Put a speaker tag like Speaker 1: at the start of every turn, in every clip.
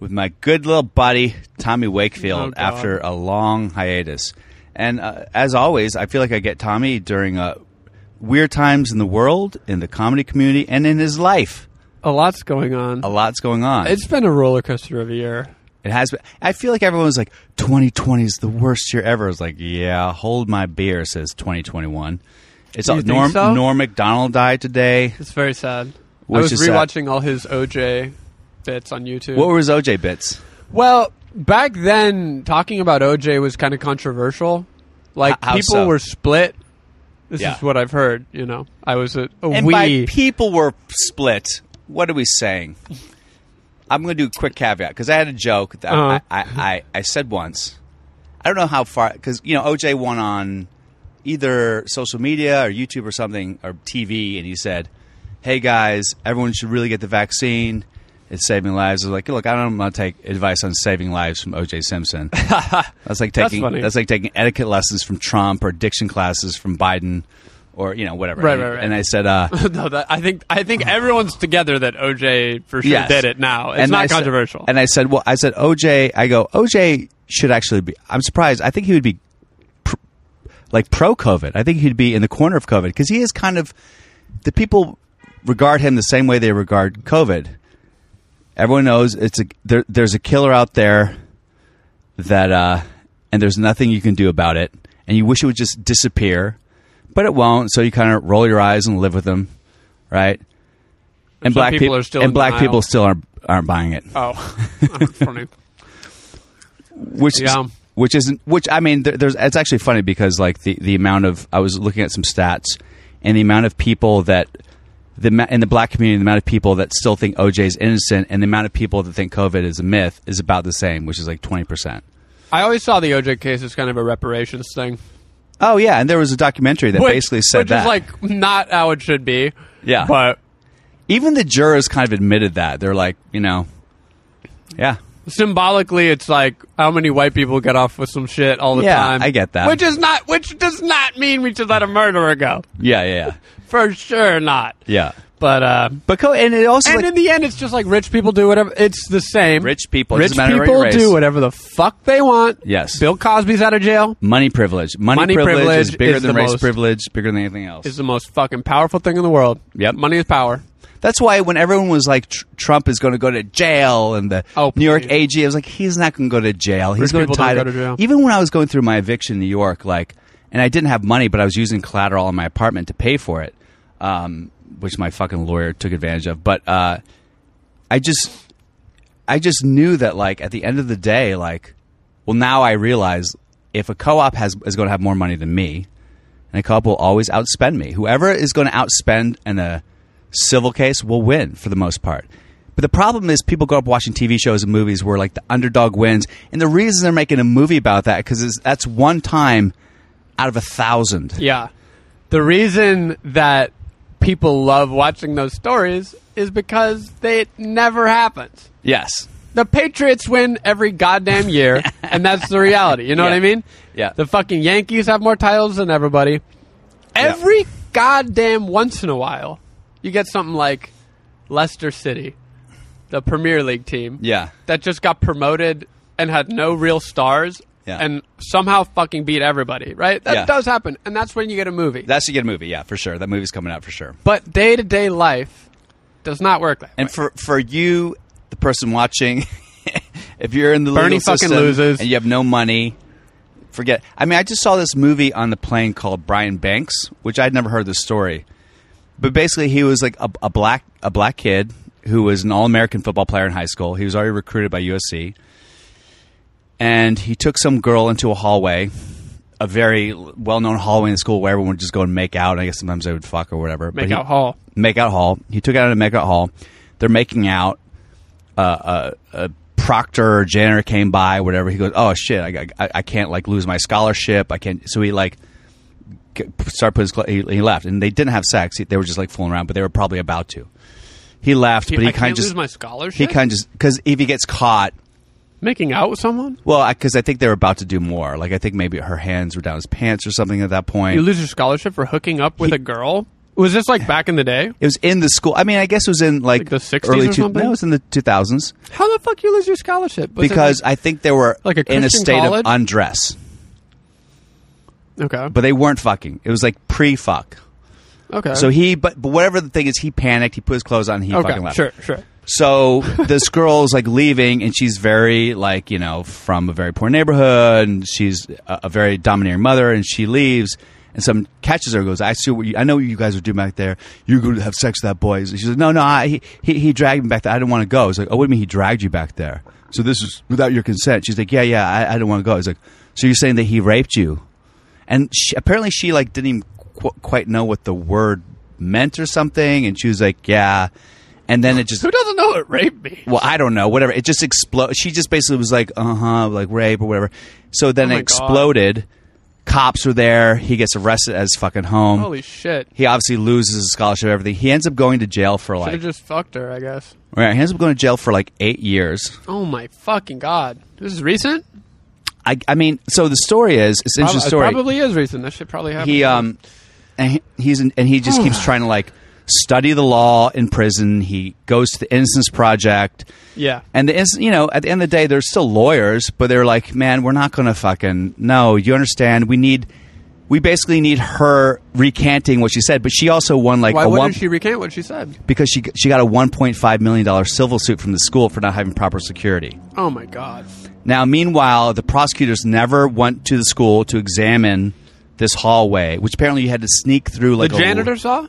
Speaker 1: with my good little buddy Tommy
Speaker 2: Oh,
Speaker 1: Wakefield
Speaker 2: God.
Speaker 1: after a long hiatus. And uh, as always, I feel like I get Tommy during uh, weird times in the world, in the comedy community, and in his life.
Speaker 2: A lot's going on.
Speaker 1: A lot's going on.
Speaker 2: It's been a roller coaster of a year.
Speaker 1: it has been. I feel like everyone was like, 2020 is the worst year ever. It's like, yeah, hold my beer, says 2021. It's
Speaker 2: Do you
Speaker 1: all,
Speaker 2: think
Speaker 1: Norm,
Speaker 2: so?
Speaker 1: Norm McDonald died today.
Speaker 2: It's very sad. I
Speaker 1: Which
Speaker 2: was
Speaker 1: is sad.
Speaker 2: rewatching all his OJ bits on YouTube.
Speaker 1: What were his OJ bits?
Speaker 2: well, back then, talking about OJ was kind of controversial. Like
Speaker 1: H- how
Speaker 2: people
Speaker 1: so?
Speaker 2: were split. This
Speaker 1: Yeah.
Speaker 2: is what I've heard. You know, I was a, a
Speaker 1: And
Speaker 2: we.
Speaker 1: by people were split, what are we saying? I'm going to do a quick caveat because I had a joke that
Speaker 2: Uh-huh.
Speaker 1: I, I, I, I said once. I don't know how far because you know OJ won on either social media or YouTube or something or TV, and he said, "Hey guys, everyone should really get the vaccine. It's saving lives." I was like, "Look, I don't want to take advice on saving lives from OJ Simpson. that's like taking
Speaker 2: funny.
Speaker 1: that's, like taking etiquette lessons from Trump or diction classes from Biden." Or you know whatever,
Speaker 2: Right,
Speaker 1: And-
Speaker 2: right, right.
Speaker 1: and I said, uh,
Speaker 2: no, that, I think I think everyone's together that OJ for sure
Speaker 1: Yes.
Speaker 2: did it. Now it's
Speaker 1: And
Speaker 2: not
Speaker 1: I said-
Speaker 2: controversial.
Speaker 1: and I said, well, I said OJ. I go OJ should actually be. I'm surprised. I think he would be pr- like pro COVID. I think he'd be in the corner of COVID because he is kind of the people regard him the same way they regard COVID. Everyone knows it's a there, there's a killer out there that uh, and there's nothing you can do about it, and you wish it would just disappear, but it won't. So you kind of roll your eyes and live with them, right? And
Speaker 2: Some
Speaker 1: black
Speaker 2: people
Speaker 1: peop-
Speaker 2: are still
Speaker 1: and
Speaker 2: in
Speaker 1: black
Speaker 2: denial.
Speaker 1: people still aren't aren't buying it,
Speaker 2: oh, that's funny.
Speaker 1: which
Speaker 2: Yeah.
Speaker 1: which isn't which I mean there, there's it's actually funny because like the the amount of I was looking at some stats and the amount of people that the ma- in the black community the amount of people that still think OJ is innocent and the amount of people that think COVID is a myth is about the same, which is like twenty percent.
Speaker 2: I always saw the OJ case as kind of a reparations thing.
Speaker 1: Oh yeah, and there was a documentary that
Speaker 2: Which-
Speaker 1: basically said
Speaker 2: which
Speaker 1: that.
Speaker 2: is like not how it should be.
Speaker 1: Yeah.
Speaker 2: but
Speaker 1: Even the jurors kind of admitted that they're like, you know, yeah,
Speaker 2: symbolically, it's like how many white people get off with some shit all the
Speaker 1: Yeah,
Speaker 2: time.
Speaker 1: I get that.
Speaker 2: Which is not, which does not mean we should let a murderer go
Speaker 1: yeah, yeah, yeah,
Speaker 2: for sure, not.
Speaker 1: yeah.
Speaker 2: But uh,
Speaker 1: But co- and it also
Speaker 2: and
Speaker 1: like,
Speaker 2: in the end, it's just like rich people do whatever. It's the same.
Speaker 1: Rich people, it
Speaker 2: Rich
Speaker 1: doesn't matter what
Speaker 2: people
Speaker 1: race.
Speaker 2: do whatever the fuck they want.
Speaker 1: Yes.
Speaker 2: Bill Cosby's out of jail.
Speaker 1: money privilege, money,
Speaker 2: Money
Speaker 1: privilege, is
Speaker 2: privilege
Speaker 1: bigger
Speaker 2: is
Speaker 1: than
Speaker 2: the
Speaker 1: race
Speaker 2: most-
Speaker 1: privilege, bigger than anything else.
Speaker 2: Is the most fucking powerful thing in the world.
Speaker 1: Yep.
Speaker 2: Money is power.
Speaker 1: That's why when everyone was like, Tr- Trump is going to go to jail and the
Speaker 2: Oh,
Speaker 1: New York
Speaker 2: please.
Speaker 1: AG, I was like, he's not going to go to jail.
Speaker 2: Rich
Speaker 1: He's going to
Speaker 2: people don't
Speaker 1: tie
Speaker 2: go
Speaker 1: to
Speaker 2: to jail.
Speaker 1: Even when I was going through my eviction in New York, like, and I didn't have money, but I was using collateral on my apartment to pay for it, um, which my fucking lawyer took advantage of. But uh, I just, I just knew that like at the end of the day, like, well, now I realize if a co-op has is going to have more money than me, and a co-op will always outspend me. Whoever is going to outspend in a civil case will win for the most part. But the problem is people grow up watching TV shows and movies where like the underdog wins, and the reason they're making a movie about that because that's one time out of a thousand.
Speaker 2: Yeah. The reason that people love watching those stories is because they, it never happens.
Speaker 1: Yes,
Speaker 2: The Patriots win every goddamn year, and that's the reality. You know what
Speaker 1: Yeah.
Speaker 2: I mean?
Speaker 1: Yeah.
Speaker 2: The fucking Yankees have more titles than everybody. Every goddamn once in a while, you get something like Leicester City, the Premier League team.
Speaker 1: yeah,
Speaker 2: That just got promoted and had no real stars.
Speaker 1: Yeah.
Speaker 2: And somehow fucking beat everybody, right? That
Speaker 1: Yeah.
Speaker 2: does happen, and that's when you get a movie.
Speaker 1: that's a good movie. Yeah, for sure. That movie's coming out for sure.
Speaker 2: But day to day life does not work that
Speaker 1: And
Speaker 2: way.
Speaker 1: for for you, the person watching, if you're in the
Speaker 2: Bernie
Speaker 1: legal
Speaker 2: fucking
Speaker 1: system
Speaker 2: loses.
Speaker 1: and you have no money, forget. I mean, I just saw this movie on the plane called Brian Banks, which I'd never heard the story. But basically, he was like a, a black a black kid who was an all American football player in high school. He was already recruited by USC, and he took some girl into a hallway, a very well known hallway in the school where everyone would just go and make out. I guess sometimes they would fuck or whatever. But
Speaker 2: Make
Speaker 1: he-
Speaker 2: out hall.
Speaker 1: Makeout Hall. He took out in a Makeout Hall. They're making out. Uh, a, a proctor or janitor came by, whatever, he goes, "Oh shit, I, I, I can't like lose my scholarship. I can't." So he like g- started putting his cl- he, he left, and they didn't have sex. He, they were just like fooling around, but they were probably about to. He left, but
Speaker 2: I
Speaker 1: he
Speaker 2: can't
Speaker 1: kind of just
Speaker 2: lose my scholarship.
Speaker 1: he kind of just because if he gets caught,
Speaker 2: making out with someone.
Speaker 1: well, because I, think they were about to do more. Like I think maybe her hands were down his pants or something at that point.
Speaker 2: You lose your scholarship for hooking up with a girl. Was this like back in the day?
Speaker 1: It was in the school. I mean, I guess it was in like,
Speaker 2: Like the 60s
Speaker 1: early
Speaker 2: or
Speaker 1: two-
Speaker 2: something?
Speaker 1: No, it was in the two thousands
Speaker 2: How the fuck you lose your scholarship? Was it,
Speaker 1: because I think they were
Speaker 2: Like a
Speaker 1: in a
Speaker 2: Christian
Speaker 1: state
Speaker 2: college?
Speaker 1: of undress,
Speaker 2: like- okay,
Speaker 1: but they weren't fucking. It was like pre fuck.
Speaker 2: okay,
Speaker 1: So he, but, but whatever the thing is, he panicked. He put his clothes on. And he fucking
Speaker 2: okay,
Speaker 1: left.
Speaker 2: sure, sure.
Speaker 1: So this girl's like leaving, and she's very like you know from a very poor neighborhood, and she's a, a very domineering mother, and she leaves. And some catches her, and goes, "I see what you, I know what you guys are doing back there. You're going to have sex with that boy." And she's like, "No, no, I, he, he he dragged me back there. I didn't want to go." He's like, "Oh, what do you mean he dragged you back there? So this is without your consent?" She's like, "Yeah, yeah, I, I didn't want to go." He's like, "So you're saying that he raped you?" and she, apparently she like didn't even qu- quite know what the word meant or something and she was like yeah and then it just
Speaker 2: Who doesn't know it raped me?
Speaker 1: well i don't know whatever it just exploded she just basically was like uh-huh like rape or whatever so then
Speaker 2: Oh my
Speaker 1: it
Speaker 2: God.
Speaker 1: exploded cops were there he gets arrested as fucking home
Speaker 2: Holy shit!
Speaker 1: he obviously loses his scholarship everything he ends up going to jail for
Speaker 2: Should
Speaker 1: like
Speaker 2: have just fucked her, I guess.
Speaker 1: right, he ends up going to jail for like eight years
Speaker 2: Oh my fucking god! This is recent.
Speaker 1: i, I mean so the story is it's an
Speaker 2: Prob-
Speaker 1: interesting story
Speaker 2: It probably is recent. That shit probably happened.
Speaker 1: he um and he, he's in, and he just keeps trying to like study the law in prison he goes to the innocence project
Speaker 2: yeah.
Speaker 1: and the ins- you know at the end of the day they're still lawyers but they're like man we're not gonna fucking no you understand we need we basically need her recanting what she said but she also won like
Speaker 2: Why
Speaker 1: a
Speaker 2: wouldn't
Speaker 1: one
Speaker 2: she recant what she said?
Speaker 1: because she she got a 1.5 million dollar civil suit from the school for not having proper security
Speaker 2: Oh my god!
Speaker 1: now, meanwhile, the prosecutors never went to the school to examine this hallway, which apparently you had to sneak through like
Speaker 2: the
Speaker 1: a
Speaker 2: janitor saw.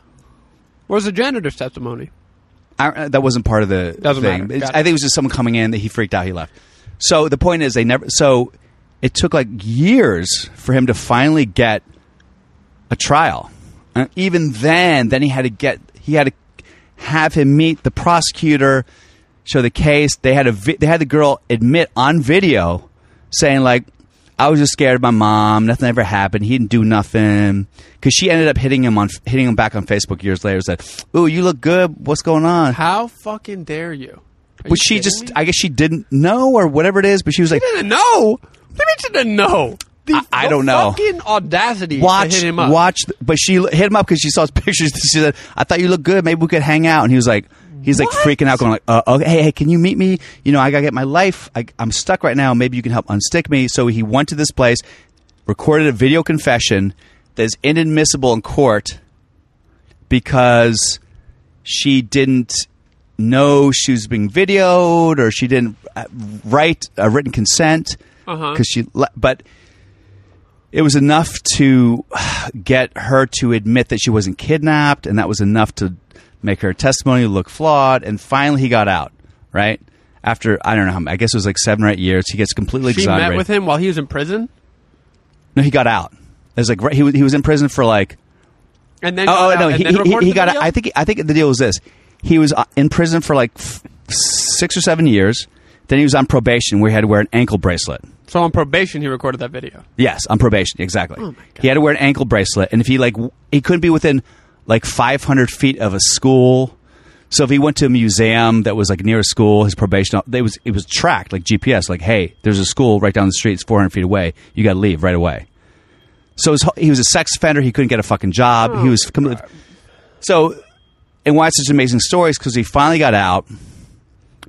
Speaker 2: Where's the janitor's testimony?
Speaker 1: I- uh, that wasn't part of the
Speaker 2: Doesn't
Speaker 1: thing.
Speaker 2: matter.
Speaker 1: It's-
Speaker 2: Got
Speaker 1: I
Speaker 2: it.
Speaker 1: think it was just someone coming in that he freaked out. He left. So the point is, they never. So it took like years for him to finally get a trial. And even then, then he had to get he had to have him meet the prosecutor, show the case. They had a vi- they had the girl admit on video saying like. I was just scared of my mom. Nothing ever happened. He didn't do nothing because she ended up hitting him on hitting him back on Facebook years later. Said, "Ooh, you look good. What's going on?
Speaker 2: How fucking dare you? Are you
Speaker 1: But she
Speaker 2: kidding
Speaker 1: just,
Speaker 2: me?
Speaker 1: I guess she didn't know or whatever it is, but she was like,
Speaker 2: didn't know. They didn't know. The,
Speaker 1: I- I
Speaker 2: the
Speaker 1: don't know.
Speaker 2: Fucking audacity
Speaker 1: watch,
Speaker 2: to hit him up.
Speaker 1: watch. th- But she l- hit him up because she saw his pictures. She said, I thought you looked good. Maybe we could hang out. And he was like, he's like
Speaker 2: What?
Speaker 1: freaking out, going like, uh, okay, hey, hey, can you meet me? You know, I got to get my life. I, I'm stuck right now. Maybe you can help unstick me. So he went to this place, recorded a video confession that is inadmissible in court because she didn't know she was being videoed or she didn't uh, write a written consent
Speaker 2: Uh-huh.
Speaker 1: because she le- but it was enough to get her to admit that she wasn't kidnapped and that was enough to make her testimony look flawed and finally he got out right after i don't know how many, i guess it was like seven or eight years he gets completely
Speaker 2: She
Speaker 1: exonerated
Speaker 2: met with him while he was in prison,
Speaker 1: no he got out it was like right, he, was, he was in prison for like
Speaker 2: and then
Speaker 1: Oh,
Speaker 2: got
Speaker 1: oh,
Speaker 2: out
Speaker 1: no,
Speaker 2: and
Speaker 1: he,
Speaker 2: then
Speaker 1: he- he,
Speaker 2: recorded the
Speaker 1: got.
Speaker 2: video?
Speaker 1: I think. I think the deal was this: he was uh, in prison for like f- six or seven years. Then he was on probation, where he had to wear an ankle bracelet.
Speaker 2: so on probation he recorded that video.
Speaker 1: Yes, on probation, exactly.
Speaker 2: Oh,
Speaker 1: He had to wear an ankle bracelet, and if he like, w- he couldn't be within like 500 feet of a school. So if he went to a museum that was like near a school, his probation uh, they was it was tracked like GPS. Like, hey, there's a school right down the street. It's 400 feet away. You got to leave right away. So his, whole- he was a sex offender. He couldn't get a fucking job. he was completely. So, and why it's such an amazing story is because he finally got out.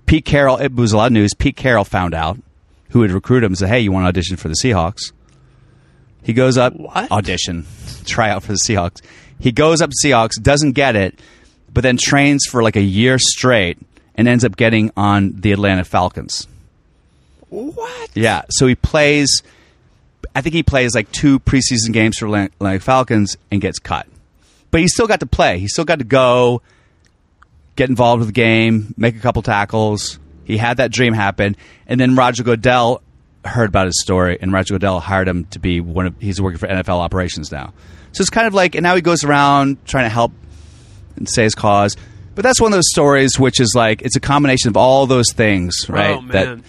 Speaker 1: Pete Carroll. It was a lot of news. Pete Carroll found out who had recruited him. and Said, "Hey, you want to audition for the Seahawks?" He goes up,
Speaker 2: What?
Speaker 1: audition, try out for the Seahawks. He goes up to Seahawks, doesn't get it, but then trains for like a year straight and ends up getting on the Atlanta Falcons.
Speaker 2: What?
Speaker 1: Yeah, so he plays. I think he plays like two preseason games for Atlan- Atlanta Falcons and gets cut, but he still got to play. He still got to go, get involved with the game, make a couple tackles. He had that dream happen, and then Roger Goodell heard about his story, and Roger Goodell hired him to be one of. He's working for NFL operations now, so it's kind of like, and now he goes around trying to help and say his cause. But that's one of those stories which is like it's a combination of all those things, right?
Speaker 2: Oh
Speaker 1: that-
Speaker 2: man.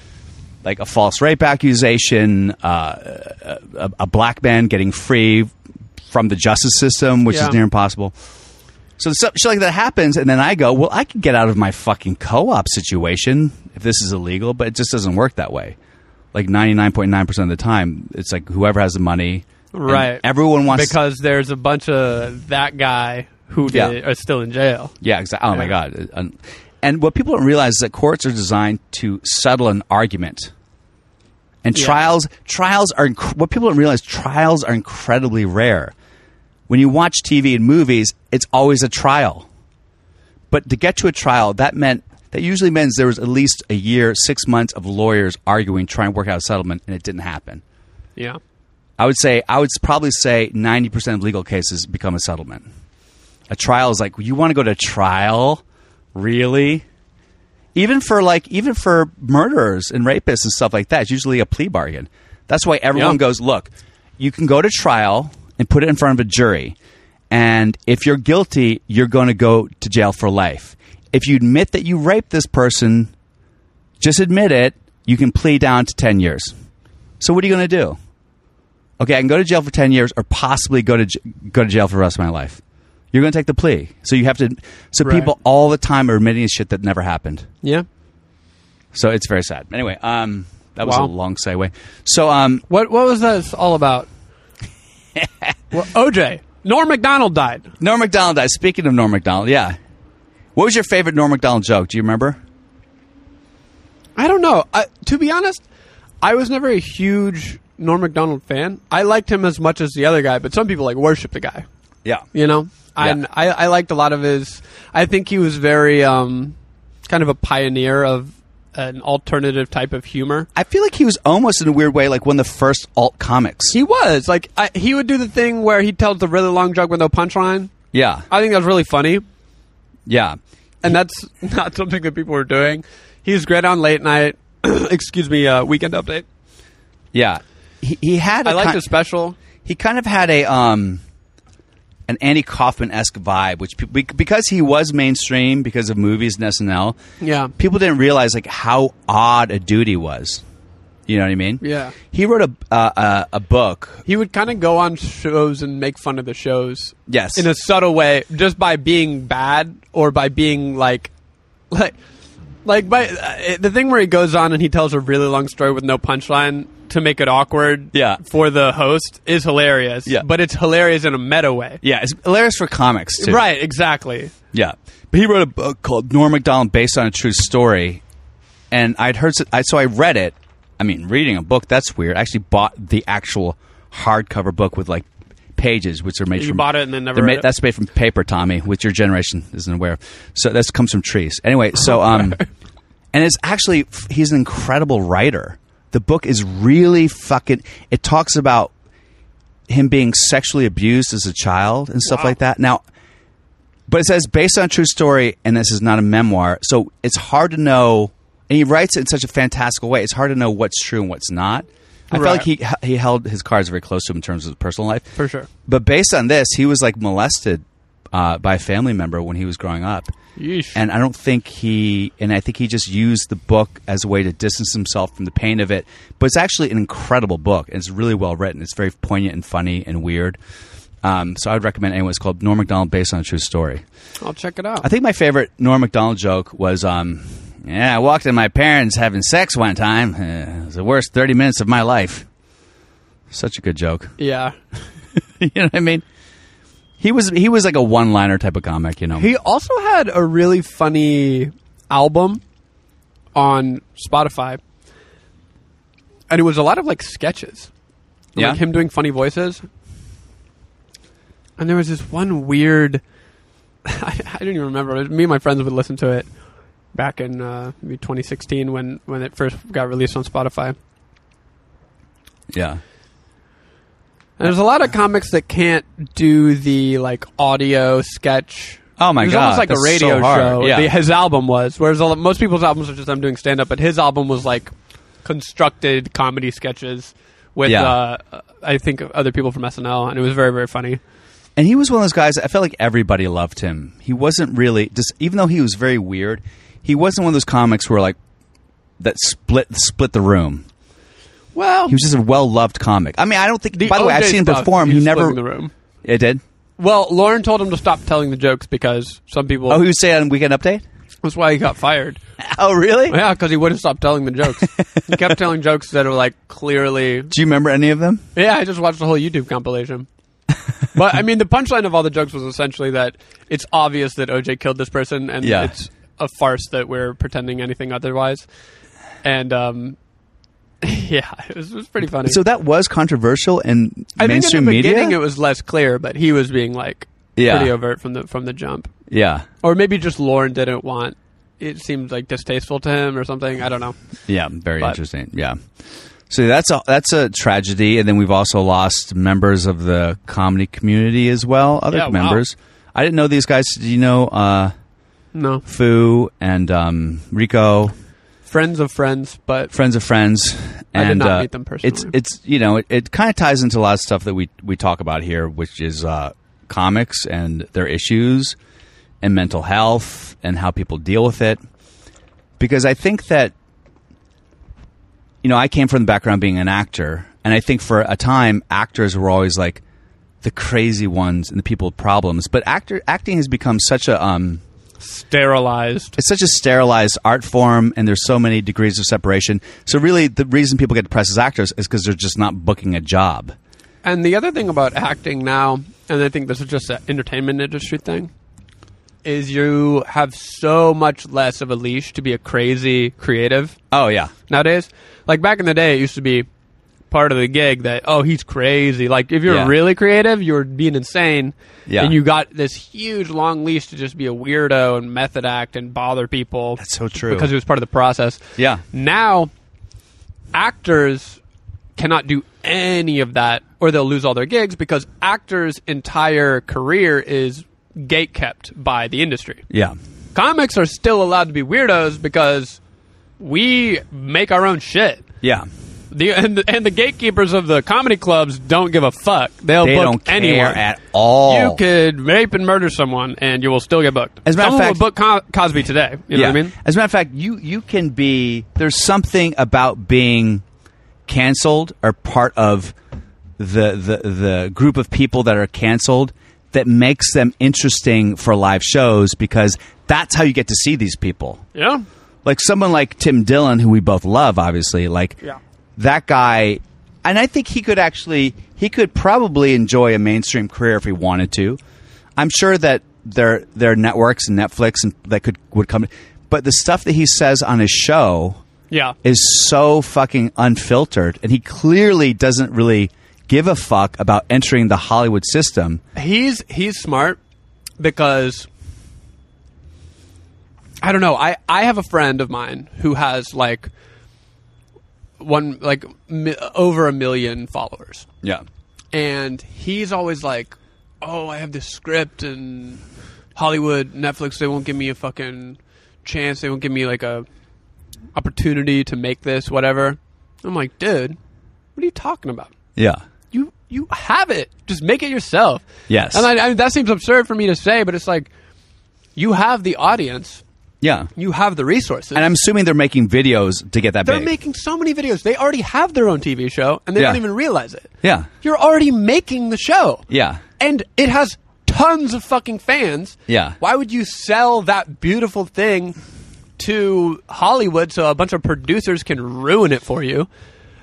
Speaker 1: like a false rape accusation, uh, a, a black man getting free from the justice system, which
Speaker 2: Yeah.
Speaker 1: is near impossible. So stuff, shit like that happens, and then I go, well, I could get out of my fucking co-op situation if this is illegal, but it just doesn't work that way. Like ninety nine point nine percent of the time, it's like whoever has the money, and
Speaker 2: Right.
Speaker 1: Everyone wants
Speaker 2: because there's a bunch of that guy who
Speaker 1: Yeah.
Speaker 2: did, are still in jail.
Speaker 1: Yeah, exactly. Oh my
Speaker 2: Yeah.
Speaker 1: god. And- And what people don't realize is that courts are designed to settle an argument. And
Speaker 2: Yeah.
Speaker 1: trials trials are inc- what people don't realize trials are incredibly rare. When you watch TV and movies, it's always a trial. But to get to a trial, that meant that usually means there was at least a year, 6 months of lawyers arguing trying to work out a settlement and it didn't happen.
Speaker 2: Yeah.
Speaker 1: I would say I would probably say ninety percent of legal cases become a settlement. A trial is like you want to go to trial, really? Even for like even for murderers and rapists and stuff like that, it's usually a plea bargain. That's why everyone
Speaker 2: Yeah.
Speaker 1: goes, look, you can go to trial and put it in front of a jury, and if you're guilty, you're going to go to jail for life. If you admit that you raped this person, just admit it. You can plead down to ten years. So what are you going to do? okay, I can go to jail for 10 years or possibly go to j- go to jail for the rest of my life. You're going to take the plea. So you have to so
Speaker 2: Right.
Speaker 1: people all the time are admitting shit that never happened.
Speaker 2: Yeah.
Speaker 1: So it's very sad. Anyway, um that was
Speaker 2: Wow.
Speaker 1: a long segue. So um
Speaker 2: What What was this all about? well, OJ Norm Macdonald died.
Speaker 1: Norm Macdonald died. Speaking of Norm Macdonald, yeah. What was your favorite Norm Macdonald joke? Do you remember?
Speaker 2: I don't know. I, to be honest, I was never a huge Norm Macdonald fan. I liked him as much as the other guy, but some people like worship the guy.
Speaker 1: Yeah.
Speaker 2: You know, and
Speaker 1: Yeah.
Speaker 2: I, I liked a lot of his. I think he was very um, kind of a pioneer of an alternative type of humor.
Speaker 1: I feel like he was almost in a weird way like one of the first alt comics.
Speaker 2: He was like I, he would do the thing where he tells the really long joke with no punchline.
Speaker 1: yeah.
Speaker 2: I think that was really funny,
Speaker 1: Yeah.
Speaker 2: and that's not something that people were doing. He's great on late night. excuse me, uh, weekend update.
Speaker 1: Yeah. He, he had a
Speaker 2: I liked
Speaker 1: kind-
Speaker 2: his special.
Speaker 1: he kind of had a um an Andy Kaufman esque vibe, which pe- bec- because he was mainstream because of movies and SNL,
Speaker 2: Yeah.
Speaker 1: people didn't realize like how odd a dude he was. You know what I mean?
Speaker 2: Yeah.
Speaker 1: He wrote a uh, uh, a book.
Speaker 2: He would kind of go on shows and make fun of the shows.
Speaker 1: Yes.
Speaker 2: In a subtle way, just by being bad or by being like, like, like by uh, the thing where he goes on and he tells a really long story with no punchline to make it awkward.
Speaker 1: Yeah.
Speaker 2: For the host is hilarious.
Speaker 1: Yeah.
Speaker 2: But it's hilarious in a meta way.
Speaker 1: Yeah, it's hilarious for comics too.
Speaker 2: Right. Exactly.
Speaker 1: Yeah, but he wrote a book called Norm Macdonald, based on a true story, and I'd heard s- I so I read it. I mean, reading a book that's weird. I actually bought the actual hardcover book with like pages, which are made.
Speaker 2: You
Speaker 1: from,
Speaker 2: bought it and then never
Speaker 1: they're
Speaker 2: read
Speaker 1: made-
Speaker 2: it?
Speaker 1: That's made from paper, Tommy, which your generation isn't aware of. So that comes from trees. Anyway, so um, and it's actually f- he's an incredible writer. The book is really fucking. It talks about him being sexually abused as a child and stuff
Speaker 2: Wow.
Speaker 1: like that. Now, but it says based on a true story, and this is not a memoir, so it's hard to know. And he writes it in such a fantastical way; it's hard to know what's true and what's not. I
Speaker 2: Right.
Speaker 1: felt like he he held his cards very close to him in terms of his personal life,
Speaker 2: For sure.
Speaker 1: But based on this, he was like molested uh, by a family member when he was growing up,
Speaker 2: Yeesh.
Speaker 1: and I don't think he. And I think he just used the book as a way to distance himself from the pain of it. But it's actually an incredible book, and it's really well written. It's very poignant and funny and weird. Um, so I would recommend anyone. It's called Norm Macdonald, based on a true story.
Speaker 2: I'll check it out.
Speaker 1: I think my favorite Norm Macdonald joke was, um, "Yeah, I walked in my parents having sex one time. Uh, it was the worst thirty minutes of my life." Such a good joke.
Speaker 2: yeah.
Speaker 1: you know what I mean? He was he was like a one liner type of comic. You know?
Speaker 2: He also had a really funny album on Spotify, and it was a lot of like sketches,
Speaker 1: yeah.
Speaker 2: like him doing funny voices. And there was this one weird. I, I don't even remember. It was- Me and my friends would listen to it back in uh, maybe 2016 when when it first got released on Spotify.
Speaker 1: yeah.
Speaker 2: And there's a lot of comics that can't do the like audio sketch.
Speaker 1: Oh my
Speaker 2: it was
Speaker 1: God,
Speaker 2: almost like
Speaker 1: that's
Speaker 2: a radio
Speaker 1: so hard.
Speaker 2: show.
Speaker 1: Yeah.
Speaker 2: The- his album was, whereas a lot, most people's albums are just them doing stand up, but his album was like constructed comedy sketches with
Speaker 1: Yeah.
Speaker 2: uh, I think other people from SNL, and it was very very funny.
Speaker 1: And he was one of those guys. I felt like everybody loved him. He wasn't really just even though he was very weird. He wasn't one of those comics where like that split split the room.
Speaker 2: Well,
Speaker 1: He was just a well loved comic. I mean, I don't think.
Speaker 2: the
Speaker 1: by the way, I've
Speaker 2: OJ
Speaker 1: seen him
Speaker 2: stuff,
Speaker 1: perform. He
Speaker 2: was
Speaker 1: never.
Speaker 2: splitting the room.
Speaker 1: It did.
Speaker 2: Well, Lauren told him to stop telling the jokes because some people.
Speaker 1: Oh, he was saying on Weekend Update.
Speaker 2: that's why he got fired.
Speaker 1: Oh, really?
Speaker 2: Yeah, because he wouldn't stop telling the jokes. he kept telling jokes that are like clearly.
Speaker 1: Do you remember any of them?
Speaker 2: Yeah, I just watched the whole YouTube compilation. but I mean, the punchline of all the jokes was essentially that it's obvious that OJ killed this person, and
Speaker 1: Yeah.
Speaker 2: it's a farce that we're pretending anything otherwise. And um, yeah, it was, it was pretty funny.
Speaker 1: So that was controversial in
Speaker 2: I think in
Speaker 1: mainstream
Speaker 2: the
Speaker 1: media.
Speaker 2: beginning it was less clear, but he was being like
Speaker 1: Yeah.
Speaker 2: pretty overt from the from the jump,
Speaker 1: yeah,
Speaker 2: or maybe just Lauren didn't want. It seemed like distasteful to him or something. I don't know.
Speaker 1: yeah, very
Speaker 2: But-
Speaker 1: interesting. Yeah. So that's a that's a tragedy, and then we've also lost members of the comedy community as well. Other
Speaker 2: Yeah, wow.
Speaker 1: members. I didn't know these guys. Did you know uh,
Speaker 2: No
Speaker 1: Fu and um, Rico?
Speaker 2: friends of friends, but
Speaker 1: friends of friends.
Speaker 2: I
Speaker 1: And,
Speaker 2: did not
Speaker 1: uh,
Speaker 2: meet them personally.
Speaker 1: It's it's you know it, it kind of ties into a lot of stuff that we we talk about here, which is uh, comics and their issues and mental health and how people deal with it. Because I think that you know I came from the background being an actor, and I think for a time actors were always like the crazy ones and the people with problems. But actor acting has become such a um,
Speaker 2: sterilized.
Speaker 1: it's such a sterilized art form and there's so many degrees of separation so really the reason people get depressed as actors is because they're just not booking a job
Speaker 2: And the other thing about acting now, and I think this is just an entertainment industry thing, is you have so much less of a leash to be a crazy creative
Speaker 1: oh yeah
Speaker 2: nowadays. Like back in the day, it used to be part of the gig that oh he's crazy. Like if you're
Speaker 1: Yeah.
Speaker 2: really creative, you're being insane,
Speaker 1: Yeah.
Speaker 2: and you got this huge long leash to just be a weirdo and method act and bother people. That's
Speaker 1: so true.
Speaker 2: because it was part of the process.
Speaker 1: Yeah.
Speaker 2: Now, actors cannot do any of that, or they'll lose all their gigs because actors' entire career is gate kept by the industry
Speaker 1: yeah
Speaker 2: comics are still allowed to be weirdos because we make our own shit.
Speaker 1: yeah
Speaker 2: The and, and the gatekeepers of the comedy clubs don't give a fuck. They'll
Speaker 1: they
Speaker 2: book
Speaker 1: don't care
Speaker 2: anyone.
Speaker 1: at all
Speaker 2: You could rape and murder someone, and you will still get booked.
Speaker 1: As a matter of
Speaker 2: Someone
Speaker 1: fact-
Speaker 2: will book Co- Cosby today. You know
Speaker 1: yeah
Speaker 2: what I mean?
Speaker 1: as a matter of fact you you can be there's something about being canceled or part of the the, the group of people that are canceled that makes them interesting for live shows because that's how you get to see these people
Speaker 2: Yeah.
Speaker 1: like someone like Tim Dillon, who we both love, obviously, like
Speaker 2: Yeah.
Speaker 1: that guy, and I think he could actually, he could probably enjoy a mainstream career if he wanted to. I'm sure that there there are networks and Netflix and that could would come, but the stuff that he says on his show
Speaker 2: Yeah.
Speaker 1: is so fucking unfiltered, and he clearly doesn't really give a fuck about entering the Hollywood system.
Speaker 2: he's he's smart because I don't know. I I have a friend of mine who has like one like mi- over a million followers
Speaker 1: Yeah,
Speaker 2: and he's always like, "Oh, I have this script and Hollywood, Netflix, they won't give me a fucking chance. They won't give me like a opportunity to make this, whatever." I'm like, "Dude, what are you talking about?
Speaker 1: yeah,
Speaker 2: You you have it. Just make it yourself."
Speaker 1: Yes.
Speaker 2: And I, I that seems absurd for me to say, but it's like you have the audience,
Speaker 1: yeah.
Speaker 2: you have the resources.
Speaker 1: And I'm assuming they're making videos to get that.
Speaker 2: they're
Speaker 1: big.
Speaker 2: making so many videos. They already have their own TV show, and they
Speaker 1: Yeah.
Speaker 2: don't even realize it.
Speaker 1: Yeah.
Speaker 2: you're already making the show.
Speaker 1: Yeah.
Speaker 2: and it has tons of fucking fans.
Speaker 1: Yeah.
Speaker 2: Why would you sell that beautiful thing to Hollywood so a bunch of producers can ruin it for you?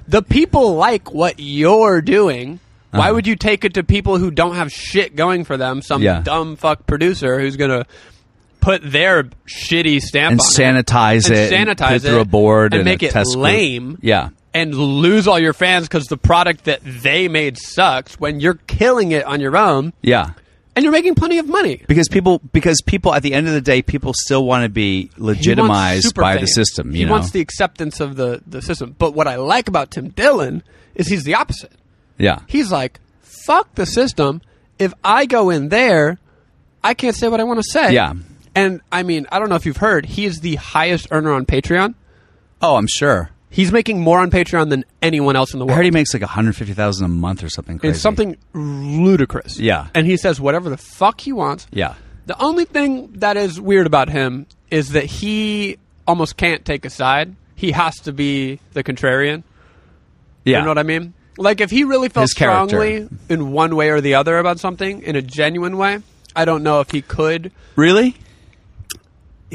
Speaker 2: The people like what you're doing. Why
Speaker 1: Uh-huh.
Speaker 2: would you take it to people who don't have shit going for them? Some
Speaker 1: Yeah.
Speaker 2: dumb fuck producer who's gonna put their shitty stamp
Speaker 1: and
Speaker 2: on
Speaker 1: sanitize
Speaker 2: And
Speaker 1: it, and
Speaker 2: sanitize
Speaker 1: put it through
Speaker 2: it
Speaker 1: a board
Speaker 2: and
Speaker 1: and,
Speaker 2: make
Speaker 1: a
Speaker 2: it
Speaker 1: test group.
Speaker 2: lame.
Speaker 1: Yeah,
Speaker 2: and lose all your fans because the product that they made sucks when you're killing it on your own
Speaker 1: yeah.
Speaker 2: and you're making plenty of money.
Speaker 1: Because people, because people, at the end of the day, people still want to be
Speaker 2: He wants
Speaker 1: legitimized
Speaker 2: super
Speaker 1: by the
Speaker 2: fame.
Speaker 1: system. You
Speaker 2: he
Speaker 1: know,
Speaker 2: wants the acceptance of the, the system. But what I like about Tim Dillon is he's the opposite.
Speaker 1: yeah,
Speaker 2: He's like, fuck the system. If I go in there, I can't say what I want to say.
Speaker 1: Yeah.
Speaker 2: And I mean, I don't know if you've heard, he is the highest earner on Patreon.
Speaker 1: oh, I'm sure.
Speaker 2: He's making more on Patreon than anyone else in the
Speaker 1: I
Speaker 2: world.
Speaker 1: heard he makes like 150,000 a month or something crazy.
Speaker 2: It's something ludicrous.
Speaker 1: Yeah.
Speaker 2: And he says whatever the fuck he wants.
Speaker 1: Yeah,
Speaker 2: The only thing that is weird about him is that he almost can't take a side. He he has to be the contrarian.
Speaker 1: Yeah.
Speaker 2: You know what I mean? Like if he really felt
Speaker 1: His character.
Speaker 2: strongly in one way or the other about something in a genuine way, I don't know if he could
Speaker 1: really?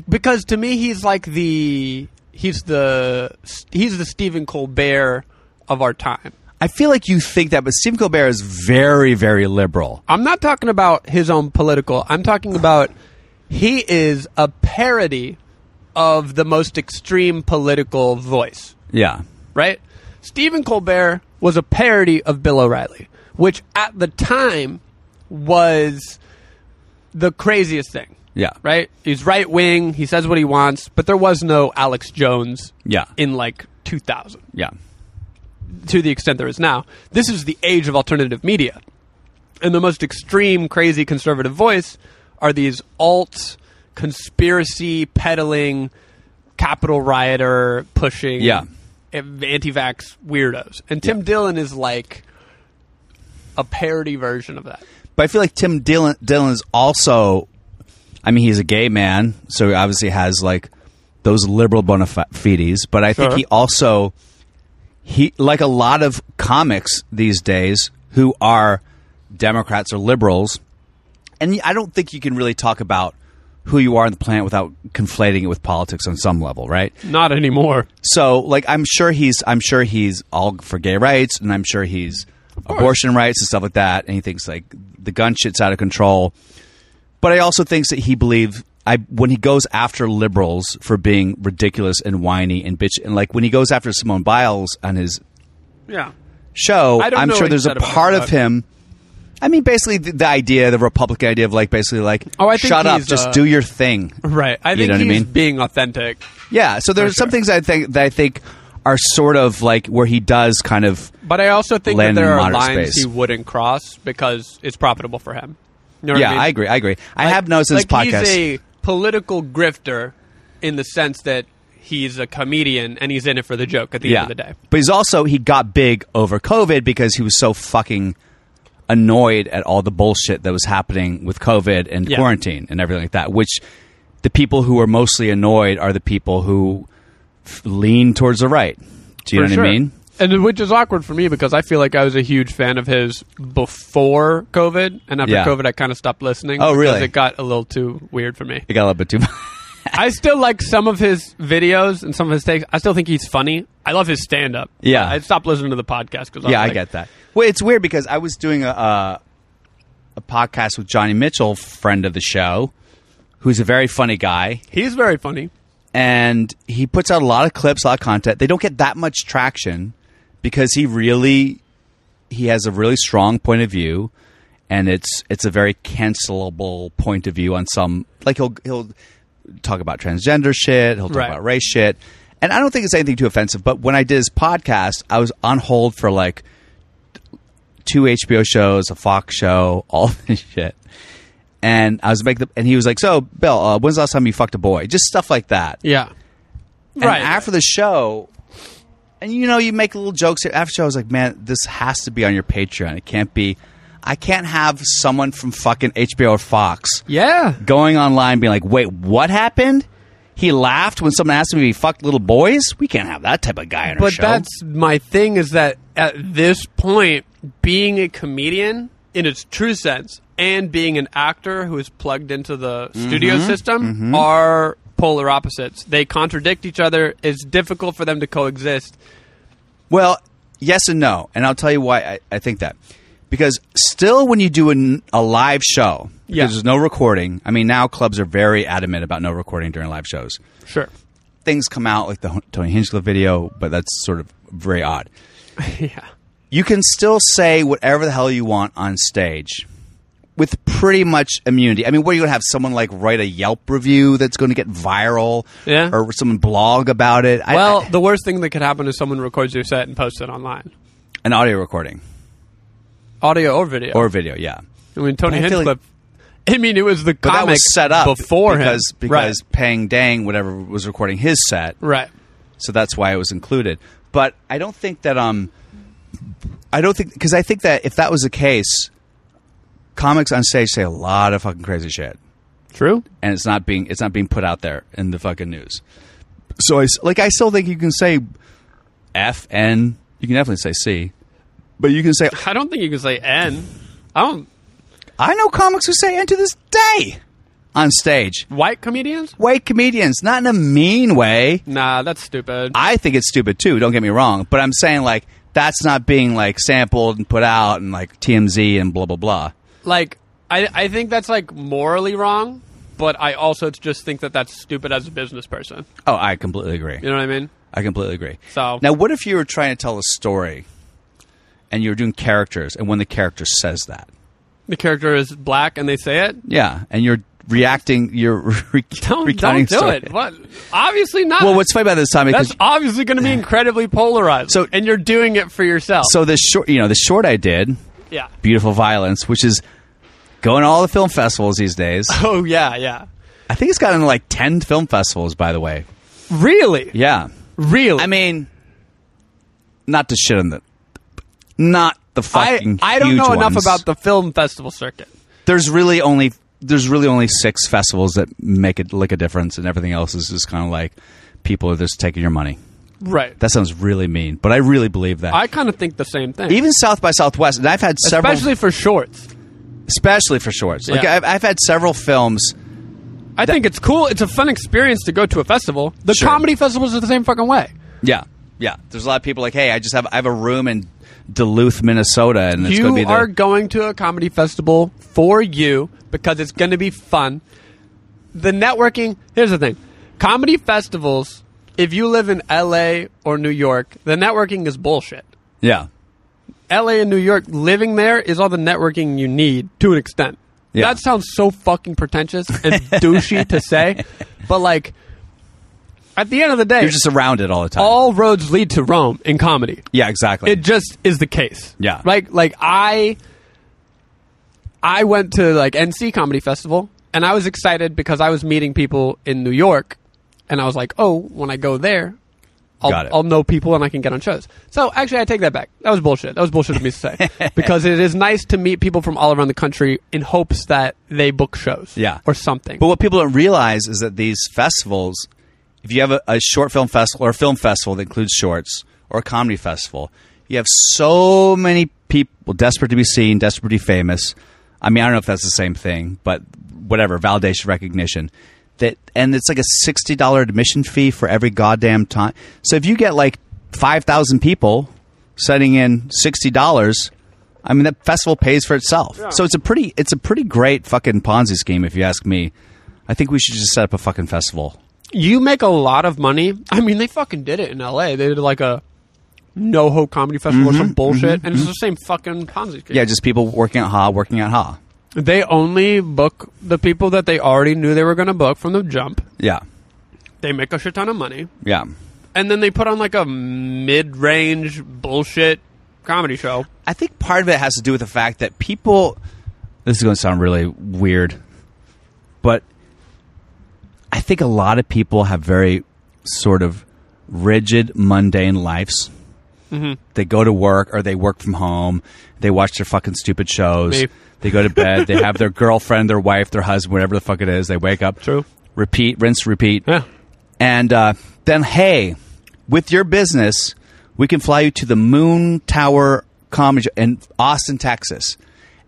Speaker 2: because to me he's like the he's the he's the Stephen Colbert of our time.
Speaker 1: I feel like you think that, but Stephen Colbert is very, very liberal.
Speaker 2: I'm not talking about his own political. I'm talking about he is a parody of the most extreme political voice,
Speaker 1: Yeah.
Speaker 2: right? Stephen Colbert was a parody of Bill O'Reilly, which at the time was the craziest thing.
Speaker 1: Yeah.
Speaker 2: Right? He's right wing, he says what he wants, but there was no Alex Jones
Speaker 1: Yeah.
Speaker 2: in like 2000
Speaker 1: Yeah.
Speaker 2: to the extent there is now. This is the age of alternative media. And the most extreme, crazy conservative voice are these alt, conspiracy peddling, capital rioter pushing,
Speaker 1: Yeah.
Speaker 2: anti vax weirdos. And Tim
Speaker 1: Yeah.
Speaker 2: Dillon is like a parody version of that.
Speaker 1: But I feel like Tim Dillon, Dillon is also, I mean, he's a gay man, so he obviously has like those liberal bona fides. But I
Speaker 2: Sure.
Speaker 1: think he also, he like a lot of comics these days who are Democrats or liberals, and I don't think you can really talk about who you are on the planet without conflating it with politics on some level, right?
Speaker 2: Not anymore.
Speaker 1: So, like, I'm sure he's, I'm sure he's all for gay rights, and I'm sure he's abortion rights and stuff like that. And he thinks like the gun shit's out of control. But I also thinks that he believes I when he goes after liberals for being ridiculous and whiny and bitch, and like when he goes after Simone Biles on his
Speaker 2: Yeah.
Speaker 1: show,
Speaker 2: I don't
Speaker 1: I'm
Speaker 2: know
Speaker 1: sure
Speaker 2: what he
Speaker 1: there's a
Speaker 2: said about
Speaker 1: part
Speaker 2: that.
Speaker 1: of him. I mean, basically the, the idea, the Republican idea of like basically like,
Speaker 2: Oh, I think
Speaker 1: shut up,
Speaker 2: he's,
Speaker 1: just
Speaker 2: uh,
Speaker 1: do your thing,
Speaker 2: Right. I
Speaker 1: You
Speaker 2: think
Speaker 1: know what I
Speaker 2: he's
Speaker 1: mean?
Speaker 2: being authentic.
Speaker 1: Yeah, so there's some
Speaker 2: sure.
Speaker 1: things I think that I think are sort of like where he does kind of
Speaker 2: But I also think
Speaker 1: Land
Speaker 2: that there
Speaker 1: in
Speaker 2: are
Speaker 1: moderate
Speaker 2: lines he
Speaker 1: space.
Speaker 2: wouldn't cross because it's profitable for him. You know what
Speaker 1: Yeah,
Speaker 2: I mean?
Speaker 1: I agree, I agree. I
Speaker 2: Like-
Speaker 1: have noticed in this
Speaker 2: like
Speaker 1: podcast.
Speaker 2: He's a political grifter in the sense that he's a comedian and he's in it for the joke at the
Speaker 1: yeah.
Speaker 2: end of the day.
Speaker 1: But he's also he got big over COVID because he was so fucking annoyed at all the bullshit that was happening with COVID and
Speaker 2: Yeah.
Speaker 1: quarantine and everything like that, which the people who are mostly annoyed are the people who f- lean towards the right. Do you know what I mean?
Speaker 2: And which is awkward for me because I feel like I was a huge fan of his before COVID, and after
Speaker 1: Yeah.
Speaker 2: COVID, I kind of stopped listening.
Speaker 1: Oh,
Speaker 2: because
Speaker 1: really?
Speaker 2: It got a little too weird for me.
Speaker 1: It got a little bit too much.
Speaker 2: I still like some of his videos and some of his takes. I still think he's funny. I love his stand up.
Speaker 1: Yeah.
Speaker 2: I stopped listening to the podcast because
Speaker 1: yeah, I get that. Well, it's weird because I was doing a uh, a podcast with Johnny Mitchell, friend of the show, who's a very funny guy,
Speaker 2: He's very funny.
Speaker 1: and he puts out a lot of clips, a lot of content. They don't get that much traction because he really he has a really strong point of view, and it's it's a very cancelable point of view on some like he'll he'll talk about transgender shit, he'll talk
Speaker 2: Right.
Speaker 1: about race shit. And I don't think it's anything too offensive, but when I did his podcast, I was on hold for like two HBO shows, a Fox show, all this shit. And I was making, the, and he was like, "So, Bill, uh, when's the last time you fucked a boy?" Just stuff like that.
Speaker 2: Yeah.
Speaker 1: And
Speaker 2: right.
Speaker 1: after the show, and you know, you make little jokes here. After the show, I was like, "Man, this has to be on your Patreon. It can't be. I can't have someone from fucking HBO or Fox
Speaker 2: yeah.
Speaker 1: going online being like, "Wait, what happened?" He laughed when someone asked him if he fucked little boys. We can't have that type of guy on our
Speaker 2: But
Speaker 1: show.
Speaker 2: that's my thing is that at this point, being a comedian in its true sense and being an actor who is plugged into the studio
Speaker 1: Mm-hmm.
Speaker 2: system are polar opposites. They contradict each other. It's difficult for them to coexist.
Speaker 1: Well, yes and no, and I'll tell you why I, I think that. Because still, when you do an, a live show, because
Speaker 2: Yeah.
Speaker 1: there's no recording. I mean, now clubs are very adamant about no recording during live shows.
Speaker 2: Sure.
Speaker 1: Things come out like the H- Tony Hinchcliffe video, but that's sort of very odd.
Speaker 2: yeah.
Speaker 1: You can still say whatever the hell you want on stage with pretty much immunity. I mean, what are you going to have someone like write a Yelp review that's going to get viral,
Speaker 2: Yeah.
Speaker 1: or someone blog about it? I-
Speaker 2: Well,
Speaker 1: I-
Speaker 2: the worst thing that could happen is someone records your set and posts it online,
Speaker 1: an audio recording
Speaker 2: audio or video.
Speaker 1: or video, yeah.
Speaker 2: I mean, Tony
Speaker 1: But I feel
Speaker 2: Hinchcliffe.
Speaker 1: like-
Speaker 2: I mean, it was the
Speaker 1: But
Speaker 2: comic
Speaker 1: that was set up
Speaker 2: before
Speaker 1: because
Speaker 2: him.
Speaker 1: because Pang Dang whatever was recording his set,
Speaker 2: right. right.
Speaker 1: so that's why it was included. But I don't think that um, I don't think because I think that if that was the case, comics on stage say a lot of fucking crazy shit,
Speaker 2: True.
Speaker 1: and it's not being it's not being put out there in the fucking news. So I s- like I still think you can say F N. You can definitely say C, but you can say
Speaker 2: I don't think you can say N. I don't.
Speaker 1: I know comics who say N to this day on stage.
Speaker 2: White comedians?
Speaker 1: White comedians, not in a mean way.
Speaker 2: Nah, that's stupid.
Speaker 1: I think it's stupid too. Don't get me wrong, but I'm saying like that's not being like sampled and put out and like TMZ and blah blah blah.
Speaker 2: like I, I think that's like morally wrong, but I also just think that that's stupid as a business person.
Speaker 1: Oh, I completely agree.
Speaker 2: You know what I mean?
Speaker 1: I completely agree.
Speaker 2: So-
Speaker 1: now, what if you were trying to tell a story, and you were doing characters, and when the character says that,
Speaker 2: The character is black and they say it.
Speaker 1: yeah, and you're reacting, you're re-
Speaker 2: Don't,
Speaker 1: recounting
Speaker 2: don't
Speaker 1: a
Speaker 2: do
Speaker 1: story.
Speaker 2: it. What? Obviously not.
Speaker 1: Well, what's funny about this Tommy? 'cause-
Speaker 2: that's obviously going to be incredibly polarized.
Speaker 1: So-
Speaker 2: and you're doing it for yourself.
Speaker 1: so the short, you know, the short I did,
Speaker 2: yeah.
Speaker 1: beautiful violence, which is going to all the film festivals these days.
Speaker 2: Oh yeah, yeah.
Speaker 1: I think it's gotten to like ten film festivals, by the way.
Speaker 2: Really,
Speaker 1: Yeah,
Speaker 2: really.
Speaker 1: I mean, not to shit on the, not the
Speaker 2: I,
Speaker 1: fucking.
Speaker 2: I don't
Speaker 1: huge
Speaker 2: know enough
Speaker 1: ones.
Speaker 2: about the film festival circuit.
Speaker 1: there's really only there's really only six festivals that make it like a difference, and everything else is just kind of like people are just taking your money.
Speaker 2: Right.
Speaker 1: That sounds really mean, but I really believe that.
Speaker 2: I kind of think the same thing.
Speaker 1: Even South by Southwest, and I've had several,
Speaker 2: especially for shorts.
Speaker 1: especially for shorts. Like
Speaker 2: Yeah.
Speaker 1: I've, I've had several films.
Speaker 2: I think it's cool. It's a fun experience to go to a festival. The
Speaker 1: Sure.
Speaker 2: comedy festivals are the same fucking way.
Speaker 1: Yeah, yeah. There's a lot of people like, hey, I just have I have a room in Duluth, Minnesota, and it's going to
Speaker 2: you
Speaker 1: be
Speaker 2: are
Speaker 1: there.
Speaker 2: going to a comedy festival for you because it's going to be fun. The networking, here's the thing comedy festivals, if you live in LA or New York, the networking is bullshit.
Speaker 1: Yeah,
Speaker 2: LA and New York, living there is all the networking you need to an extent.
Speaker 1: Yeah.
Speaker 2: That sounds so fucking pretentious and douchey to say, but like, at the end of the day,
Speaker 1: you're just around it all the time.
Speaker 2: all roads lead to Rome in comedy.
Speaker 1: yeah, exactly.
Speaker 2: it just is the case.
Speaker 1: Yeah.
Speaker 2: Like like I I went to like NC Comedy Festival and I was excited because I was meeting people in New York and I was like, "Oh, when I go there, I'll,
Speaker 1: Got it.
Speaker 2: I'll know people and I can get on shows." So actually I take that back. That was bullshit. That was bullshit of me to say because it is nice to meet people from all around the country in hopes that they book shows
Speaker 1: Yeah.
Speaker 2: or something.
Speaker 1: But what people don't realize is that these festivals, if you have a, a short film festival or a film festival that includes shorts or a comedy festival, you have so many people desperate to be seen, desperate to be famous. I mean, I don't know if that's the same thing, but whatever, validation, recognition. That and it's like a sixty dollar admission fee for every goddamn time. So if you get like five thousand people sending in sixty dollars, I mean, that festival pays for itself. So it's a pretty, it's a pretty great fucking Ponzi scheme, if you ask me. I think we should just set up a fucking festival.
Speaker 2: you make a lot of money. I mean, they fucking did it in L.A. They did like a no ho comedy festival or some bullshit, and it's the same fucking Ponzi scheme.
Speaker 1: Mm-hmm, Yeah, just people working at Ha, working at Ha.
Speaker 2: they only book the people that they already knew they were going to book from the jump.
Speaker 1: Yeah,
Speaker 2: They make a shit ton of money,
Speaker 1: yeah.
Speaker 2: and then they put on like a mid range bullshit comedy show.
Speaker 1: I think part of it has to do with the fact that people. This is going to sound really weird, but I think a lot of people have very sort of rigid, mundane lives.
Speaker 2: Mm-hmm.
Speaker 1: They go to work or they work from home. They watch their fucking stupid shows.
Speaker 2: Me.
Speaker 1: They go to bed. they have their girlfriend, their wife, their husband, whatever the fuck it is. They wake up.
Speaker 2: True.
Speaker 1: Repeat, rinse, repeat.
Speaker 2: Yeah.
Speaker 1: And uh, then, hey, with your business, we can fly you to the Moon Tower Comedy Show in Austin, Texas.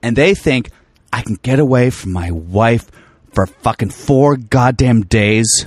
Speaker 1: And they think, I can get away from my wife for fucking four goddamn days.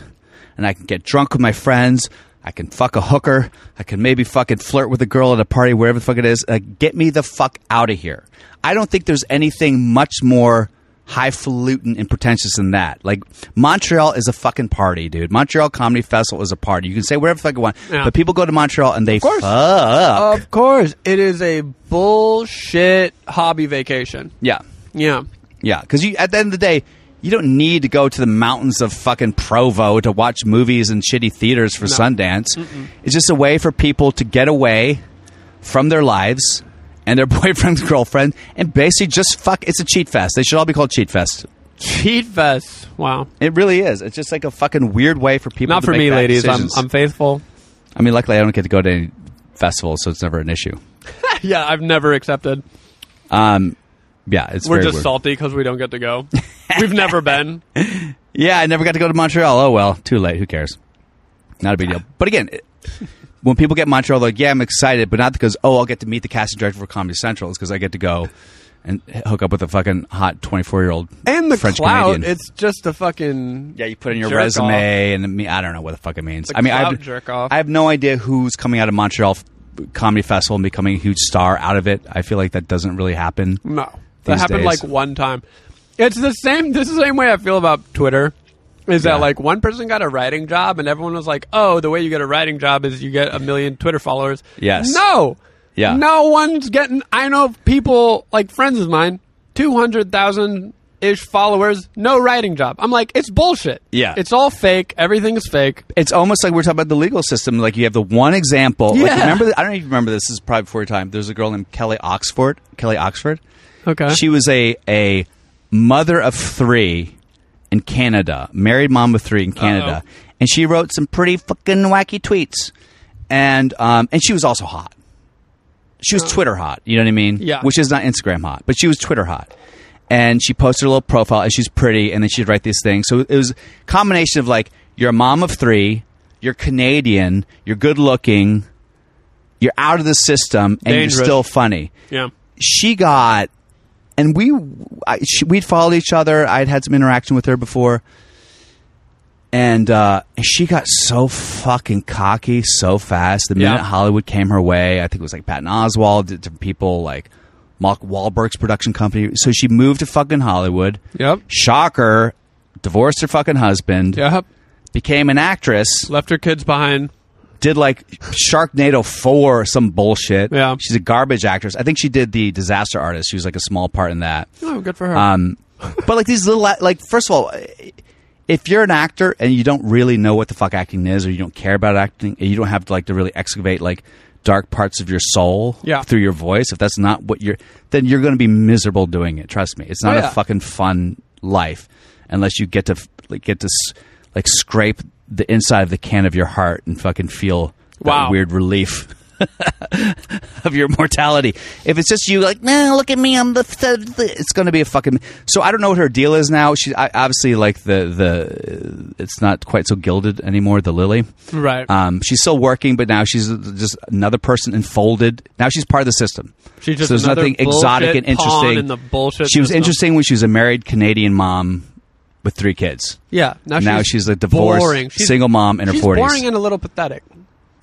Speaker 1: And I can get drunk with my friends. I can fuck a hooker. I can maybe fucking flirt with a girl at a party, wherever the fuck it is. Uh, get me the fuck out of here. I don't think there's anything much more highfalutin and pretentious than that. Like Montreal is a fucking party, dude. Montreal Comedy Festival is a party. You can say whatever the fuck you want,
Speaker 2: Yeah.
Speaker 1: but people go to Montreal and they
Speaker 2: course.
Speaker 1: fuck.
Speaker 2: Of course, it is a bullshit hobby vacation.
Speaker 1: Yeah,
Speaker 2: Yeah,
Speaker 1: yeah. Because you, at the end of the day, you don't need to go to the mountains of fucking Provo to watch movies and shitty theaters for Sundance. It's just a way for people to get away from their lives and their boyfriend's girlfriend and basically just fuck. It's a cheat fest. They should all be called cheat fest.
Speaker 2: cheat fest. Wow.
Speaker 1: It really is. It's just like a fucking weird way for people.
Speaker 2: Not
Speaker 1: to
Speaker 2: for
Speaker 1: make
Speaker 2: me,
Speaker 1: bad
Speaker 2: ladies. I'm,
Speaker 1: decisions.
Speaker 2: I'm faithful.
Speaker 1: I mean, luckily I don't get to go to any festivals, so it's never an issue.
Speaker 2: yeah, I've never accepted.
Speaker 1: Um, yeah, it's
Speaker 2: We're
Speaker 1: very
Speaker 2: just
Speaker 1: weird.
Speaker 2: salty because we don't get to go. We've never been.
Speaker 1: Yeah, I never got to go to Montreal. Oh well, too late. Who cares? Not a big deal. But again, it- when people get Montreal, they're like, yeah, I'm excited, but not because, oh, I'll get to meet the casting director for Comedy Central. It's because I get to go and hook up with a fucking hot 24 year old
Speaker 2: And the
Speaker 1: French
Speaker 2: clout,
Speaker 1: Canadian.
Speaker 2: it's just a fucking
Speaker 1: Yeah, you put in your
Speaker 2: jerk
Speaker 1: resume,
Speaker 2: off.
Speaker 1: and and me- I don't know what the fuck it means.
Speaker 2: It's a
Speaker 1: I mean, I
Speaker 2: clout
Speaker 1: have,
Speaker 2: jerk off.
Speaker 1: I have no idea who's coming out of Montreal F- Comedy Festival and becoming a huge star out of it. I feel like that doesn't really happen.
Speaker 2: No, that
Speaker 1: These
Speaker 2: happened
Speaker 1: days.
Speaker 2: like one time. It's the same. This is the same way I feel about Twitter. Is
Speaker 1: Yeah.
Speaker 2: that like one person got a writing job and everyone was like, "Oh, the way you get a writing job is you get a million Twitter followers."
Speaker 1: Yes.
Speaker 2: No.
Speaker 1: Yeah.
Speaker 2: No one's getting. I know people like friends of mine, two hundred thousand ish followers, no writing job. I'm like, it's bullshit.
Speaker 1: Yeah.
Speaker 2: It's all fake. Everything is fake.
Speaker 1: It's almost like we're talking about the legal system. Like you have the one example. Like
Speaker 2: Yeah.
Speaker 1: remember, I don't even remember this. This is probably before your time. There's a girl named Kelly Oxford. Kelly Oxford.
Speaker 2: Okay.
Speaker 1: She was a a mother of three in Canada, married mom of three in Canada, and she wrote some pretty fucking wacky tweets. And um, and she was also hot. She was Twitter hot. You know what I mean?
Speaker 2: Uh. Yeah.
Speaker 1: Which is not Instagram hot, but she was Twitter hot. And she posted a little profile, and she's pretty, and then she'd write these things. So it was a combination of like you're a mom of three, you're Canadian, you're good looking, you're out of the system, and
Speaker 2: Dangerous.
Speaker 1: you're still funny
Speaker 2: yeah.
Speaker 1: she got, and we I, she, we'd followed each other. I'd had some interaction with her before, and uh, and she got so fucking cocky so fast. The
Speaker 2: Yeah.
Speaker 1: minute Hollywood came her way, I think it was like Patton Oswald, different people like Mark Wahlberg's production company. So she moved to fucking Hollywood.
Speaker 2: Yep.
Speaker 1: Shocker, divorced her fucking husband,
Speaker 2: Yep.
Speaker 1: became an actress
Speaker 2: Left her kids behind.
Speaker 1: did like Sharknado 4 or some bullshit.
Speaker 2: Yeah.
Speaker 1: She's a garbage actress. I think she did the disaster artist. She was like a small part in that.
Speaker 2: Oh, good for her.
Speaker 1: Um, but like these little, like, first of all, if you're an actor and you don't really know what the fuck acting is or you don't care about acting, you don't have like to really excavate like dark parts of your soul
Speaker 2: Yeah.
Speaker 1: through your voice. If that's not what you're, then you're going to be miserable doing it. Trust me. It's not
Speaker 2: Oh, yeah.
Speaker 1: a fucking fun life unless you get to f- like get to s- like scrape the inside of the can of your heart and fucking feel that
Speaker 2: Wow.
Speaker 1: weird relief of your mortality. If it's just you, like, nah, look at me, I'm the, the, the it's going to be a fucking. So I don't know what her deal is now. She I, obviously like the the it's not quite so gilded anymore. The lily,
Speaker 2: right.
Speaker 1: um, she's still working, but now she's just another person enfolded. Now she's part of the system.
Speaker 2: She's just
Speaker 1: so there's
Speaker 2: another
Speaker 1: nothing exotic
Speaker 2: bullshit
Speaker 1: and interesting.
Speaker 2: pawn in the bullshit
Speaker 1: she was
Speaker 2: system.
Speaker 1: interesting when she was a married Canadian mom with three kids.
Speaker 2: yeah. Now,
Speaker 1: now she's a divorced
Speaker 2: boring. She's-
Speaker 1: single mom in her
Speaker 2: she's
Speaker 1: 40s.
Speaker 2: boring and a little pathetic.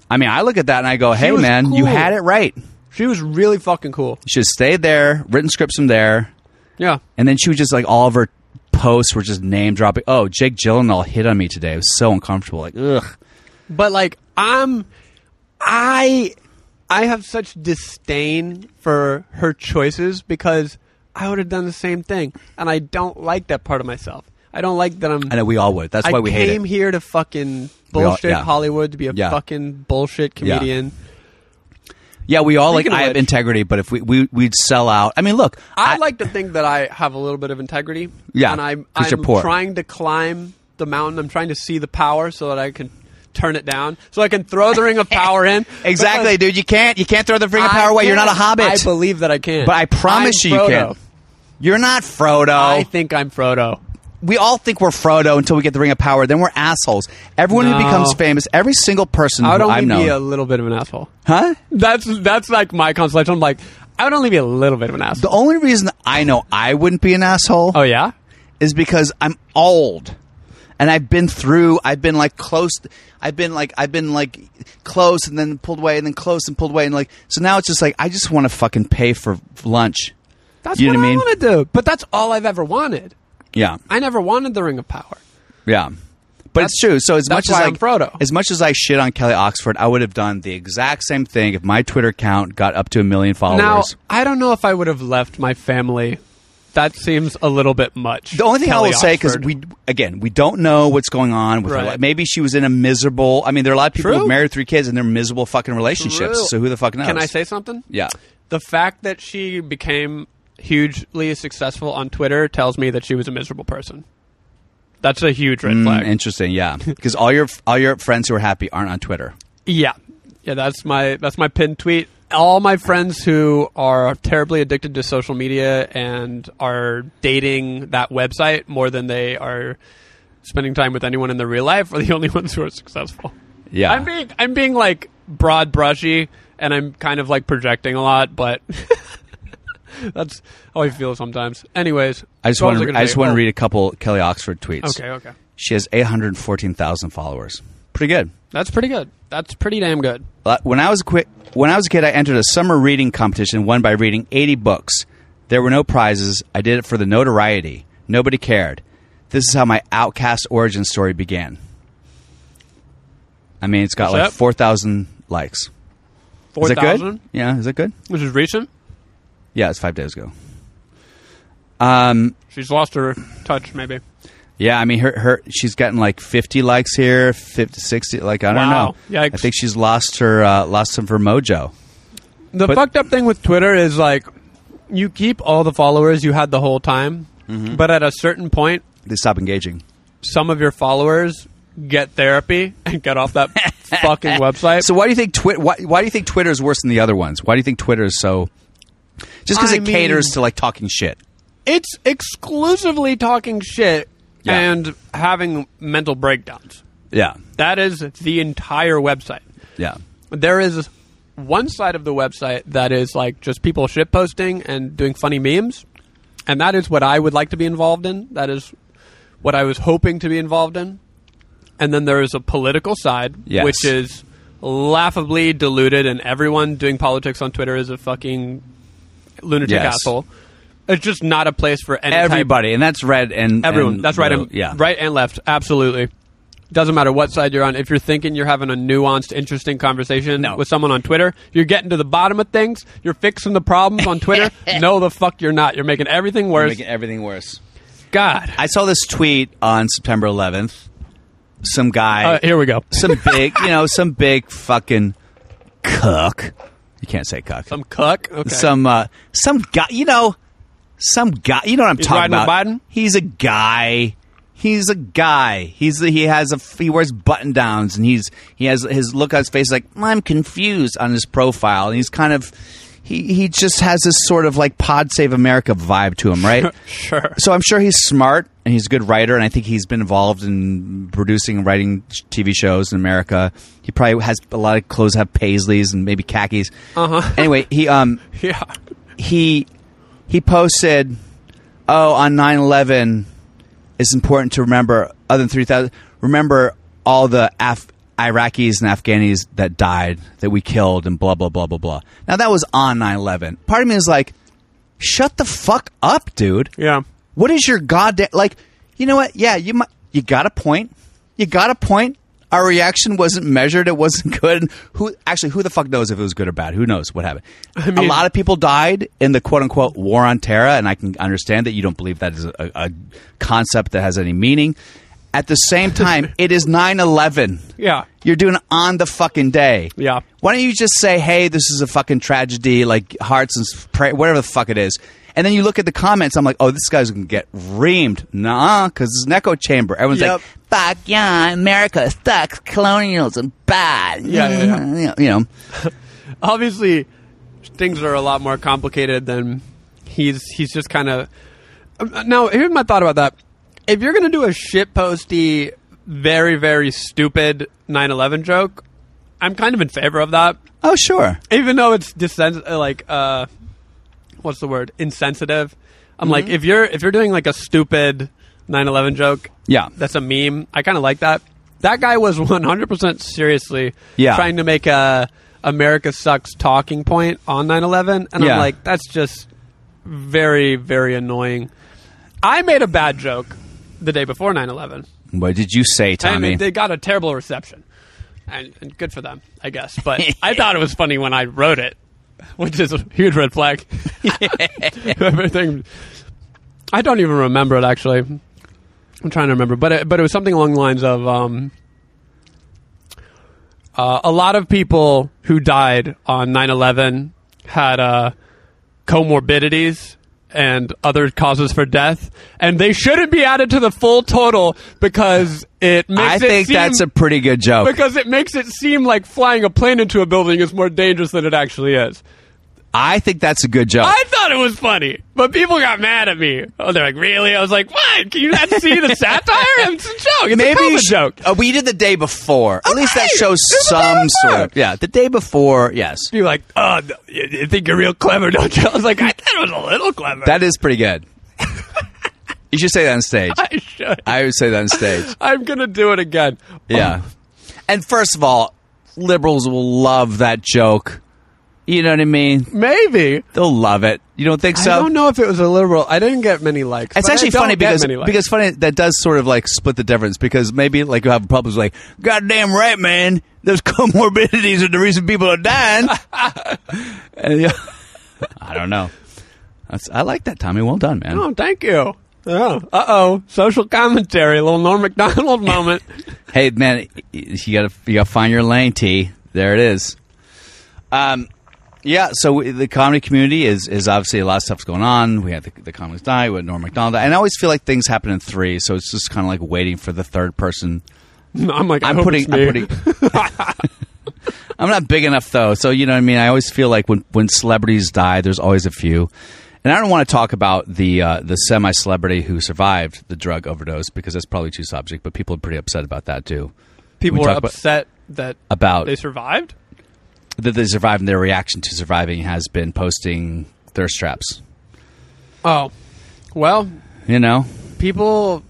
Speaker 1: I mean, I look at that and I go, "Hey,
Speaker 2: was
Speaker 1: man,
Speaker 2: cool.
Speaker 1: you had it right."
Speaker 2: She was really fucking cool.
Speaker 1: She just stayed there, written scripts from there,
Speaker 2: Yeah.
Speaker 1: and then she was just like all of her posts were just name dropping. Oh, Jake Gyllenhaal hit on me today. It was so uncomfortable. Like, ugh.
Speaker 2: But like I'm I I have such disdain for her choices because I would have done the same thing and I don't like that part of myself. I don't like that I'm
Speaker 1: I know we all would. That's
Speaker 2: I
Speaker 1: why we hate
Speaker 2: came
Speaker 1: it.
Speaker 2: here to fucking
Speaker 1: We all-
Speaker 2: bullshit
Speaker 1: yeah.
Speaker 2: Hollywood to be a
Speaker 1: Yeah.
Speaker 2: fucking bullshit
Speaker 1: Yeah.
Speaker 2: comedian.
Speaker 1: Yeah, we all like.
Speaker 2: Speaking of
Speaker 1: I have
Speaker 2: which-
Speaker 1: integrity, but if we, we we'd sell out. I mean, look,
Speaker 2: I, like to think that I have a little bit of integrity.
Speaker 1: Yeah,
Speaker 2: and I'm
Speaker 1: 'cause you're
Speaker 2: I'm
Speaker 1: poor.
Speaker 2: trying to climb the mountain. I'm trying to see the power so that I can turn it down, so I can throw the ring of power in.
Speaker 1: exactly, dude. You can't you can't throw the ring of
Speaker 2: Because
Speaker 1: power
Speaker 2: I
Speaker 1: away. You're not a
Speaker 2: can.
Speaker 1: hobbit.
Speaker 2: I believe that I can,
Speaker 1: but I promise
Speaker 2: I'm
Speaker 1: you, you
Speaker 2: Frodo.
Speaker 1: can. Oh. You're not Frodo.
Speaker 2: I think I'm Frodo.
Speaker 1: we all think we're Frodo until we get the ring of power. Then we're assholes. Everyone
Speaker 2: No.
Speaker 1: who becomes famous, every single person
Speaker 2: I would
Speaker 1: who
Speaker 2: only
Speaker 1: I've
Speaker 2: be
Speaker 1: Mm-hmm. known,
Speaker 2: a little bit of an asshole.
Speaker 1: huh?
Speaker 2: That's that's like my consolation. I'm like, I would only be a little bit of an
Speaker 1: The
Speaker 2: asshole.
Speaker 1: only reason I know I wouldn't be an asshole
Speaker 2: oh yeah,
Speaker 1: is because I'm old. And I've been through, I've been like close, I've been like, I've been like close and then pulled away and then close and pulled away. And like, so now it's just like, I just want to fucking pay for lunch.
Speaker 2: that's
Speaker 1: You
Speaker 2: what,
Speaker 1: know what I
Speaker 2: I
Speaker 1: mean?
Speaker 2: want to do. But that's all I've ever wanted.
Speaker 1: Yeah.
Speaker 2: I never wanted the ring of power.
Speaker 1: Yeah. But it's true. So as
Speaker 2: that's
Speaker 1: much as
Speaker 2: why
Speaker 1: I,
Speaker 2: I'm Frodo.
Speaker 1: as much as I shit on Kelly Oxford, I would have done the exact same thing if my Twitter account got up to a million followers.
Speaker 2: Now, I don't know if I would have left my family. That seems a little bit much.
Speaker 1: The only thing
Speaker 2: Kelly
Speaker 1: I will say, because
Speaker 2: Oxford.
Speaker 1: we again we don't know what's going on with her
Speaker 2: Right.
Speaker 1: life. Maybe she was in a miserable. I mean, there are a lot of people
Speaker 2: True.
Speaker 1: who married three kids and they're miserable fucking relationships.
Speaker 2: True.
Speaker 1: So who the fuck knows?
Speaker 2: Can I say something?
Speaker 1: Yeah,
Speaker 2: The fact that she became hugely successful on Twitter tells me that she was a miserable person. That's a huge
Speaker 1: Mm,
Speaker 2: red flag.
Speaker 1: interesting. Yeah, because all your all your friends who are happy aren't on Twitter.
Speaker 2: yeah, yeah. That's my that's my pinned tweet. All my friends who are terribly addicted to social media and are dating that website more than they are spending time with anyone in their real life are the only ones who are successful.
Speaker 1: Yeah.
Speaker 2: I'm being I'm being like broad brushy and I'm kind of like projecting a lot, but that's how I feel sometimes. Anyways,
Speaker 1: I just
Speaker 2: so
Speaker 1: want
Speaker 2: was
Speaker 1: to.
Speaker 2: gonna
Speaker 1: I just
Speaker 2: say-
Speaker 1: want to
Speaker 2: oh,
Speaker 1: read a couple Kelly Oxford tweets.
Speaker 2: Okay, okay,
Speaker 1: She has 814,000 followers. Pretty good.
Speaker 2: that's pretty good. That's pretty damn good.
Speaker 1: Uh, When I was a qui- when I was a kid, I entered a summer reading competition, won by reading 80 books. There were no prizes. I did it for the notoriety. Nobody cared. This is how my outcast origin story began. I mean, it's got
Speaker 2: What's
Speaker 1: like
Speaker 2: that?
Speaker 1: 4,000 likes.
Speaker 2: Four
Speaker 1: is that good?
Speaker 2: thousand,
Speaker 1: Yeah, is that good?
Speaker 2: which is recent.
Speaker 1: Yeah, it's 5 days ago.
Speaker 2: She's lost her touch, maybe.
Speaker 1: Yeah, I mean, her, her she's gotten like 50 likes here, 50, 60, like I don't
Speaker 2: Wow.
Speaker 1: know.
Speaker 2: Yikes.
Speaker 1: I think she's lost her uh, lost some of her mojo.
Speaker 2: The
Speaker 1: But-
Speaker 2: fucked up thing with Twitter is like you keep all the followers you had the whole time,
Speaker 1: Mm-hmm.
Speaker 2: but at a certain point,
Speaker 1: They stop engaging.
Speaker 2: some of your followers get therapy and get off that fucking website.
Speaker 1: So why do you think Twi- why, why do you think Twitter is worse than the other ones? Why do you think Twitter is so just because
Speaker 2: I
Speaker 1: it
Speaker 2: mean-
Speaker 1: caters to like talking shit?
Speaker 2: it's exclusively talking shit
Speaker 1: Yeah.
Speaker 2: and having mental breakdowns.
Speaker 1: Yeah,
Speaker 2: That is the entire website.
Speaker 1: yeah,
Speaker 2: There is one side of the website that is like just people shit posting and doing funny memes, and that is what I would like to be involved in. That is what I was hoping to be involved in. And then there is a political side,
Speaker 1: Yes.
Speaker 2: which is laughably diluted, and everyone doing politics on Twitter is a fucking lunatic
Speaker 1: Yes.
Speaker 2: asshole. It's just not a place for any type
Speaker 1: everybody, and that's red and
Speaker 2: Everyone.
Speaker 1: and
Speaker 2: That's right.
Speaker 1: blue.
Speaker 2: And,
Speaker 1: yeah,
Speaker 2: Right and left. Absolutely. Doesn't matter what side you're on. If you're thinking you're having a nuanced, interesting conversation
Speaker 1: No.
Speaker 2: with someone on Twitter, you're getting to the bottom of things. You're fixing the problems on Twitter. no, the fuck you're not. You're making everything worse.
Speaker 1: Making everything worse.
Speaker 2: God.
Speaker 1: I saw this tweet on September 11th. Some guy,
Speaker 2: Uh, here we go.
Speaker 1: some big, you know, some big fucking cook. You can't say cuck.
Speaker 2: Some cuck. Okay.
Speaker 1: some uh, some guy. You know, some guy. You know what I'm
Speaker 2: riding
Speaker 1: talking
Speaker 2: with
Speaker 1: about?
Speaker 2: Biden?
Speaker 1: He's a guy. He's a guy. He's the, he has a he wears button downs and he's he has his look on his face like I'm confused on his profile and he's kind of he he just has this sort of like Pod Save America vibe to him, right?
Speaker 2: Sure.
Speaker 1: So I'm sure he's smart and he's a good writer, and I think he's been involved in producing and writing sh- TV shows in America. He probably has a lot of clothes that have paisleys and maybe khakis. Uh-huh. Anyway, he um
Speaker 2: Yeah.
Speaker 1: he he posted, "Oh, on 9/11, it's important to remember other than 3,000 remember all the Af- Iraqis and Afghanis that died, that we killed and blah blah blah blah blah." Now that was on 9/11. Part of me is like, "Shut the fuck up, dude."
Speaker 2: Yeah.
Speaker 1: What is your goddamn like? You know what? Yeah, you might. You got a point. You got a point. Our reaction wasn't measured. It wasn't good. Who actually? Who the fuck knows if it was good or bad? Who knows what happened? a
Speaker 2: mean-
Speaker 1: lot of people died in the quote unquote war on terror, and I can understand that you don't believe that is a, a concept that has any meaning. At the same time, it is 9-11.
Speaker 2: Yeah.
Speaker 1: You're doing it on the fucking day.
Speaker 2: Yeah.
Speaker 1: Why don't you just say, "Hey, this is a fucking tragedy," like hearts and s- pray, whatever the fuck it is, and then you look at the comments. I'm like, "Oh, this guy's gonna get reamed." Nah, because it's an echo chamber. Everyone's
Speaker 2: Yep.
Speaker 1: like, "Fuck yeah, America sucks, colonialism bad." Mm-hmm.
Speaker 2: Yeah, yeah, yeah.
Speaker 1: you know.
Speaker 2: obviously things are a lot more complicated than he's he's just kind of now here's my thought about that if you're gonna do a shit posty very very stupid 9-11 joke i'm kind of in favor of that
Speaker 1: Oh sure.
Speaker 2: even though it's disen- uh, like uh what's the word insensitive i'm like
Speaker 1: Mm-hmm.
Speaker 2: if you're if you're doing like a stupid 9-11 joke
Speaker 1: Yeah.
Speaker 2: that's a meme i kind of like that that guy was 100% seriously
Speaker 1: Yeah.
Speaker 2: trying to make a america sucks talking point on 9-11 and
Speaker 1: Yeah.
Speaker 2: i'm like that's just very very annoying i made a bad joke the day before 9-11
Speaker 1: What did you say,
Speaker 2: and
Speaker 1: Tommy?
Speaker 2: they got a terrible reception, and, and good for them, I guess. But I thought it was funny when I wrote it, which is a huge red flag. Everything. I don't even remember it actually. I'm trying to remember, but it, but it was something along the lines of um, uh, a lot of people who died on 9/11 had uh, comorbidities and other causes for death, and they shouldn't be added to the full total because it makes
Speaker 1: I
Speaker 2: it
Speaker 1: think
Speaker 2: seem-
Speaker 1: that's a pretty good joke.
Speaker 2: because it makes it seem like flying a plane into a building is more dangerous than it actually is.
Speaker 1: I think that's a good joke.
Speaker 2: I thought it was funny, but people got mad at me. Oh, they're like, really? I was like, what? Can you not see the satire? It's a joke. It's a
Speaker 1: Maybe you
Speaker 2: COVID
Speaker 1: should-
Speaker 2: joke.
Speaker 1: Uh, we did the day before. At least that
Speaker 2: Okay.
Speaker 1: shows
Speaker 2: It's the day
Speaker 1: some
Speaker 2: before.
Speaker 1: sort. Of, yeah, the day before. Yes,
Speaker 2: You're like, oh, no, you, you think you're real clever, don't you? I was like, I thought it was a little clever.
Speaker 1: that is pretty good. you should say that on stage.
Speaker 2: I should.
Speaker 1: I would say that on stage.
Speaker 2: I'm gonna do it again. Um,
Speaker 1: Yeah. And first of all, liberals will love that joke. You know what I mean?
Speaker 2: Maybe.
Speaker 1: They'll love it. You don't think so?
Speaker 2: I don't know if it was a liberal. I didn't get many likes.
Speaker 1: It's
Speaker 2: but I
Speaker 1: actually
Speaker 2: don't
Speaker 1: funny
Speaker 2: get
Speaker 1: because
Speaker 2: many likes.
Speaker 1: because funny that does sort of like split the difference because maybe like you have problems like goddamn right man those comorbidities are the reason people are dying. And, yeah. I don't know. That's, I like that Tommy. Well done, man.
Speaker 2: oh, thank you. Oh, uh oh, social commentary, little Norm Macdonald moment.
Speaker 1: Hey man, you gotta you gotta find your lane, T. There it is. Um, yeah. So the comedy community is is obviously a lot of stuff's going on. We had the, the comics die. We had Norm Macdonald, die. and I always feel like things happen in three. So it's just kind of like waiting for the third person.
Speaker 2: No, I'm like, I
Speaker 1: I'm
Speaker 2: hope
Speaker 1: putting-
Speaker 2: it's me.
Speaker 1: I'm I'm not big enough though, so you know what I mean. I always feel like when when celebrities die, there's always a few. And I don't want to talk about the uh, the semi celebrity who survived the drug overdose because that's probably too subject. But people are pretty upset about that too.
Speaker 2: People
Speaker 1: We
Speaker 2: were
Speaker 1: talk about-
Speaker 2: upset that
Speaker 1: About
Speaker 2: they survived.
Speaker 1: that they survived and their reaction to surviving has been posting thirst traps.
Speaker 2: Oh, well,
Speaker 1: You know?
Speaker 2: people.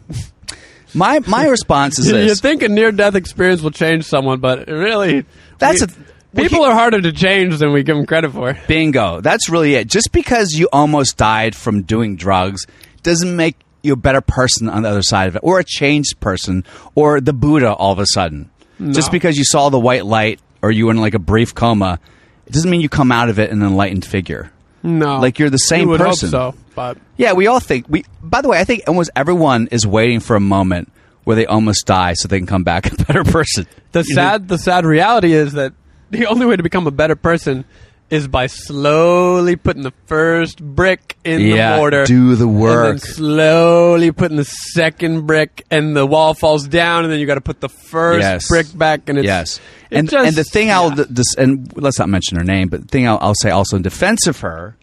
Speaker 1: My my response is
Speaker 2: You
Speaker 1: this.
Speaker 2: think a near death experience will change someone, but it really,
Speaker 1: That's
Speaker 2: we-
Speaker 1: a- well,
Speaker 2: people
Speaker 1: he-
Speaker 2: are harder to change than we give them credit for.
Speaker 1: Bingo. That's really it. Just because you almost died from doing drugs doesn't make you a better person on the other side of it, or a changed person, or the Buddha all of a sudden. Just because you saw the white light or you were in like a brief coma, it doesn't mean you come out of it an enlightened figure.
Speaker 2: No,
Speaker 1: Like you're the same
Speaker 2: you would
Speaker 1: person.
Speaker 2: Hope so, but
Speaker 1: Yeah, we all think we. By the way, I think almost everyone is waiting for a moment where they almost die so they can come back a better person.
Speaker 2: the
Speaker 1: You know?
Speaker 2: sad the sad reality is that the only way to become a better person is by slowly putting the first brick in
Speaker 1: Yeah,
Speaker 2: the mortar.
Speaker 1: do the work.
Speaker 2: And then slowly putting the second brick, and the wall falls down, and then you got to put the first
Speaker 1: Yes.
Speaker 2: brick back. And it's,
Speaker 1: yes,
Speaker 2: it
Speaker 1: and
Speaker 2: just-
Speaker 1: and the thing I'll
Speaker 2: yeah.
Speaker 1: this, and let's not mention her name, but the thing I'll, I'll say also in defense of her,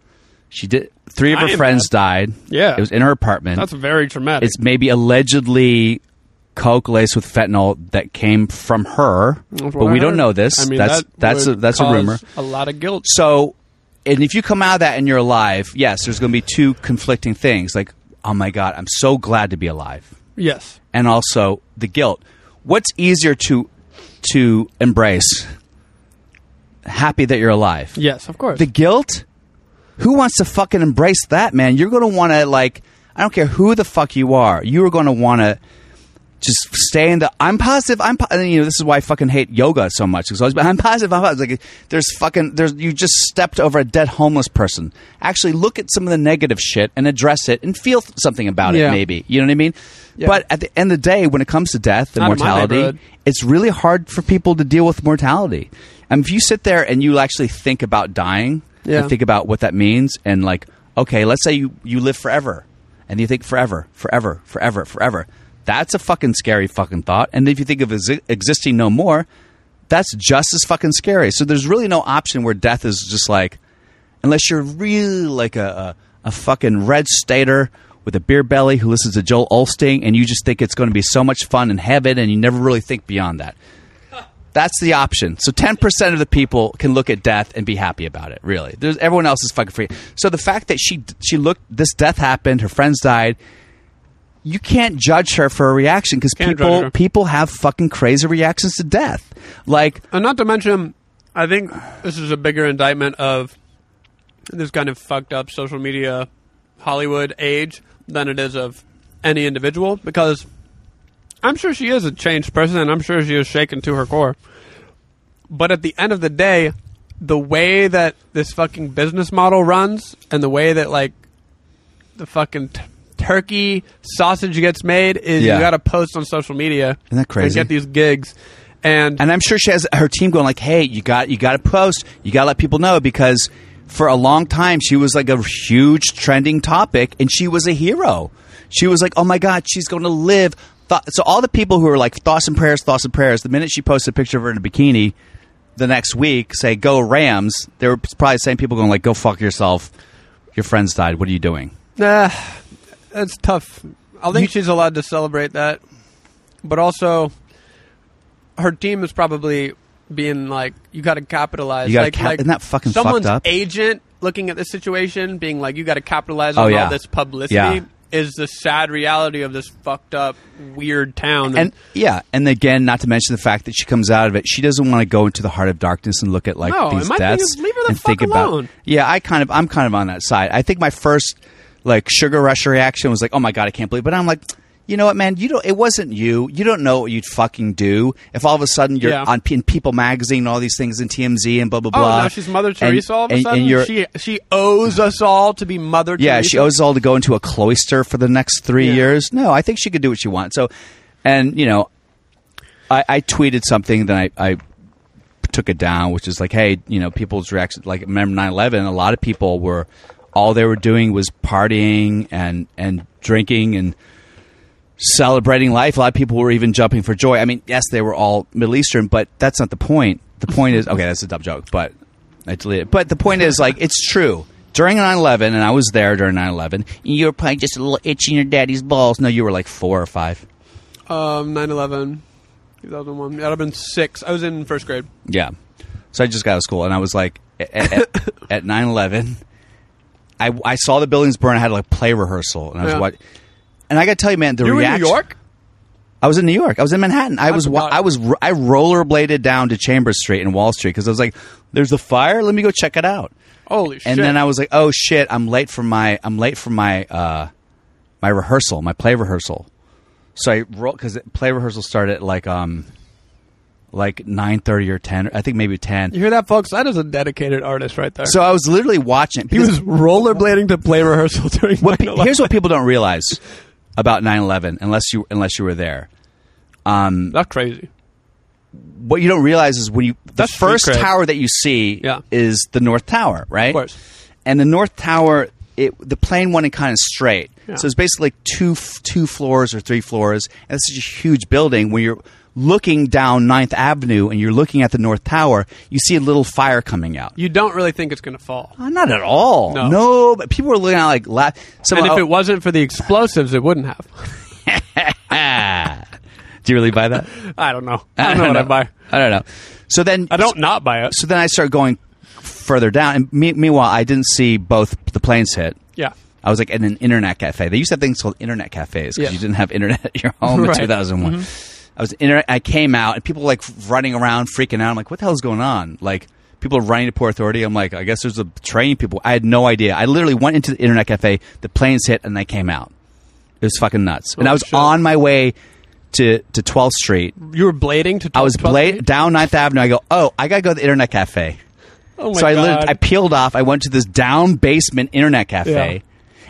Speaker 1: she did three of
Speaker 2: I
Speaker 1: her
Speaker 2: am
Speaker 1: friends died.
Speaker 2: Yeah.
Speaker 1: it was in her apartment.
Speaker 2: that's very traumatic.
Speaker 1: it's maybe allegedly coke laced with fentanyl that came from her,
Speaker 2: That's
Speaker 1: but
Speaker 2: what I
Speaker 1: we don't
Speaker 2: heard.
Speaker 1: know this.
Speaker 2: I mean,
Speaker 1: that's
Speaker 2: that
Speaker 1: that's a,
Speaker 2: would
Speaker 1: that's a
Speaker 2: cause
Speaker 1: rumor.
Speaker 2: A lot of guilt.
Speaker 1: So, and if you come out of that and you're alive, yes, there's going to be two conflicting things. Like, oh my God, I'm so glad to be alive,
Speaker 2: Yes.
Speaker 1: and also the guilt. What's easier to to embrace? Happy that you're alive.
Speaker 2: Yes, of course.
Speaker 1: The guilt. Who wants to fucking embrace that, man? You're going to want to like. I don't care who the fuck you are. You are going to want to just stay in the I'm positive. I'm po-, and, you know this is why I fucking hate yoga so much because I was I'm positive. I'm positive. Like there's fucking there's you just stepped over a dead homeless person. Actually, look at some of the negative shit and address it and feel th- something about it.
Speaker 2: Yeah.
Speaker 1: Maybe you know what I mean. But at the end of the day, when it comes to death and
Speaker 2: Not in my
Speaker 1: mortality,
Speaker 2: neighborhood.
Speaker 1: it's really hard for people to deal with mortality. And if you sit there and you actually think about dying
Speaker 2: Yeah.
Speaker 1: and think about what that means and like, okay, let's say you, you live forever and you think forever, forever, forever, forever. That's a fucking scary fucking thought. And if you think of exi- existing no more, that's just as fucking scary. So there's really no option where death is just like, unless you're really like a, a, a fucking red stater with a beer belly who listens to Joel Olsting and you just think it's going to be so much fun in heaven and you never really think beyond that. That's the option. So 10% of the people can look at death and be happy about it, really. There's, everyone else is fucking free. So the fact that she, she looked, this death happened, her friends died, you can't judge her for a reaction because
Speaker 2: Can't judge
Speaker 1: people,
Speaker 2: her.
Speaker 1: people have fucking crazy reactions to death. Like,
Speaker 2: And Uh, not to mention, I think this is a bigger indictment of this kind of fucked up social media Hollywood age than it is of any individual because I'm sure she is a changed person and I'm sure she is shaken to her core. But at the end of the day, the way that this fucking business model runs and the way that like the fucking t- turkey sausage gets made is
Speaker 1: Yeah.
Speaker 2: you got to post on social media
Speaker 1: Isn't that
Speaker 2: and
Speaker 1: crazy?
Speaker 2: get these gigs and
Speaker 1: and I'm sure she has her team going like, "Hey, you got you got to post, you got to let people know because for a long time she was like a huge trending topic and she was a hero. She was like, "Oh my god, she's going to live." Th- So all the people who are like thoughts and prayers, thoughts and prayers, the minute she posted a picture of her in a bikini, the next week say go Rams, there were probably the same people going like go fuck yourself. Your friends died. What are you doing?
Speaker 2: Nah, that's tough. I think she's allowed to celebrate that, but also her team is probably being like, "You got to capitalize."
Speaker 1: You gotta
Speaker 2: like,
Speaker 1: cap-
Speaker 2: like
Speaker 1: isn't that fucking fucked
Speaker 2: someone's
Speaker 1: up?
Speaker 2: agent looking at this situation, being like, "You got to capitalize
Speaker 1: Oh,
Speaker 2: on
Speaker 1: yeah.
Speaker 2: all this publicity."
Speaker 1: Yeah.
Speaker 2: Is the sad reality of this fucked up, weird town?
Speaker 1: And yeah, and again, not to mention the fact that she comes out of it, she doesn't want to go into the heart of darkness and look at like
Speaker 2: No, it
Speaker 1: these
Speaker 2: might be-
Speaker 1: deaths
Speaker 2: leave her the
Speaker 1: and
Speaker 2: fuck
Speaker 1: think about.
Speaker 2: alone.
Speaker 1: Yeah, I kind of, I'm kind of on that side. I think my first like sugar rush reaction was like, oh my god, I can't believe. It. But I'm like. You know what, man? You don't. It wasn't you. You don't know what you'd fucking do if all of a sudden you're
Speaker 2: Yeah.
Speaker 1: on P- in People magazine and all these things and TMZ and blah blah
Speaker 2: oh,
Speaker 1: blah.
Speaker 2: now she's Mother
Speaker 1: And-
Speaker 2: Teresa all of a
Speaker 1: and- and
Speaker 2: sudden.
Speaker 1: you're-
Speaker 2: she she owes us all to be Mother.
Speaker 1: yeah,
Speaker 2: Teresa.
Speaker 1: she owes us all to go into a cloister for the next three
Speaker 2: Yeah.
Speaker 1: years. No, I think she could do what she wants. So, and you know, I, I tweeted something, then I, I took it down, which is like, hey, you know, people's reaction. Like, remember 9-11, A lot of people were all they were doing was partying and and drinking and celebrating life. A lot of people were even jumping for joy. I mean, yes, they were all Middle Eastern, but that's not the point. The point is, okay, that's a dumb joke, but I deleted it. But the point is, like, it's true. During 9 11, and I was there during 9 11, you were probably just a little itch in your daddy's balls. No, you were like four or five.
Speaker 2: Um, 9-11, 2001. That'd have been six. I was in first grade.
Speaker 1: Yeah. So I just got out of school, and I was like, at, at 9 11, I, I saw the buildings burn. I had like play rehearsal, and I was
Speaker 2: Yeah.
Speaker 1: what, and I got to tell you, man, the
Speaker 2: You were in
Speaker 1: reaction.
Speaker 2: New York?
Speaker 1: I was in New York. I was in Manhattan. I was wa-
Speaker 2: forgot.
Speaker 1: I was ro- I rollerbladed down to Chambers Street and Wall Street because I was like, "There's a fire. Let me go check it out."
Speaker 2: Holy shit.
Speaker 1: And then I was like, "Oh shit! I'm late for my I'm late for my uh, my rehearsal, my play rehearsal." So I roll because play rehearsal started at like um like nine thirty or ten. I think maybe ten.
Speaker 2: You hear that, folks? That is a dedicated artist right there.
Speaker 1: So I was literally watching. it
Speaker 2: he
Speaker 1: because-
Speaker 2: was rollerblading to play rehearsal during
Speaker 1: what
Speaker 2: what,
Speaker 1: pe- here's what people don't realize about 9-11 unless you unless you were there.
Speaker 2: That's crazy.
Speaker 1: what you don't realize is when you the
Speaker 2: That's street
Speaker 1: first
Speaker 2: cred.
Speaker 1: tower that you see
Speaker 2: Yeah.
Speaker 1: is the north tower, right? Of
Speaker 2: course.
Speaker 1: And the north tower, it the plane went in kind of straight, so it's basically like two f- two floors or three floors, and it's such a huge building. When you're looking down 9th Avenue and you're looking at the north tower, you see a little fire coming out.
Speaker 2: You don't really think it's going to fall.
Speaker 1: Uh, not at all.
Speaker 2: No.
Speaker 1: but people were looking at like la-
Speaker 2: And
Speaker 1: someone.
Speaker 2: if
Speaker 1: oh,
Speaker 2: it wasn't for the explosives, it wouldn't have.
Speaker 1: ah. do you really buy that?
Speaker 2: I don't know. I don't know what I buy.
Speaker 1: I don't know. So then
Speaker 2: I don't not buy it.
Speaker 1: so then I started going further down, and me- meanwhile, I didn't see both the planes hit.
Speaker 2: Yeah.
Speaker 1: I was like at an internet cafe. They used to have things called internet cafes because
Speaker 2: Yeah.
Speaker 1: you didn't have internet at your home
Speaker 2: Right. Mm-hmm.
Speaker 1: in 2001. I was internet. I came out and people like running around, freaking out. I'm like, what the hell's going on? Like people are running to Port Authority. I'm like, I guess there's a train. People, I had no idea. I literally went into the internet cafe. The planes hit and I came out. It was fucking nuts. and I
Speaker 2: Holy
Speaker 1: was
Speaker 2: shit.
Speaker 1: on my way to to 12th Street.
Speaker 2: You were blading to
Speaker 1: I was
Speaker 2: 12
Speaker 1: bla-
Speaker 2: feet?
Speaker 1: down 9th Avenue. I go, oh, I gotta go to the internet cafe
Speaker 2: Oh my
Speaker 1: so I
Speaker 2: God.
Speaker 1: lived, I peeled off. I went to this down basement internet cafe.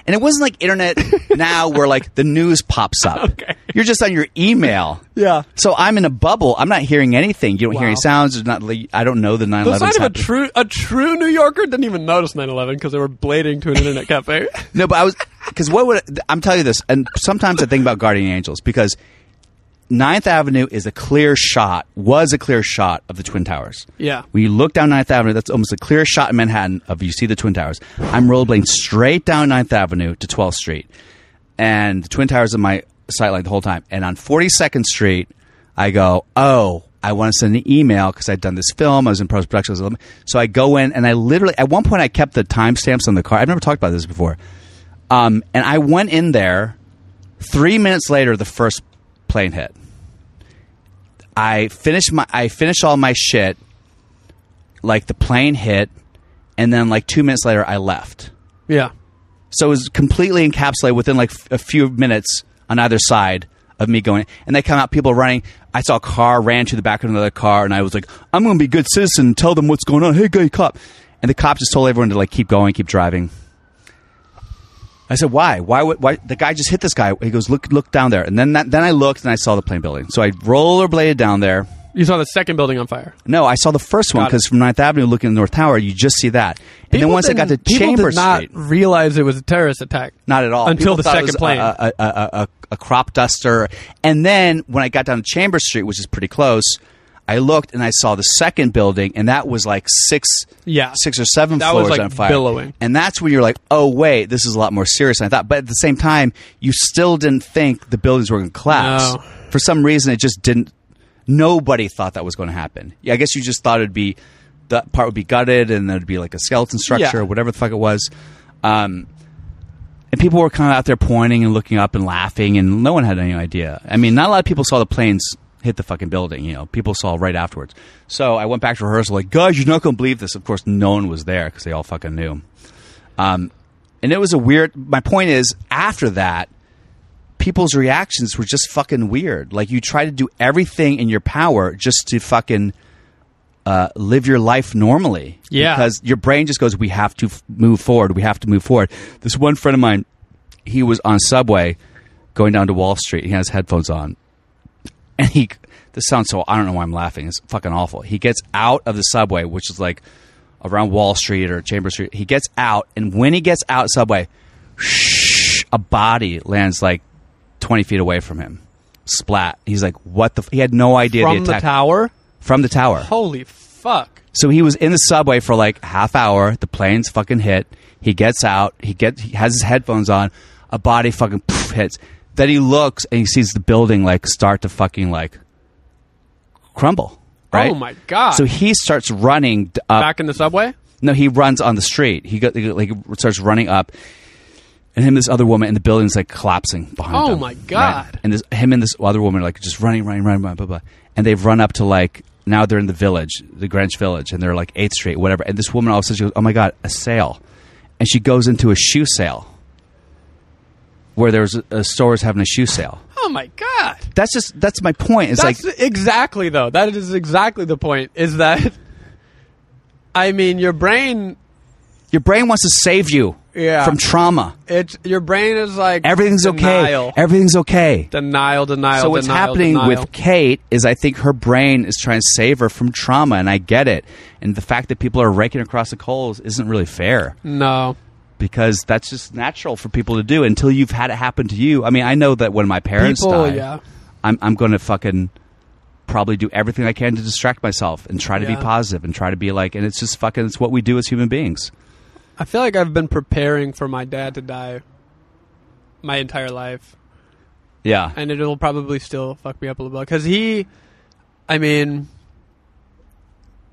Speaker 1: And it wasn't like internet now where like the news pops up.
Speaker 2: Okay.
Speaker 1: You're just on your email.
Speaker 2: Yeah.
Speaker 1: So I'm in a bubble. I'm not hearing anything. You don't hear
Speaker 2: Wow.
Speaker 1: any sounds. There's not like- I don't know the 9
Speaker 2: The
Speaker 1: 11
Speaker 2: sign of a true, a true New Yorker didn't even notice 9-11 because they were blading to an internet cafe.
Speaker 1: No, but I was because what would I'm telling you this, and sometimes I think about Guardian Angels because Ninth Avenue is a clear shot, was a clear shot of the Twin Towers.
Speaker 2: Yeah.
Speaker 1: When you look down Ninth Avenue, that's almost a clear shot in Manhattan of you see the Twin Towers. I'm rollerblading straight down Ninth Avenue to 12th Street, and the Twin Towers in my sightline the whole time. And on 42nd Street, I go, oh. I want to send an email because I'd done this film. I was in post production. So I go in and I literally, at one point, I kept the timestamps on the car. I've never talked about this before. Um, and I went in there. Three minutes later, the first plane hit. I finished my I finished all my shit. Like the plane hit, and then like two minutes later, I left.
Speaker 2: yeah.
Speaker 1: So it was completely encapsulated within like f- a few minutes on either side of me going. And they come out, people running. I saw a car ran to the back of another car, and I was like, "I'm going to be a good citizen and tell them what's going on." Hey, guy, cop! And the cop just told everyone to like keep going, keep driving. I said, "Why? Why? would why? The guy just hit this guy." He goes, "Look, look down there." And then that, then I looked and I saw the plane building. So I rollerbladed down there.
Speaker 2: You saw the second building on fire.
Speaker 1: No, I saw the first one
Speaker 2: Got it.
Speaker 1: because from 9th Avenue looking at the North Tower, you just see that. And then
Speaker 2: People
Speaker 1: once I got to
Speaker 2: didn't- people
Speaker 1: Chambers
Speaker 2: did not
Speaker 1: Street,
Speaker 2: realize it was a terrorist attack.
Speaker 1: Not at all.
Speaker 2: Until
Speaker 1: People
Speaker 2: the
Speaker 1: thought it
Speaker 2: second
Speaker 1: was a-
Speaker 2: plane.
Speaker 1: A, a, a, a, a crop duster. And then when I got down to Chambers Street, which is pretty close, I looked and I saw the second building, and that was like six,
Speaker 2: Yeah.
Speaker 1: six or seven
Speaker 2: That was,
Speaker 1: floors
Speaker 2: like,
Speaker 1: on fire,
Speaker 2: billowing.
Speaker 1: And that's when you're like, oh wait, this is a lot more serious than I thought. But at the same time, you still didn't think the buildings were going to collapse.
Speaker 2: No.
Speaker 1: For some reason, it just didn't. Nobody thought that was going to happen. Yeah, I guess you just thought it'd be that part would be gutted, and there'd be like a skeleton structure,
Speaker 2: Yeah.
Speaker 1: or whatever the fuck it was. Um, and people were kind of out there pointing and looking up and laughing, and no one had any idea. I mean, not a lot of people saw the planes hit the fucking building. You know, people saw right afterwards. So I went back to rehearsal, like, guys, you're not gonna believe this. Of course, no one was there because they all fucking knew. Um, and it was a weird. My point is, after that, people's reactions were just fucking weird. Like you try to do everything in your power just to fucking uh, live your life normally.
Speaker 2: Yeah.
Speaker 1: because your brain just goes, "We have to f- move forward. We have to move forward." This one friend of mine, he was on a subway going down to Wall Street. He has headphones on, and he. This sounds so. I don't know why I'm laughing. It's fucking awful. He gets out of the subway, which is like around Wall Street or Chamber Street. He gets out, and when he gets out subway, shh, a body lands like 20 feet away from him. Splat. He's like, what the? F-? He had no idea
Speaker 2: From
Speaker 1: the
Speaker 2: the
Speaker 1: attack
Speaker 2: tower?
Speaker 1: from the tower.
Speaker 2: Holy fuck.
Speaker 1: So he was in the subway for like half hour. The plane's fucking hit. He gets out. He gets he has his headphones on. A body fucking poof, hits. Then he looks and he sees the building like start to fucking like crumble. Right?
Speaker 2: Oh my God.
Speaker 1: So he starts running d- up
Speaker 2: Back in the subway?
Speaker 1: no, he runs on the street. He go, he, like starts running up, and him and this other woman in the building's like collapsing behind
Speaker 2: Oh
Speaker 1: him.
Speaker 2: my God.
Speaker 1: And this him and this other woman are like just running, running, running, blah blah blah. And they've run up to like now they're in the village, the Greenwich Village, and they're like Eighth Street, whatever. And this woman all of a sudden she goes, "Oh my God, a sale!" And she goes into a shoe sale where there's a, a store's having a shoe sale.
Speaker 2: Oh my God.
Speaker 1: That's just that's my point. It's
Speaker 2: That's
Speaker 1: like
Speaker 2: exactly though. That is exactly the point. Is that I mean your brain
Speaker 1: your brain wants to save you
Speaker 2: Yeah.
Speaker 1: from trauma.
Speaker 2: it's your brain is like
Speaker 1: Everything's
Speaker 2: denial.
Speaker 1: okay. Everything's okay.
Speaker 2: denial, denial,
Speaker 1: So what's
Speaker 2: denial,
Speaker 1: happening
Speaker 2: denial.
Speaker 1: with Kate is I think her brain is trying to save her from trauma, and I get it. And the fact that people are raking across the coals isn't really fair
Speaker 2: No.
Speaker 1: because that's just natural for people to do until you've had it happen to you. I mean, I know that when my parents
Speaker 2: People,
Speaker 1: die,
Speaker 2: yeah.
Speaker 1: I'm I'm going to fucking probably do everything I can to distract myself and try to
Speaker 2: Yeah.
Speaker 1: be positive and try to be like. And it's just fucking it's what we do as human beings.
Speaker 2: I feel like I've been preparing for my dad to die my entire life.
Speaker 1: Yeah,
Speaker 2: and it'll probably still fuck me up a little bit because he, I mean,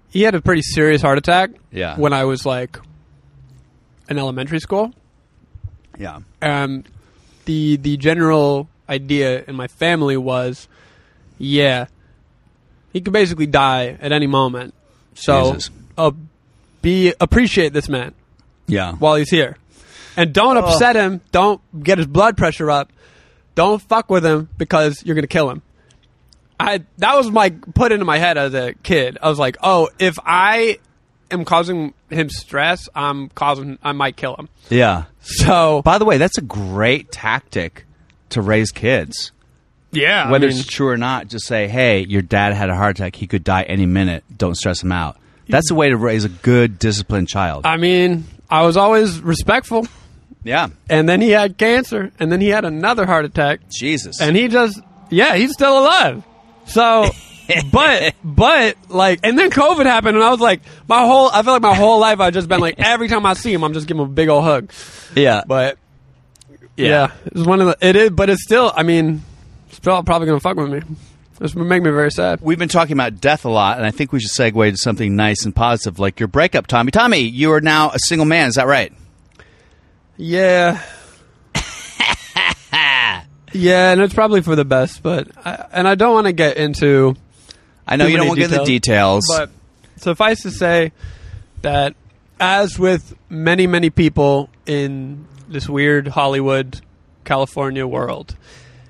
Speaker 2: he had a pretty serious heart attack.
Speaker 1: Yeah.
Speaker 2: When I was like in elementary school,
Speaker 1: yeah,
Speaker 2: and the the general idea in my family was, yeah, he could basically die at any moment. So,
Speaker 1: Jesus.
Speaker 2: uh, be appreciate this man
Speaker 1: yeah.
Speaker 2: while he's here. And don't upset him. Don't get his blood pressure up. Don't fuck with him because you're gonna kill him. I that was my put into my head as a kid. I was like, oh, if I am causing him stress, I'm causing I might kill him.
Speaker 1: yeah.
Speaker 2: So
Speaker 1: By the way, that's a great tactic to raise kids.
Speaker 2: yeah,
Speaker 1: whether it's true or not, just say, "Hey, your dad had a heart attack. He could die any minute. Don't stress him out." That's the way to raise a good, disciplined child.
Speaker 2: I mean, I was always respectful,
Speaker 1: yeah,
Speaker 2: and then he had cancer, and then he had another heart attack.
Speaker 1: Jesus.
Speaker 2: and he just yeah he's still alive so but but like and then covid happened and i was like my whole i feel like my whole life i've just been like every time i see him i'm just giving him a big old hug
Speaker 1: yeah,
Speaker 2: but yeah, it's one of the it is but it's still i mean it's still probably gonna fuck with me this would make me very sad
Speaker 1: we've been talking about death a lot, and I think we should segue to something nice and positive, like your breakup, Tommy. Tommy, you are now a single man. Is that right?
Speaker 2: yeah yeah and it's probably for the best but I, and i don't want to get into
Speaker 1: I know
Speaker 2: Too
Speaker 1: you don't
Speaker 2: many
Speaker 1: want to get into the details.
Speaker 2: But suffice to say that, as with many, many people in this weird Hollywood, California world,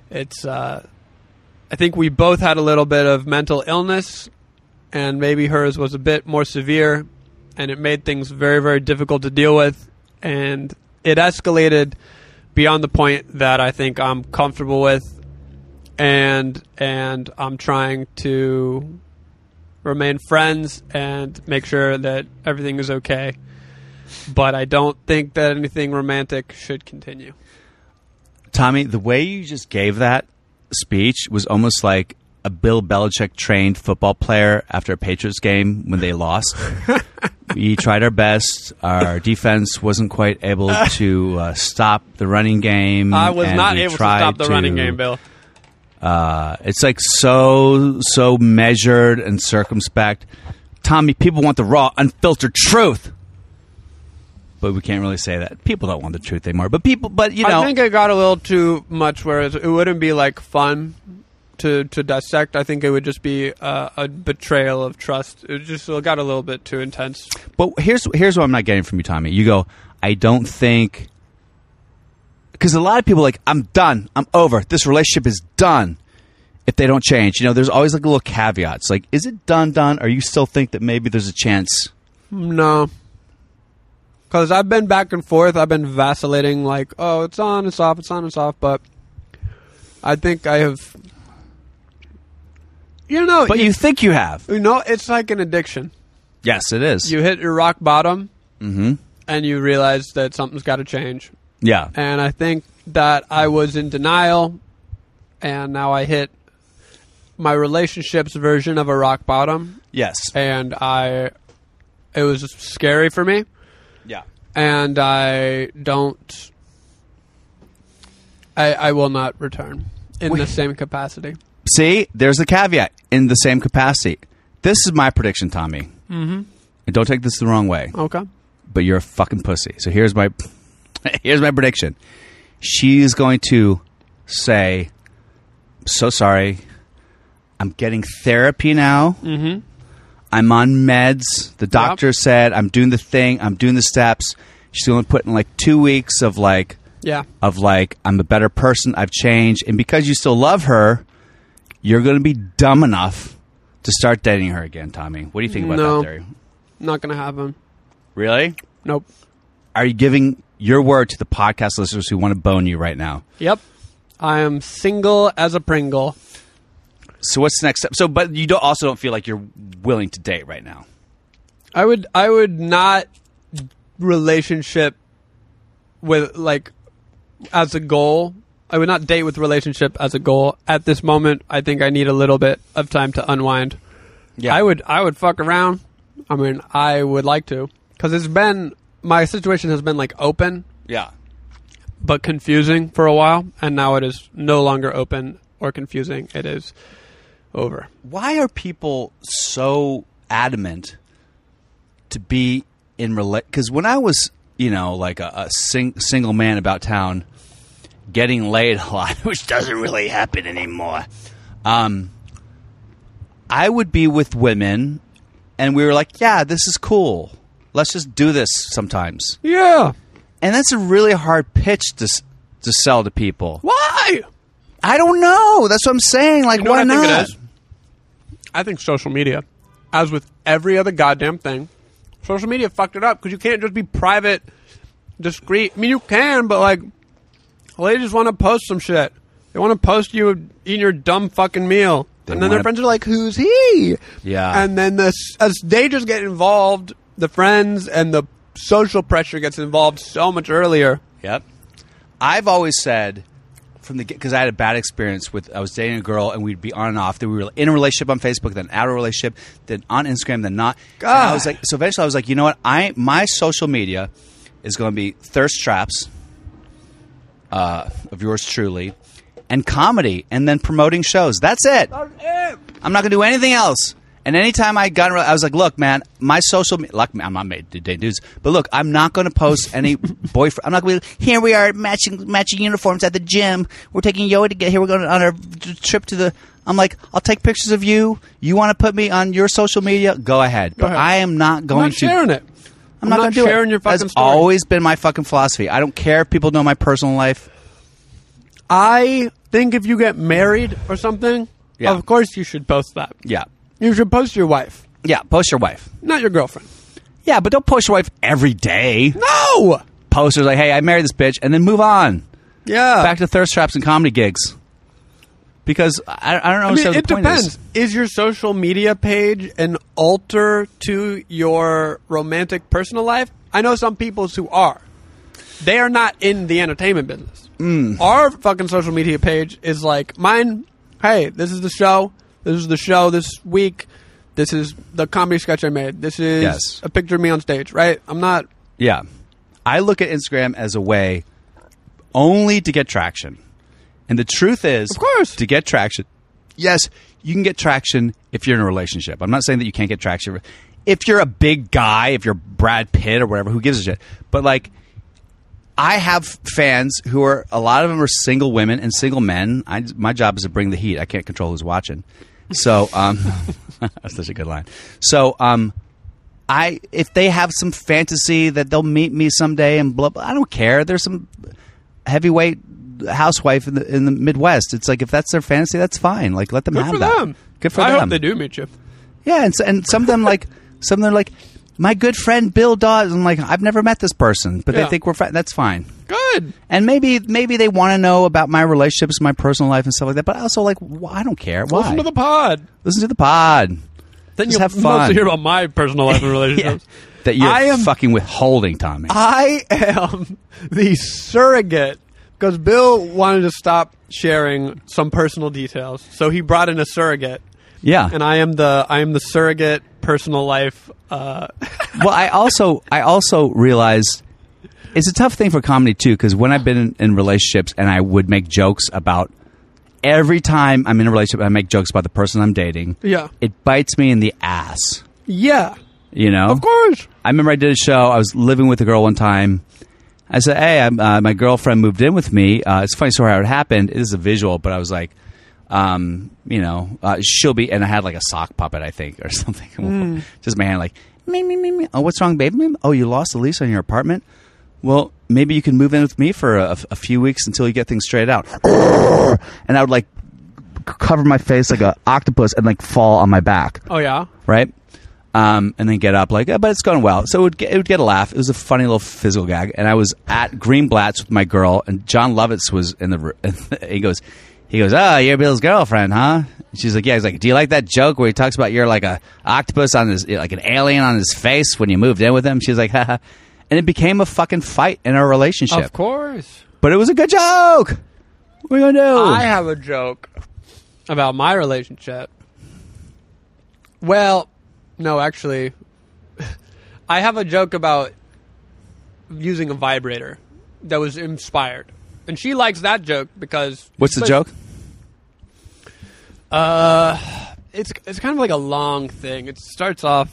Speaker 2: it's, uh, I think we both had a little bit of mental illness, and maybe hers was a bit more severe, and it made things very, very difficult to deal with, and it escalated beyond the point that I think I'm comfortable with. And and I'm trying to remain friends and make sure that everything is okay. But I don't think that anything romantic should continue.
Speaker 1: Tommy, the way you just gave that speech was almost like a Bill Belichick trained football player after a Patriots game when they lost. we tried our best. Our defense wasn't quite able to uh, stop the running game.
Speaker 2: I was
Speaker 1: and
Speaker 2: not
Speaker 1: we
Speaker 2: able to
Speaker 1: tried
Speaker 2: stop the running
Speaker 1: to- uh,
Speaker 2: game, Bill.
Speaker 1: It's like so so measured and circumspect. Tommy, people want the raw, unfiltered truth. But we can't really say that. People don't want the truth anymore. But people, but you know,
Speaker 2: I think it got a little too much where it's- it wouldn't be like fun to to dissect. I think it would just be uh, a betrayal of trust. It just it got a little bit too intense.
Speaker 1: But here's here's what I'm not getting from you, Tommy. You go, I don't think because a lot of people are like I'm done, I'm over. This relationship is done if they don't change. You know, there's always like little caveats. Like, is it done, done, or you still think that maybe there's a chance?
Speaker 2: No. Because I've been back and forth. I've been vacillating, like, oh, it's on, it's off, it's on, it's off. But I think I have. You know,
Speaker 1: But you think you have?
Speaker 2: you know, it's like an addiction.
Speaker 1: Yes, it is.
Speaker 2: You hit your rock bottom, and you realize that something's got to change.
Speaker 1: yeah,
Speaker 2: and I think that I was in denial, and now I hit my relationship's version of a rock bottom,
Speaker 1: yes,
Speaker 2: and I it was scary for me,
Speaker 1: yeah.
Speaker 2: and I don't, I I will not return in the same capacity.
Speaker 1: See, there's the caveat in the same capacity. This is my prediction, Tommy. Mm-hmm. And don't take this the wrong way.
Speaker 2: Okay,
Speaker 1: but you're a fucking pussy. So here's my here's my prediction. She's going to say, "So sorry, I'm getting therapy now. Mm-hmm. I'm on meds. The doctor said I'm doing the thing. I'm doing the steps. She's going to put in like two weeks of like
Speaker 2: yeah,
Speaker 1: of like I'm a better person. I've changed, and because you still love her, you're going to be dumb enough to start dating her again, Tommy. What do you think about
Speaker 2: No.
Speaker 1: that theory?
Speaker 2: not gonna happen.
Speaker 1: Really?
Speaker 2: Nope.
Speaker 1: are you giving your word to the podcast listeners who want to bone you right now?
Speaker 2: Yep. I am single as a Pringle.
Speaker 1: So what's the next step? So, but you don't, also don't feel like you're willing to date right now.
Speaker 2: I would I would not relationship with like as a goal. I would not date with relationship as a goal at this moment. I think I need a little bit of time to unwind.
Speaker 1: Yeah,
Speaker 2: I would I would fuck around. I mean, I would like to cuz it's been my situation has been like open
Speaker 1: Yeah,
Speaker 2: but confusing for a while and now it is no longer open or confusing. It is over.
Speaker 1: why are people so adamant to be in relate? Because when I was, you know, like a, a sing- single man about town, getting laid a lot, which doesn't really happen anymore. Um, I would be with women, and we were like, "Yeah, this is cool. Let's just do this sometimes."
Speaker 2: Yeah.
Speaker 1: And that's a really hard pitch to s- to sell to people.
Speaker 2: Why?
Speaker 1: I don't know. That's what I'm saying. Like,
Speaker 2: You know
Speaker 1: why
Speaker 2: what I think
Speaker 1: not?
Speaker 2: it is? I think social media, as with every other goddamn thing, social media fucked it up because you can't just be private, discreet. I mean, you can, but like, ladies want to post some shit. They want to post you eating your dumb fucking meal, and then
Speaker 1: wanna-
Speaker 2: their friends are like, "Who's he?"
Speaker 1: Yeah.
Speaker 2: and then the s- as they just get involved, the friends and the social pressure gets involved so much earlier.
Speaker 1: Yep. I've always said from the because I had a bad experience with I was dating a girl and we'd be on and off. Then we were in a relationship on Facebook, then out of a relationship, then on Instagram, then not. And I was like, so eventually I was like, you know what? I my social media is going to be thirst traps uh, of yours truly, and comedy, and then promoting shows. That's it. I'm not going to do anything else. And anytime I got, in a rela- I was like, "Look, man, my social, me- look, I'm not made to date dudes, but look, I'm not going to post any boyfriend. I'm not going to. Here we are matching matching uniforms at the gym. We're taking yoga to get here. We're going on our t- trip to the. I'm like, I'll take pictures of you. You want to put me on your social media? Go ahead, but
Speaker 2: ahead.
Speaker 1: I am not
Speaker 2: I'm
Speaker 1: going
Speaker 2: not
Speaker 1: to.
Speaker 2: sharing it.
Speaker 1: I'm not,
Speaker 2: not
Speaker 1: going to do it.
Speaker 2: sharing your fucking
Speaker 1: That's
Speaker 2: story.
Speaker 1: always been my fucking philosophy. I don't care if people know my personal life.
Speaker 2: I think if you get married or something,
Speaker 1: Yeah.
Speaker 2: of course you should post that.
Speaker 1: Yeah,
Speaker 2: You should post your wife,
Speaker 1: yeah. Post your wife.
Speaker 2: not your girlfriend.
Speaker 1: Yeah, but don't post your wife every day.
Speaker 2: No.
Speaker 1: posters like, "Hey, I married this bitch," and then move on
Speaker 2: Yeah.
Speaker 1: back to thirst traps and comedy gigs. Because I, I don't know.
Speaker 2: I mean,
Speaker 1: so the
Speaker 2: it
Speaker 1: point
Speaker 2: depends.
Speaker 1: Is,
Speaker 2: Is. your social media page an altar to your romantic personal life? I know some people who are. They are not in the entertainment
Speaker 1: Mm.
Speaker 2: business. Our fucking social media page is like mine. Hey, this is the show. This is the show this week. This is the comedy sketch I made. This is
Speaker 1: Yes.
Speaker 2: a picture of me on stage, right? I'm not.
Speaker 1: Yeah. I look at Instagram as a way only to get traction. And the truth is,
Speaker 2: Of course.
Speaker 1: to get traction, yes, you can get traction if you're in a relationship. I'm not saying that you can't get traction. If you're a big guy, if you're Brad Pitt or whatever, who gives a shit? But like, I have fans who are a lot of them are single women and single men. I, my job is to bring the heat. I can't control who's watching. So um, that's such a good line. So um, I if they have some fantasy that they'll meet me someday and blah, blah I don't care. There's some heavyweight housewife in the in the Midwest. It's like if that's their fantasy, that's fine. Like let them
Speaker 2: Good
Speaker 1: have
Speaker 2: for
Speaker 1: that.
Speaker 2: them.
Speaker 1: Good for
Speaker 2: I
Speaker 1: them.
Speaker 2: hope they do meet you.
Speaker 1: Yeah, and, s- and some of them like some of them are like my good friend Bill Dawes. I'm like I've never met this person, but
Speaker 2: Yeah.
Speaker 1: they think we're friends. That's fine
Speaker 2: Good.
Speaker 1: and maybe maybe they want to know about my relationships, my personal life, and stuff like that. But I also like, wh- I don't care. Why
Speaker 2: Listen to the pod.
Speaker 1: Listen to the pod?
Speaker 2: Then
Speaker 1: Just
Speaker 2: you'll
Speaker 1: have fun.
Speaker 2: mostly hear about my personal life and
Speaker 1: Yeah.
Speaker 2: relationships.
Speaker 1: That you're
Speaker 2: I am-
Speaker 1: fucking withholding, Tommy.
Speaker 2: I am the surrogate because Bill wanted to stop sharing some personal details, so he brought in a surrogate,
Speaker 1: yeah.
Speaker 2: and I am the I am the surrogate personal life. Uh,
Speaker 1: well, I also I also realized it's a tough thing for comedy too because when I've been in, in relationships and I would make jokes about every time I'm in a relationship, I make jokes about the person I'm dating.
Speaker 2: Yeah.
Speaker 1: it bites me in the ass.
Speaker 2: yeah,
Speaker 1: You know,
Speaker 2: of course.
Speaker 1: I remember I did a show. I was living with a girl one time. I said, "Hey, I'm, uh, my girlfriend moved in with me." Uh, it's a funny story how it happened. It is a visual, but I was like, um, you know, uh, she'll be, and I had like a sock puppet, I think, or something, just my hand, like, me, me, me, me. Oh, what's wrong, baby? Me- Oh, you lost the lease on your apartment. Well, maybe you can move in with me for a, a few weeks until you get things straightened out. And I would like c- cover my face like a octopus and like fall on my back
Speaker 2: Oh yeah,
Speaker 1: right? Um, and then get up like, "Oh, but it's going well. So it would, get, it would get a laugh. It was a funny little physical gag. And I was at Greenblatt's with my girl, and John Lovitz was in the room. he goes, he goes, oh, you're Bill's girlfriend, huh? And she's like, yeah. He's like, do you like that joke where he talks about you're like a octopus on his, like an alien on his face when you moved in with him? She's like, haha. And it became a fucking fight in our relationship.
Speaker 2: of course.
Speaker 1: But it was a good joke. What are you gonna do?
Speaker 2: I have a joke about my relationship. Well, no, actually, I have a joke about using a vibrator that was inspired, and she likes that joke because
Speaker 1: What's the joke?
Speaker 2: it's it's kind of like a long thing. It starts off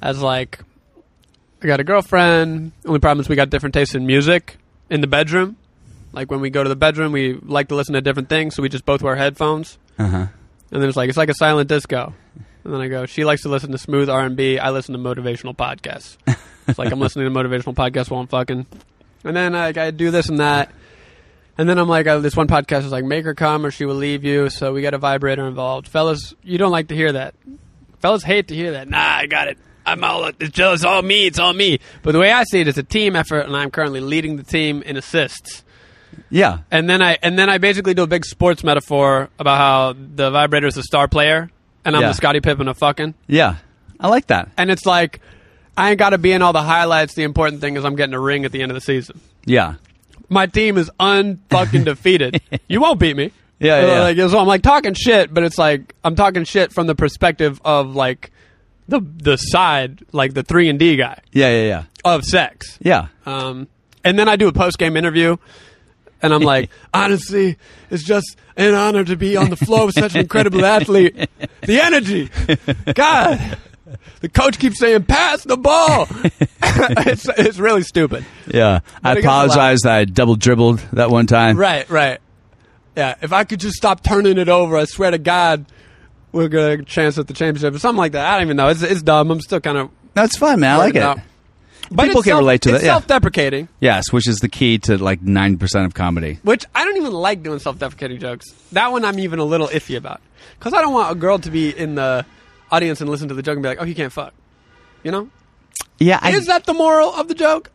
Speaker 2: as like I got a girlfriend. Only problem is we got different tastes in music in the bedroom. Like when we go to the bedroom, we like to listen to different things, so we just both wear headphones.
Speaker 1: Uh huh.
Speaker 2: And then it's like it's like a silent disco. And then I go, she likes to listen to smooth R and B. I listen to motivational podcasts. It's like I'm listening to motivational podcasts while I'm fucking. And then like, I do this and that. And then I'm like, uh, this one podcast is like, make her come or she will leave you. So we got a vibrator involved, fellas. You don't like to hear that. Fellas hate to hear that. Nah, I got it. I'm all it's just it's all me. It's all me. But the way I see it, it's a team effort, and I'm currently leading the team in assists
Speaker 1: Yeah.
Speaker 2: and then I and then I basically do a big sports metaphor about how the vibrator is the star player, and I'm
Speaker 1: Yeah.
Speaker 2: the Scotty Pippen of fucking.
Speaker 1: Yeah. I like that.
Speaker 2: And it's like I ain't got to be in all the highlights. The important thing is I'm getting a ring at the end of the season.
Speaker 1: Yeah.
Speaker 2: My team is unfucking defeated. You won't beat me.
Speaker 1: Yeah,
Speaker 2: Uh,
Speaker 1: yeah.
Speaker 2: Like so I'm like talking shit, but it's like I'm talking shit from the perspective of like the the side, like the three and D guy
Speaker 1: Yeah. Yeah. Yeah.
Speaker 2: of sex.
Speaker 1: Yeah.
Speaker 2: Um, and then I do a post game interview, and I'm like, honestly, it's just an honor to be on the floor with such an incredible athlete. The energy, God. The coach keeps saying, "Pass the ball." it's it's really stupid.
Speaker 1: Yeah, I
Speaker 2: it gets a lot.
Speaker 1: apologize that I double dribbled that one time.
Speaker 2: Right, right. Yeah, if I could just stop turning it over, I swear to God, we're gonna have a chance at the championship or something like that. I don't even know. It's it's dumb. I'm still kind of
Speaker 1: That's fun, man. I like it.
Speaker 2: But
Speaker 1: People
Speaker 2: it's
Speaker 1: can
Speaker 2: self-
Speaker 1: relate to
Speaker 2: it's
Speaker 1: that, yeah.
Speaker 2: Self-deprecating.
Speaker 1: Yes, which is the key to like nine percent of comedy.
Speaker 2: which I don't even like doing self-deprecating jokes. That one I'm even a little iffy about because I don't want a girl to be in the audience and listen to the joke and be like, "Oh, he can't fuck," you know?
Speaker 1: Yeah, I,
Speaker 2: is that the moral of the joke?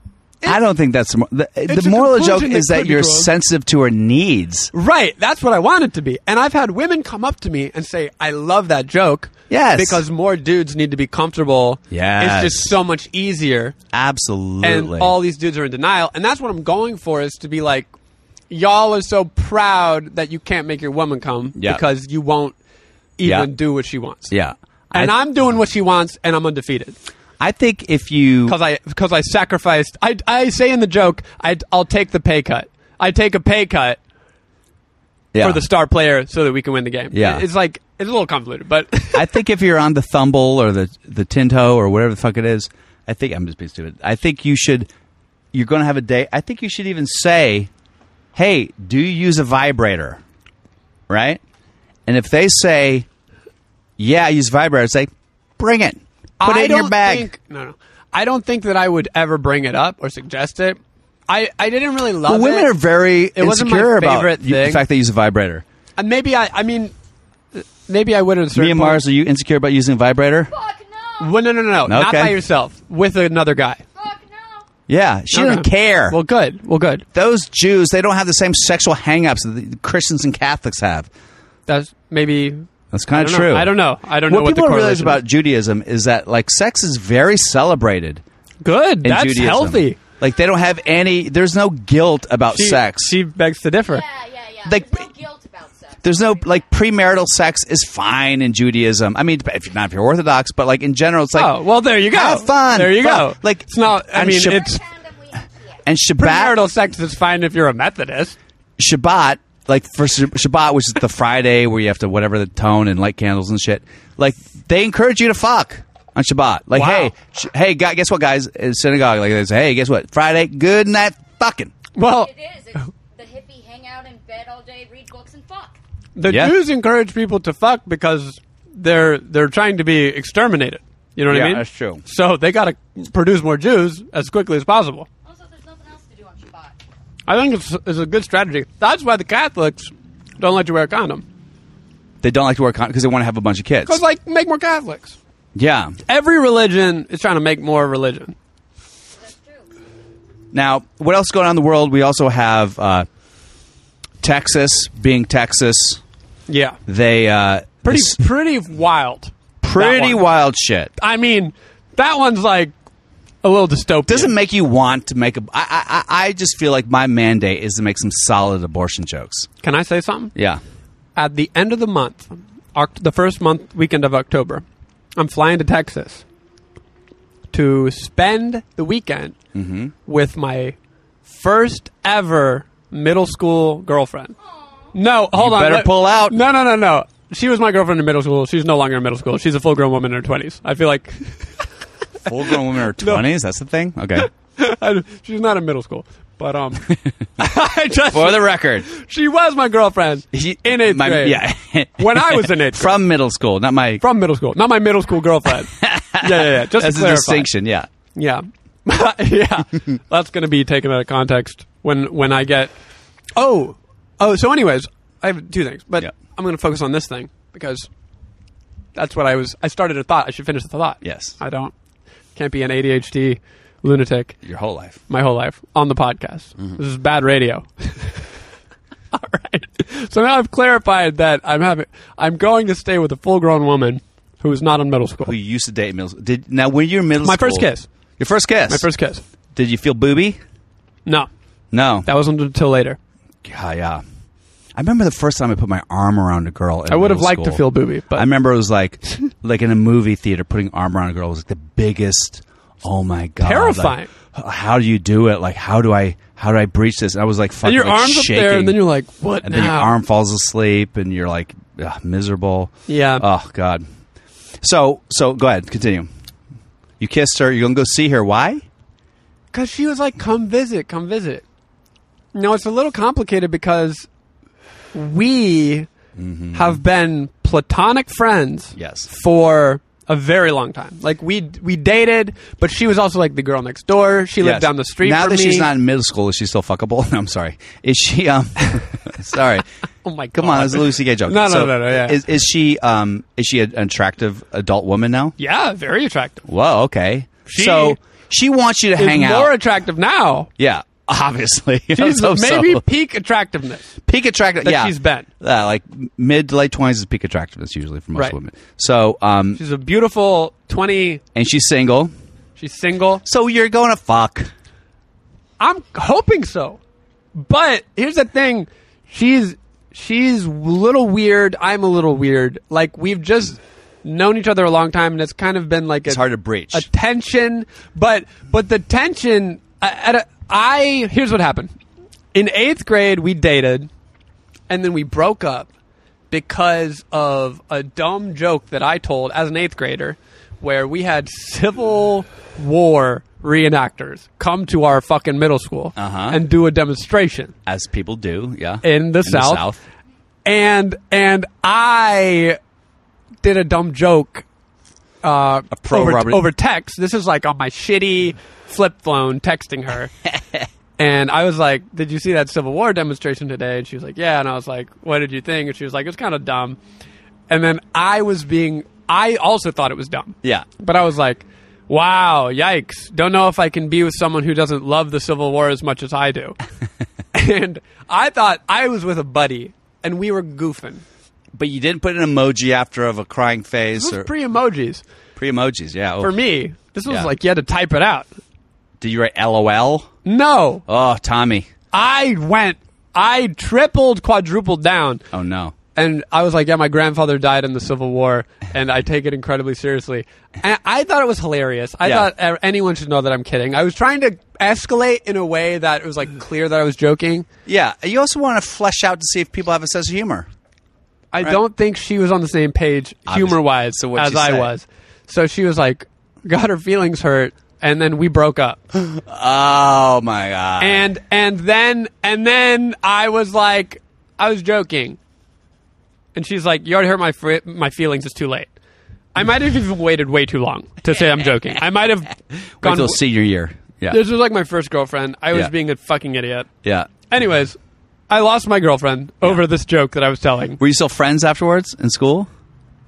Speaker 1: I don't think that's the, mor- the, the
Speaker 2: a
Speaker 1: moral of the joke
Speaker 2: conclusion that
Speaker 1: is that
Speaker 2: could be
Speaker 1: you're
Speaker 2: drawn.
Speaker 1: sensitive to her needs.
Speaker 2: Right, that's what I want it to be. And I've had women come up to me and say, "I love that joke."
Speaker 1: Yes.
Speaker 2: because more dudes need to be comfortable.
Speaker 1: Yes.
Speaker 2: it's just so much easier.
Speaker 1: Absolutely.
Speaker 2: And all these dudes are in denial. And that's what I'm going for is to be like, y'all are so proud that you can't make your woman come
Speaker 1: Yeah.
Speaker 2: because you won't even
Speaker 1: Yeah.
Speaker 2: do what she wants.
Speaker 1: Yeah.
Speaker 2: And
Speaker 1: I,
Speaker 2: I'm doing what she wants, and I'm undefeated
Speaker 1: I think if you
Speaker 2: because I because I sacrificed. I, I say in the joke, I, I'll take the pay cut. I take a pay cut
Speaker 1: yeah.
Speaker 2: for the star player so that we can win the game.
Speaker 1: Yeah.
Speaker 2: it's like it's a little convoluted, but
Speaker 1: I think if you're on the Thumble or the the Tinto or whatever the fuck it is, I think I'm just being stupid. I think you should. You're going to have a day. I think you should even say, "Hey, do you use a vibrator?" Right? And if they say, "Yeah, I use vibrator," say, "Bring it. Put
Speaker 2: I
Speaker 1: it in your
Speaker 2: don't
Speaker 1: bag."
Speaker 2: Think, no, no, I don't think that I would ever bring it up or suggest it. I, I didn't really love
Speaker 1: But women
Speaker 2: it.
Speaker 1: are very
Speaker 2: It wasn't my
Speaker 1: insecure about
Speaker 2: favorite
Speaker 1: you- the
Speaker 2: thing.
Speaker 1: fact they use a vibrator.
Speaker 2: And Uh, maybe I I mean maybe I would at a certain
Speaker 1: Me and
Speaker 2: point.
Speaker 1: Mars, are you insecure about using a vibrator?
Speaker 3: Fuck no.
Speaker 2: Well, no, no, no, no. Not
Speaker 1: Okay.
Speaker 2: by yourself. With another guy.
Speaker 3: Fuck no.
Speaker 1: Yeah, she
Speaker 2: Okay.
Speaker 1: doesn't care.
Speaker 2: Well, good. Well, good.
Speaker 1: those Jews, they don't have the same sexual hangups that the Christians and Catholics have.
Speaker 2: That's maybe.
Speaker 1: That's kind
Speaker 2: I
Speaker 1: of
Speaker 2: don't
Speaker 1: true.
Speaker 2: Know. I don't know. I don't know
Speaker 1: what
Speaker 2: what
Speaker 1: people
Speaker 2: the
Speaker 1: don't realize
Speaker 2: correlation
Speaker 1: about
Speaker 2: is.
Speaker 1: Judaism is that like sex is very celebrated
Speaker 2: good.
Speaker 1: in
Speaker 2: That's
Speaker 1: Judaism.
Speaker 2: healthy.
Speaker 1: Like they don't have any. There's no guilt about
Speaker 2: She-
Speaker 1: sex.
Speaker 2: She begs to differ.
Speaker 3: Yeah, yeah, yeah.
Speaker 1: Like-
Speaker 3: There's no guilt about sex.
Speaker 1: there's no like premarital sex is fine in Judaism. I mean, if not if you're Orthodox, but like in general, it's like
Speaker 2: oh well, there you go.
Speaker 1: Have fun.
Speaker 2: There you
Speaker 1: Fun.
Speaker 2: go.
Speaker 1: Like,
Speaker 2: it's not. I
Speaker 1: and
Speaker 2: mean,
Speaker 1: Shab-
Speaker 2: it's
Speaker 3: Condom we have here.
Speaker 1: and Shabbat
Speaker 2: premarital sex is fine if you're a Methodist.
Speaker 1: Shabbat, like for Shab- Shabbat, which is the Friday where you have to whatever the tone and light candles and shit. Like they encourage you to fuck on Shabbat. Like
Speaker 2: Wow.
Speaker 1: hey, sh- hey, guy, guess what, guys? In synagogue, like they say, hey, guess what? Friday, good night, fucking.
Speaker 2: Well,
Speaker 3: It is.
Speaker 1: Oh.
Speaker 3: It's the hippie hang out in bed all day, read books, and fuck.
Speaker 2: the
Speaker 1: Yeah.
Speaker 2: Jews encourage people to fuck because they're they're trying to be exterminated. You know what
Speaker 1: Yeah,
Speaker 2: I mean?
Speaker 1: that's true.
Speaker 2: So they got to produce more Jews as quickly as possible.
Speaker 3: Also, there's nothing else to do on Shabbat.
Speaker 2: I think it's, it's a good strategy. That's why the Catholics don't let you wear a condom
Speaker 1: They don't like to work on because they want to have a bunch of kids.
Speaker 2: because like make more Catholics.
Speaker 1: yeah.
Speaker 2: Every religion is trying to make more religion.
Speaker 3: That's true.
Speaker 1: Now, what else is going on in the world? We also have uh, Texas being Texas.
Speaker 2: Yeah,
Speaker 1: They uh,
Speaker 2: pretty
Speaker 1: this-
Speaker 2: pretty wild.
Speaker 1: pretty
Speaker 2: that one.
Speaker 1: wild shit.
Speaker 2: I mean, that one's like a little dystopian.
Speaker 1: Doesn't make you want to make a. I, I I I just feel like my mandate is to make some solid abortion jokes.
Speaker 2: Can I say something?
Speaker 1: Yeah.
Speaker 2: At the end of the month, Oct- the first month weekend of October, I'm flying to Texas to spend the weekend
Speaker 1: Mm-hmm.
Speaker 2: with my first ever middle school girlfriend. No, hold on.
Speaker 1: better
Speaker 2: let-
Speaker 1: pull out.
Speaker 2: No, no, no, no. She was my girlfriend in middle school. She's no longer in middle school. She's a full grown woman in her twenties. I feel like
Speaker 1: Full grown women are 20s? That's the thing? Okay.
Speaker 2: I, she's not in middle school, but um, I just
Speaker 1: For the record.
Speaker 2: She was my girlfriend
Speaker 1: She-
Speaker 2: in eighth
Speaker 1: my-
Speaker 2: grade.
Speaker 1: yeah.
Speaker 2: when I was in eighth grade.
Speaker 1: From middle school, not my.
Speaker 2: from middle school, not my middle school girlfriend. yeah, yeah, yeah. Just
Speaker 1: that's
Speaker 2: to
Speaker 1: a
Speaker 2: clarify.
Speaker 1: distinction, yeah.
Speaker 2: Yeah, yeah. That's going to be taken out of context when when I get. Oh, oh. So, anyways, I have two things, but
Speaker 1: Yeah.
Speaker 2: I'm going to focus on this thing because that's what I was. I started a thought. I should finish the thought.
Speaker 1: Yes.
Speaker 2: I don't. Can't be an ADHD lunatic
Speaker 1: Your whole life.
Speaker 2: my whole life on the podcast.
Speaker 1: Mm-hmm.
Speaker 2: This is bad radio. All right. So now I've clarified that I'm having I'm going to stay with a full-grown woman who is not in middle school.
Speaker 1: Who you used to date in middle school. Did, now, when you were in middle
Speaker 2: My
Speaker 1: school.
Speaker 2: first kiss.
Speaker 1: Your first kiss.
Speaker 2: My first kiss.
Speaker 1: Did you feel booby?
Speaker 2: No,
Speaker 1: No.
Speaker 2: that wasn't until later.
Speaker 1: yeah, yeah. I remember the first time I put my arm around a girl. in
Speaker 2: I would have
Speaker 1: middle
Speaker 2: liked to feel
Speaker 1: school.
Speaker 2: booby, but
Speaker 1: I remember it was like, like in a movie theater, putting arm around a girl was like the biggest. Oh my god!
Speaker 2: Terrifying.
Speaker 1: Like, h- how do you do it? Like, how do I? How do I breach this? And I was like, fucking
Speaker 2: and your
Speaker 1: like,
Speaker 2: arms
Speaker 1: shaking.
Speaker 2: up there, and then you're like, "What
Speaker 1: and
Speaker 2: now?"
Speaker 1: then your arm falls asleep, and you're like ugh, miserable.
Speaker 2: Yeah.
Speaker 1: Oh god. So so go ahead, continue. You kissed her. You're gonna go see her. Why?
Speaker 2: Because she was like, come visit, come visit. No, it's a little complicated because we have been platonic friends
Speaker 1: Mm-hmm. Yes.
Speaker 2: for a very long time. Like we we dated, but she was also like the girl next door. She lived
Speaker 1: Yes.
Speaker 2: down the street.
Speaker 1: Now
Speaker 2: from
Speaker 1: that
Speaker 2: me.
Speaker 1: she's not in middle school, is she still fuckable? No, I'm sorry. Is she? Um, sorry.
Speaker 2: Oh my
Speaker 1: Come
Speaker 2: God.
Speaker 1: on, it's a Lucy Gay joke.
Speaker 2: No, no, no, no, yeah.
Speaker 1: Is, is she um is she an attractive adult woman now?
Speaker 2: Yeah, very attractive.
Speaker 1: Whoa, okay.
Speaker 2: She
Speaker 1: so she wants you to
Speaker 2: Is
Speaker 1: hang out.
Speaker 2: more attractive now.
Speaker 1: yeah, obviously. I
Speaker 2: She's
Speaker 1: would hope so.
Speaker 2: maybe peak attractiveness.
Speaker 1: peak attractive.
Speaker 2: that
Speaker 1: yeah,
Speaker 2: she's been.
Speaker 1: Yeah, like mid to late twenties is peak attractiveness usually for most
Speaker 2: Right.
Speaker 1: women. So um,
Speaker 2: She's a beautiful twenty.
Speaker 1: and she's single.
Speaker 2: She's single.
Speaker 1: So you're going to fuck.
Speaker 2: I'm hoping so. But here's the thing: she's she's a little weird. I'm a little weird. Like we've just known each other a long time, and it's kind of been like
Speaker 1: It's hard to breach.
Speaker 2: a tension. But but the tension I- at a, I here's what happened. In eighth grade, we dated, and then we broke up because of a dumb joke that I told as an eighth grader, where we had Civil War reenactors come to our fucking middle school
Speaker 1: Uh-huh.
Speaker 2: and do a demonstration
Speaker 1: as people do. Yeah,
Speaker 2: in the south. and and I did a dumb joke uh,
Speaker 1: pro
Speaker 2: over,
Speaker 1: Robert-
Speaker 2: over text. This is like on my shitty flip phone texting her. And I was like, "Did you see that Civil War demonstration today?" And she was like, "Yeah." And I was like, "What did you think?" And she was like, "It's kind of dumb." And then I was being, I also thought it was dumb.
Speaker 1: Yeah,
Speaker 2: But I was like, wow, yikes. Don't know if I can be with someone who doesn't love the Civil War as much as I do. and I thought I was with a buddy and we were goofing.
Speaker 1: but you didn't put an emoji after of a crying face
Speaker 2: This
Speaker 1: or
Speaker 2: was pre emojis.
Speaker 1: pre emojis. Yeah, Oh,
Speaker 2: For me, this was
Speaker 1: Yeah.
Speaker 2: like you had to type it out.
Speaker 1: did you write LOL?
Speaker 2: No,
Speaker 1: Oh, Tommy.
Speaker 2: I went, I tripled, quadrupled down.
Speaker 1: Oh no.
Speaker 2: and I was like, "Yeah, my grandfather died in the Civil War, and I take it incredibly seriously." And I thought it was hilarious. I
Speaker 1: Yeah.
Speaker 2: thought uh, anyone should know that I'm kidding. I was trying to escalate in a way that it was like clear that I was joking.
Speaker 1: Yeah, you also want to flesh out to see if people have a sense of humor.
Speaker 2: I don't think she was on the same page
Speaker 1: Obviously.
Speaker 2: humor wise
Speaker 1: So what'd
Speaker 2: as
Speaker 1: she
Speaker 2: I
Speaker 1: say?
Speaker 2: was. So she was like, got her feelings hurt, and then we broke up.
Speaker 1: Oh my god.
Speaker 2: and and then and then I was like, I was joking, and she's like, "You already hurt my fr- my feelings. It's too late." I might have even waited way too long to say I'm joking. I might have
Speaker 1: Wait
Speaker 2: gone.
Speaker 1: till senior year. Yeah.
Speaker 2: this was like my first girlfriend. I was
Speaker 1: Yeah.
Speaker 2: being a fucking idiot.
Speaker 1: yeah.
Speaker 2: Anyways, I lost my girlfriend over this joke that I was telling.
Speaker 1: Were you still friends afterwards in school?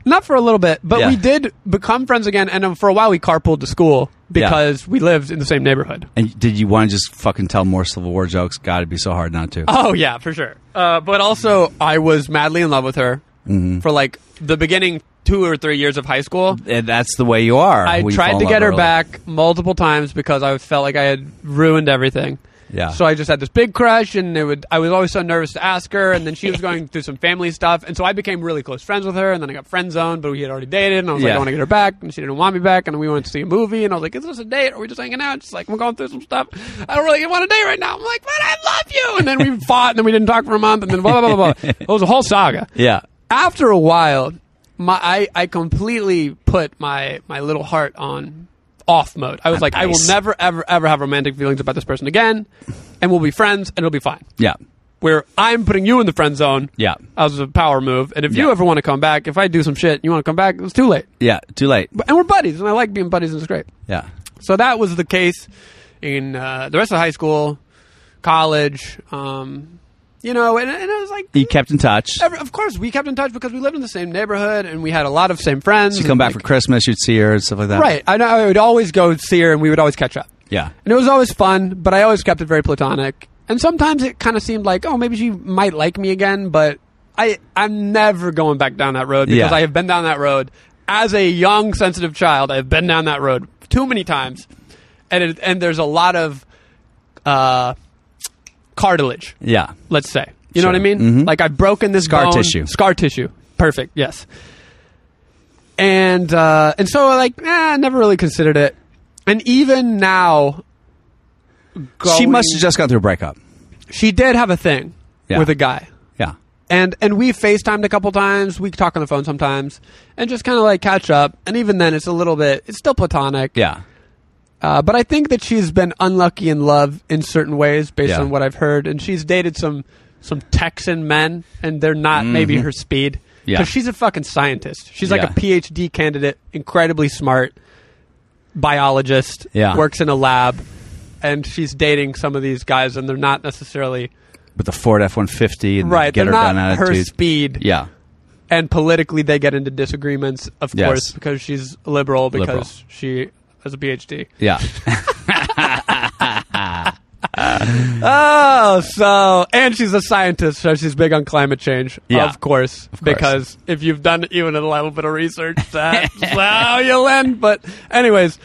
Speaker 2: Not for a little bit, but
Speaker 1: Yeah.
Speaker 2: we did become friends again. And um, for a while, we carpooled to school
Speaker 1: Yeah.
Speaker 2: because we lived in the same neighborhood.
Speaker 1: And did you want to just fucking tell more Civil War jokes? God, it'd be so hard not to.
Speaker 2: Oh yeah, for sure. Uh, but also, I was madly in love with her for like the beginning two or three years of high school.
Speaker 1: and that's the way you are.
Speaker 2: I
Speaker 1: when you fall
Speaker 2: tried
Speaker 1: in
Speaker 2: to
Speaker 1: love
Speaker 2: get her
Speaker 1: early.
Speaker 2: back multiple times because I felt like I had ruined everything.
Speaker 1: Yeah.
Speaker 2: So I just had this big crush, and it would. I was always so nervous to ask her, and then she was going through some family stuff, and so I became really close friends with her, and then I got friend zoned, but we had already dated, and I was like,
Speaker 1: Yeah.
Speaker 2: I want to get her back, and she didn't want me back, and we went to see a movie, and I was like, Is this a date? Or are we just hanging out? She's like, We're going through some stuff. I don't really want a date right now. I'm like, But I love you, and then we fought, and then we didn't talk for a month, and then blah blah blah blah. It was a whole saga
Speaker 1: Yeah.
Speaker 2: after a while, my I, I completely put my my little heart on off mode. I was like, I will
Speaker 1: Nice.
Speaker 2: never ever ever have romantic feelings about this person again, and we'll be friends, and it'll be fine.
Speaker 1: Yeah.
Speaker 2: Where I'm putting you in the friend zone.
Speaker 1: Yeah.
Speaker 2: as a power move. And if you
Speaker 1: Yeah.
Speaker 2: ever want to come back, if I do some shit, and you want to come back, it's too late.
Speaker 1: Yeah. Too late.
Speaker 2: But- And we're buddies, and I like being buddies, and it's great.
Speaker 1: Yeah.
Speaker 2: So that was the case in uh, the rest of high school, college. Um, you know, and, and I was like,
Speaker 1: You kept in touch.
Speaker 2: Every, of course, we kept in touch because we lived in the same neighborhood and we had a lot of same friends.
Speaker 1: You come back
Speaker 2: and,
Speaker 1: for Christmas, you'd see her and stuff like that.
Speaker 2: like, right? I know I would always go see her and we would always catch up.
Speaker 1: Yeah.
Speaker 2: and it was always fun, but I always kept it very platonic. And sometimes it kind of seemed like, oh, maybe she might like me again, but I I'm never going back down that road because
Speaker 1: Yeah.
Speaker 2: I have been down that road as a young sensitive child. I've been down that road too many times, and it, and there's a lot of uh, cartilage
Speaker 1: Yeah.
Speaker 2: let's say. You know
Speaker 1: Sure. Mm-hmm.
Speaker 2: what I mean? Like I've broken this
Speaker 1: Scar
Speaker 2: bone-
Speaker 1: tissue.
Speaker 2: Scar tissue. Perfect. Yes. And uh, and so like nah, I never really considered it. And even now,
Speaker 1: She
Speaker 2: going-
Speaker 1: must have just gone through a breakup.
Speaker 2: she did have a thing
Speaker 1: Yeah.
Speaker 2: with a guy,
Speaker 1: Yeah.
Speaker 2: and and we Facetimed a couple times. We talk on the phone sometimes, and just kind of like catch up. And even then, it's a little bit. It's still platonic.
Speaker 1: Yeah.
Speaker 2: Uh, but I think that she's been unlucky in love in certain ways, based
Speaker 1: Yeah.
Speaker 2: on what I've heard, and she's dated some some Texan men, and they're not maybe her speed.
Speaker 1: Mm-hmm. Yeah.
Speaker 2: 'Cause she's a fucking scientist. She's like
Speaker 1: Yeah.
Speaker 2: a PhD candidate, incredibly smart biologist.
Speaker 1: Yeah.
Speaker 2: works in a lab, and she's dating some of these guys, and they're not necessarily
Speaker 1: With the Ford F one fifty and the
Speaker 2: right.
Speaker 1: get
Speaker 2: they're
Speaker 1: her
Speaker 2: not
Speaker 1: done
Speaker 2: her
Speaker 1: attitude.
Speaker 2: speed.
Speaker 1: Yeah.
Speaker 2: and politically they get into disagreements, of
Speaker 1: Yes.
Speaker 2: course, because she's liberal because
Speaker 1: Liberal.
Speaker 2: she has a PhD.
Speaker 1: Yeah.
Speaker 2: Oh, so and she's a scientist, so she's big on climate change,
Speaker 1: Yeah.
Speaker 2: of, course,
Speaker 1: course.
Speaker 2: Because if you've done even a little bit of research, that's how you'll end. But anyways,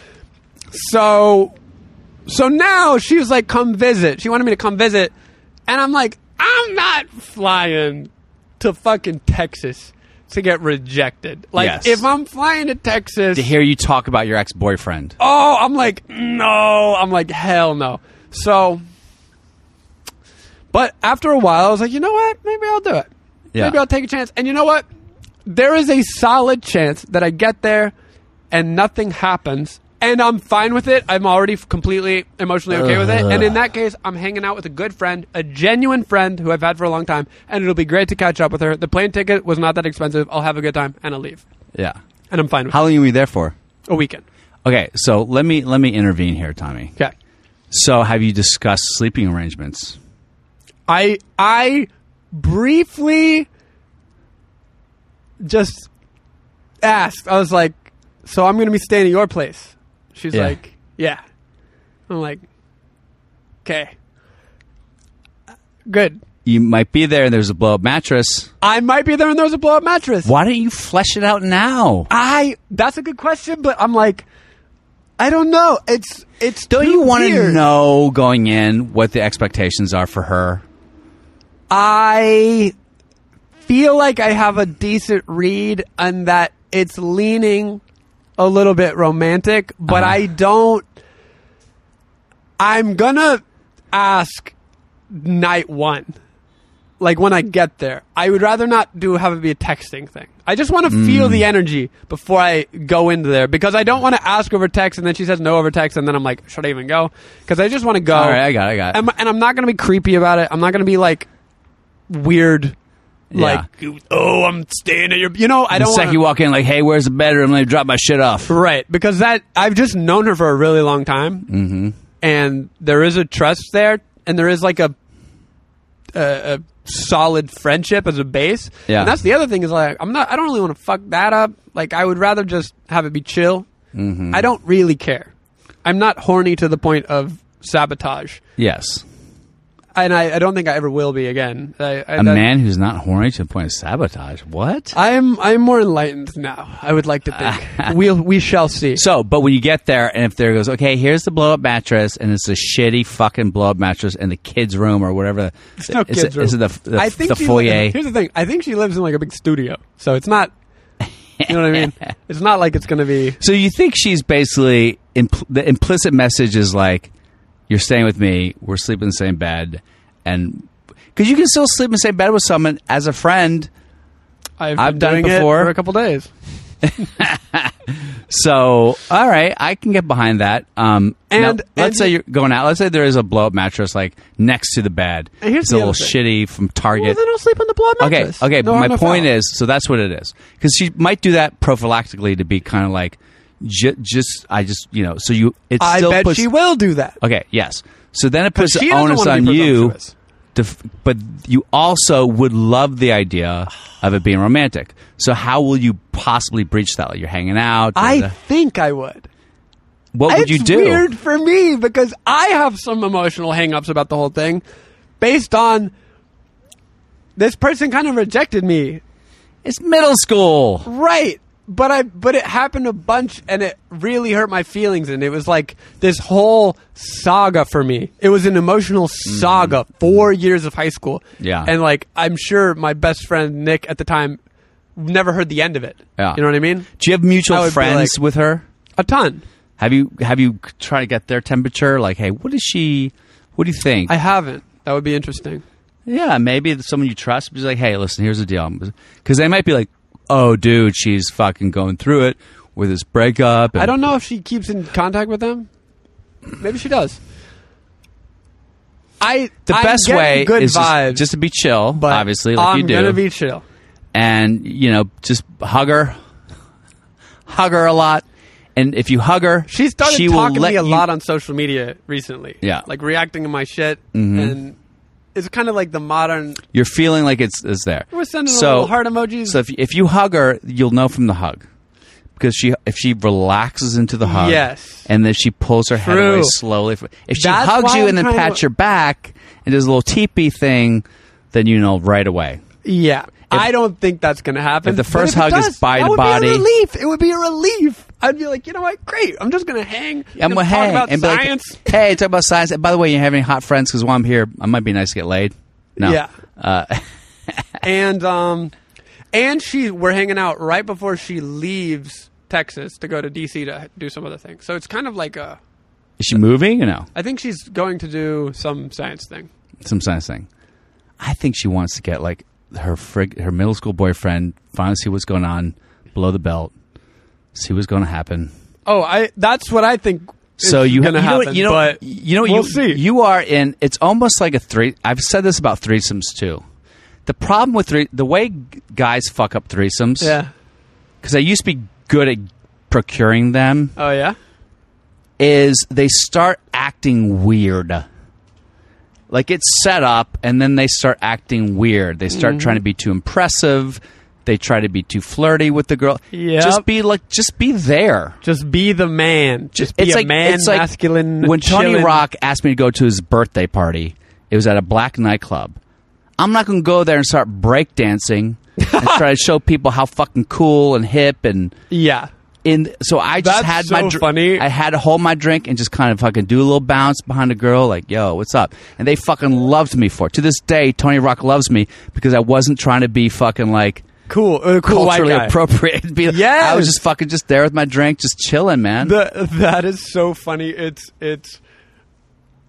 Speaker 2: so so now she's like, "Come visit." She wanted me to come visit, and I'm like, "I'm not flying to fucking Texas to get rejected. Like
Speaker 1: Yes.
Speaker 2: if I'm flying to Texas,
Speaker 1: to hear you talk about your ex boyfriend.
Speaker 2: oh, I'm like no, I'm like hell no. So, but after a while, I was like, you know what? Maybe I'll do it.
Speaker 1: Yeah.
Speaker 2: Maybe I'll take a chance. And you know what? There is a solid chance that I get there and nothing happens. And I'm fine with it. I'm already f- completely emotionally okay with it. And in that case, I'm hanging out with a good friend, a genuine friend who I've had for a long time. And it'll be great to catch up with her. The plane ticket was not that expensive. I'll have a good time and I'll leave.
Speaker 1: Yeah.
Speaker 2: And I'm fine with
Speaker 1: How long were you there for?
Speaker 2: it. A weekend.
Speaker 1: Okay, so let me let me intervene here, Tommy.
Speaker 2: Okay.
Speaker 1: So, have you discussed sleeping arrangements?
Speaker 2: I I briefly just asked. I was like, "So I'm going to be staying at your place?" She's
Speaker 1: Yeah.
Speaker 2: like, "Yeah." I'm like, "Okay, good.
Speaker 1: You might be there, and there's a blow up mattress.
Speaker 2: I might be there, and there's a blow up mattress."
Speaker 1: Why don't you flesh it out now?
Speaker 2: I that's a good question, but I'm like, I don't know. It's it's
Speaker 1: Don't
Speaker 2: too
Speaker 1: you want to
Speaker 2: weird.
Speaker 1: know going in what the expectations are for her?
Speaker 2: I feel like I have a decent read on that it's leaning a little bit romantic, but
Speaker 1: Uh-huh.
Speaker 2: I don't. I'm gonna ask night one, like when I get there. I would rather not do have it be a texting thing. I just want to feel
Speaker 1: Mm.
Speaker 2: the energy before I go into there because I don't want to ask over text and then she says no over text and then I'm like, should I even go? Because I just want to go.
Speaker 1: All right, I got, it, I got. it.
Speaker 2: I'm, and I'm not going to be creepy about it. I'm not going to be like weird,
Speaker 1: Yeah.
Speaker 2: like oh, I'm staying at your. You know, I
Speaker 1: the
Speaker 2: don't.
Speaker 1: second
Speaker 2: wanna-
Speaker 1: you walk in, like, hey, where's the bedroom? Let me drop my shit off.
Speaker 2: right because that I've just known her for a really long time, mm-hmm. and there is a trust there, and there is like a a, a solid friendship as a base.
Speaker 1: Yeah.
Speaker 2: and that's the other thing is like I'm not. I don't really want to fuck that up. Like I would rather just have it be chill.
Speaker 1: Mm-hmm.
Speaker 2: I don't really care. I'm not horny to the point of sabotage.
Speaker 1: Yes,
Speaker 2: and I, I don't think I ever will be again. I, I,
Speaker 1: a man who's not horny to the point of sabotage. What?
Speaker 2: I'm I'm more enlightened now. I would like to think we'll we shall see.
Speaker 1: So, but when you get there, and if there goes, okay, here's the blow up mattress, and it's a shitty fucking blow up mattress in the kids' room or whatever. It's
Speaker 2: no kids
Speaker 1: Is
Speaker 2: room.
Speaker 1: it the, the,
Speaker 2: I think
Speaker 1: the
Speaker 2: she-
Speaker 1: foyer?
Speaker 2: Here's the thing. I think she lives in like a big studio, so it's not. You know what I mean? It's not like it's going to be.
Speaker 1: So you think she's basically impl- the implicit message is like, you're staying with me, we're sleeping in the same bed, and because you can still sleep in the same bed with someone as a friend.
Speaker 2: I've,
Speaker 1: I've
Speaker 2: been
Speaker 1: done it
Speaker 2: doing
Speaker 1: before.
Speaker 2: for a couple days,
Speaker 1: So, all right, I can get behind that. Um,
Speaker 2: And-
Speaker 1: now,
Speaker 2: and-
Speaker 1: let's say you're going out. Let's say there is a blow up mattress like next to the bed.
Speaker 2: And here's
Speaker 1: it's
Speaker 2: the
Speaker 1: a little
Speaker 2: other thing.
Speaker 1: shitty from Target.
Speaker 2: well, then I'll sleep on the blood
Speaker 1: Okay,
Speaker 2: mattress.
Speaker 1: okay,
Speaker 2: No
Speaker 1: but
Speaker 2: harm,
Speaker 1: my
Speaker 2: no
Speaker 1: point
Speaker 2: foul.
Speaker 1: is, so that's what it is, because she might do that prophylactically to be kind of like, ju- just I just you know, so you it's
Speaker 2: I
Speaker 1: still
Speaker 2: bet
Speaker 1: puts-
Speaker 2: she will do that.
Speaker 1: Okay, yes. So then it puts
Speaker 2: she
Speaker 1: the
Speaker 2: doesn't
Speaker 1: onus
Speaker 2: wanna
Speaker 1: on
Speaker 2: be
Speaker 1: you,
Speaker 2: presumptuous.
Speaker 1: to, f- but you also would love the idea of it being romantic. So how will you possibly breach that? Like you're hanging out.
Speaker 2: I
Speaker 1: da- da-
Speaker 2: think I would.
Speaker 1: what would you
Speaker 2: It's
Speaker 1: do?
Speaker 2: weird for me because I have some emotional hangups about the whole thing based on this person kind of rejected me.
Speaker 1: It's middle school.
Speaker 2: Right. But I but it happened a bunch and it really hurt my feelings and it was like this whole saga for me. It was an emotional saga. 4 years of high school.
Speaker 1: Mm-hmm. Yeah.
Speaker 2: And like I'm sure my best friend Nick at the time never heard the end of it.
Speaker 1: Yeah.
Speaker 2: You know what I mean?
Speaker 1: Do you have
Speaker 2: I would
Speaker 1: mutual
Speaker 2: be
Speaker 1: friends
Speaker 2: like-
Speaker 1: with her?
Speaker 2: A ton.
Speaker 1: Have you have you tried to get their temperature? Like, hey, what is she? What do you think?
Speaker 2: I haven't. That would be interesting.
Speaker 1: Yeah, maybe it's someone you trust is like, hey, listen, here's the deal. Because they might be like, oh, dude, she's fucking going through it with this breakup. and-
Speaker 2: I don't know if she keeps in contact with them. Maybe she does. I
Speaker 1: The
Speaker 2: I'm
Speaker 1: best
Speaker 2: getting
Speaker 1: way
Speaker 2: good
Speaker 1: is just-
Speaker 2: vibes,
Speaker 1: just, to be chill,
Speaker 2: but
Speaker 1: obviously, like
Speaker 2: I'm
Speaker 1: you do.
Speaker 2: gonna be chill.
Speaker 1: and, you know, just hug her. hug her a lot. And if you hug her,
Speaker 2: She started
Speaker 1: she
Speaker 2: talking
Speaker 1: will
Speaker 2: to
Speaker 1: let
Speaker 2: me a
Speaker 1: you-
Speaker 2: lot on social media recently.
Speaker 1: Yeah. Mm-hmm.
Speaker 2: like reacting to my shit, and it's kind of like the modern.
Speaker 1: You're feeling like it's, it's there.
Speaker 2: We're sending
Speaker 1: so,
Speaker 2: little heart emojis.
Speaker 1: So if, if you hug her, you'll know from the hug. Because she, if she relaxes into the hug,
Speaker 2: Yes.
Speaker 1: and then she pulls her head away
Speaker 2: True.
Speaker 1: slowly. From, if she
Speaker 2: That's
Speaker 1: hugs
Speaker 2: why
Speaker 1: you
Speaker 2: I'm
Speaker 1: and then
Speaker 2: trying to-
Speaker 1: pats your back and does a little teepee thing, then you know right away.
Speaker 2: yeah, I don't think that's gonna happen.
Speaker 1: if the
Speaker 2: but
Speaker 1: first
Speaker 2: it
Speaker 1: hug is
Speaker 2: does,
Speaker 1: by
Speaker 2: that
Speaker 1: the
Speaker 2: would be a
Speaker 1: body-
Speaker 2: relief. It would be a relief. I'd be like, you know what? Great. I'm just gonna hang. gonna
Speaker 1: I'm gonna
Speaker 2: talk
Speaker 1: hang
Speaker 2: about
Speaker 1: and be like,
Speaker 2: science.
Speaker 1: hey, talk about Uh, science. And by the way, you have any hot friends? Because while I'm here, I might be nice to get laid. No,
Speaker 2: Yeah. and um, and she we're hanging out right before she leaves Texas to go to DC to do some other thing. So it's kind of like a.
Speaker 1: Is she moving or no?
Speaker 2: I think she's going to do some science thing.
Speaker 1: Some science thing. I think she wants to get like her frig- her middle school boyfriend finally see what's going on below the belt, see what's going to happen.
Speaker 2: Oh, I that's what I think. is
Speaker 1: so you
Speaker 2: gonna
Speaker 1: you know,
Speaker 2: happen,
Speaker 1: you know
Speaker 2: but
Speaker 1: you know
Speaker 2: we'll
Speaker 1: you,
Speaker 2: see.
Speaker 1: you are in it's almost like a three I've said this about threesomes too. The problem with three the way g- guys fuck up threesomes
Speaker 2: yeah.
Speaker 1: cuz I used to be good at procuring them
Speaker 2: Oh yeah.
Speaker 1: is they start acting weird. Like it's set up and then they start acting weird. They
Speaker 2: Mm-hmm.
Speaker 1: start trying to be too impressive. They try to be too flirty with the girl.
Speaker 2: Yep.
Speaker 1: Just be like just be there.
Speaker 2: Just be the man. Just be
Speaker 1: it's
Speaker 2: a
Speaker 1: like
Speaker 2: man,
Speaker 1: it's like
Speaker 2: masculine.
Speaker 1: When Tony
Speaker 2: chillin'-
Speaker 1: Rock asked me to go to his birthday party, it was at a black nightclub. I'm not going to go there and start breakdancing and try to show people how fucking cool and hip and
Speaker 2: Yeah.
Speaker 1: in. So I just
Speaker 2: That's
Speaker 1: had
Speaker 2: so
Speaker 1: my dr-
Speaker 2: funny.
Speaker 1: I had to hold my drink and just kind of fucking do a little bounce behind a girl, like yo, what's up? And they fucking loved me for it. To this day, Tony Rock loves me because I wasn't trying to be fucking like.
Speaker 2: Cool. Uh, cool white
Speaker 1: Culturally
Speaker 2: guy.
Speaker 1: appropriate. Be-
Speaker 2: Yes.
Speaker 1: I was just fucking just there with my drink, just chilling, man.
Speaker 2: The, that is so funny. It's it's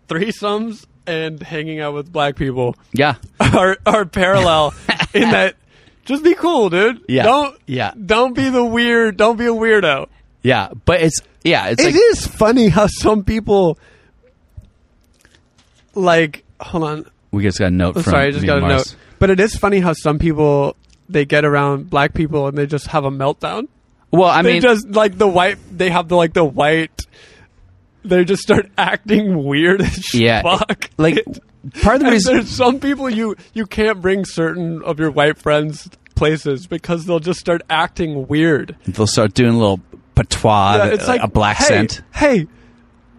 Speaker 2: threesomes and hanging out with black people
Speaker 1: yeah,
Speaker 2: are are parallel in that just be cool, dude.
Speaker 1: Yeah.
Speaker 2: Don't
Speaker 1: Yeah.
Speaker 2: Don't be the weird. Don't be a weirdo.
Speaker 1: yeah, but it's yeah, it's
Speaker 2: It is
Speaker 1: like
Speaker 2: funny how some people like hold on.
Speaker 1: We just got a note
Speaker 2: I'm Oh,
Speaker 1: from.
Speaker 2: sorry, I just
Speaker 1: Mia
Speaker 2: got a
Speaker 1: Mars.
Speaker 2: note. But it is funny how some people they get around black people and they just have a meltdown.
Speaker 1: Well, I
Speaker 2: they
Speaker 1: mean,
Speaker 2: just like the white. They have the like the white. They just start acting weird as
Speaker 1: yeah,
Speaker 2: fuck.
Speaker 1: like part of the
Speaker 2: And
Speaker 1: reason.
Speaker 2: there's some people you you can't bring certain of your white friends places because they'll just start acting weird.
Speaker 1: They'll start doing a little patois,
Speaker 2: Yeah,
Speaker 1: that-
Speaker 2: it's like
Speaker 1: Uh, a black
Speaker 2: hey,
Speaker 1: scent,
Speaker 2: Hey,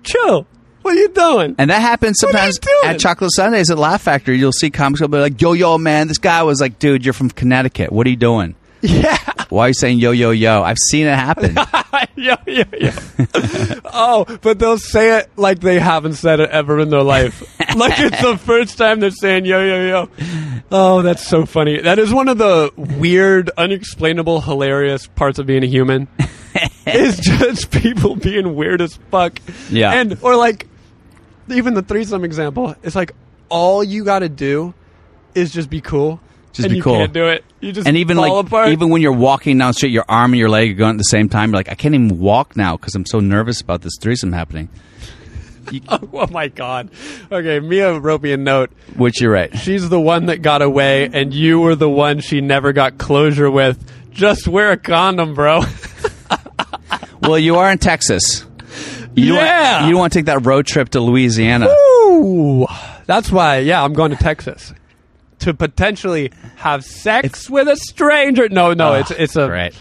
Speaker 2: chill. What are you doing?
Speaker 1: and that happens
Speaker 2: What are you
Speaker 1: sometimes
Speaker 2: doing?
Speaker 1: at Chocolate Sundays at Laugh Factory. You'll see comics will be like, "Yo, yo, man, this guy was like, dude, you're from Connecticut. What are you doing?
Speaker 2: yeah.
Speaker 1: Why are you saying yo, yo, yo? I've seen it happen.
Speaker 2: yeah, yeah, yeah. oh, but they'll say it like they haven't said it ever in their life. like it's the first time they're saying yo, yo, yo. Oh, that's so funny. That is one of the weird, unexplainable, hilarious parts of being a human. is just people being weird as fuck.
Speaker 1: Yeah.
Speaker 2: And, or like, even the threesome example, it's like all you gotta do is just be cool.
Speaker 1: Just
Speaker 2: and
Speaker 1: be
Speaker 2: you
Speaker 1: cool.
Speaker 2: can't do it. You just
Speaker 1: and even
Speaker 2: fall
Speaker 1: like,
Speaker 2: apart.
Speaker 1: even when you're walking down the street, your arm and your leg are going at the same time. You're like, I can't even walk now because I'm so nervous about this threesome happening.
Speaker 2: Oh my god. Okay, Mia wrote me a note.
Speaker 1: Which you're right.
Speaker 2: She's the one that got away, and you were the one she never got closure with. Just wear a condom, bro.
Speaker 1: Well, you are in Texas. You Don't,
Speaker 2: Yeah.
Speaker 1: you don't want to take that road trip to Louisiana.
Speaker 2: Ooh. That's why, yeah, I'm going to Texas to potentially have sex with a stranger. No, no, it's it's a.
Speaker 1: great.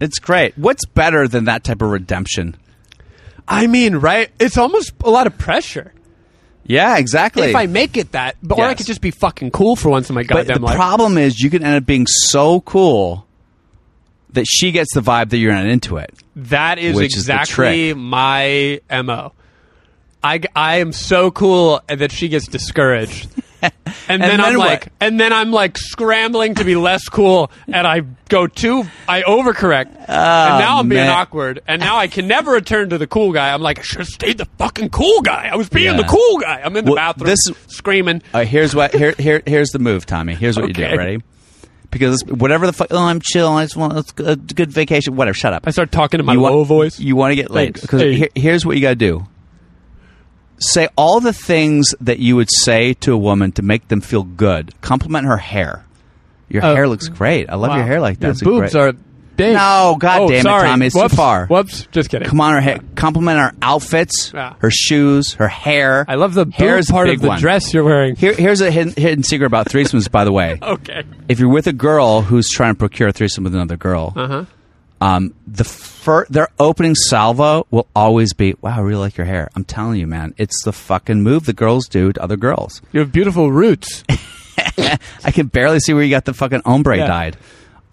Speaker 1: It's great. What's better than that type of redemption?
Speaker 2: I mean, right? It's almost a lot of pressure.
Speaker 1: Yeah, exactly.
Speaker 2: If I make it that, but or I
Speaker 1: Yes.
Speaker 2: could just be fucking cool for once in my
Speaker 1: but
Speaker 2: goddamn
Speaker 1: the
Speaker 2: life.
Speaker 1: problem is, you can end up being so cool that she gets the vibe that you're not into it.
Speaker 2: That is
Speaker 1: Which is the
Speaker 2: exactly
Speaker 1: trick.
Speaker 2: my mo. I, g- I am so cool that she gets discouraged, and, then,
Speaker 1: then
Speaker 2: I'm
Speaker 1: what?
Speaker 2: like, and then I'm like scrambling to be less cool, and I go too, I overcorrect, and now I'm being
Speaker 1: Oh, man.
Speaker 2: awkward, and now I can never return to the cool guy. I'm like, I should have stayed the fucking cool guy. I was being
Speaker 1: Yeah.
Speaker 2: the cool guy. I'm in the
Speaker 1: Well,
Speaker 2: bathroom
Speaker 1: this is-
Speaker 2: screaming.
Speaker 1: All right, here's what here, here here's the move, Tommy. Here's what you
Speaker 2: Okay.
Speaker 1: do. Ready? Because whatever the fuck, oh, I'm chill. I just want it's a good vacation. Whatever. Shut up.
Speaker 2: I start talking in my
Speaker 1: you
Speaker 2: low
Speaker 1: want,
Speaker 2: voice.
Speaker 1: You want to get laid
Speaker 2: Thanks.
Speaker 1: because
Speaker 2: Hey.
Speaker 1: here's what you got to do. Say all the things that you would say to a woman to make them feel good. Compliment her hair. Your
Speaker 2: Oh.
Speaker 1: hair looks great. I love your hair like that.
Speaker 2: Your
Speaker 1: It's a
Speaker 2: boobs
Speaker 1: great-
Speaker 2: are big.
Speaker 1: No, God
Speaker 2: oh,
Speaker 1: damn it,
Speaker 2: sorry.
Speaker 1: Tommy, it's too
Speaker 2: Whoops.
Speaker 1: far.
Speaker 2: Whoops, just kidding.
Speaker 1: Come on, her hair. Compliment her outfits,
Speaker 2: Yeah.
Speaker 1: her shoes, her hair.
Speaker 2: I love the
Speaker 1: hair
Speaker 2: boob
Speaker 1: is a
Speaker 2: part
Speaker 1: big
Speaker 2: of the
Speaker 1: one.
Speaker 2: dress you're wearing.
Speaker 1: Here, here's a hidden, hidden secret about threesomes, by the way.
Speaker 2: Okay.
Speaker 1: If you're with a girl who's trying to procure a threesome with another girl,
Speaker 2: huh.
Speaker 1: um, the fir- their opening salvo will always be, "Wow, I really like your hair." I'm telling you, man, it's the fucking move the girls do to other girls.
Speaker 2: You have beautiful roots.
Speaker 1: I can barely see where you got the fucking ombre
Speaker 2: Yeah.
Speaker 1: dyed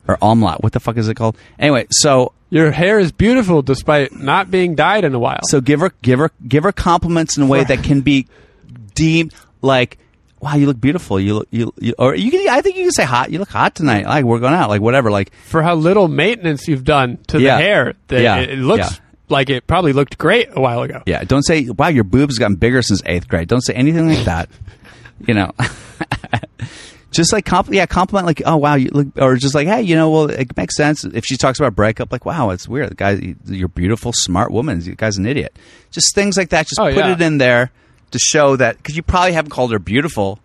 Speaker 1: or omelette. What the fuck is it called? Anyway, so
Speaker 2: Your hair is beautiful despite not being dyed in a while.
Speaker 1: so give her give her give her compliments in a way that can be deemed like wow, you look beautiful. You look you, you or you can I think you can say hot. You look hot tonight. Like we're going out. Like whatever. Like
Speaker 2: for how little maintenance you've done to
Speaker 1: Yeah.
Speaker 2: the hair. That
Speaker 1: Yeah.
Speaker 2: it, it looks
Speaker 1: Yeah.
Speaker 2: like it probably looked great a while ago.
Speaker 1: yeah, don't say wow, your boobs have gotten bigger since 8th grade. Don't say anything like that. you know. Just like compl- yeah, compliment like oh wow you look or just like hey you know well it makes sense if she talks about breakup like wow it's weird the guy you're beautiful smart woman the guy's an idiot just things like that just
Speaker 2: Oh,
Speaker 1: put
Speaker 2: yeah.
Speaker 1: it in there to show that because you probably haven't called her beautiful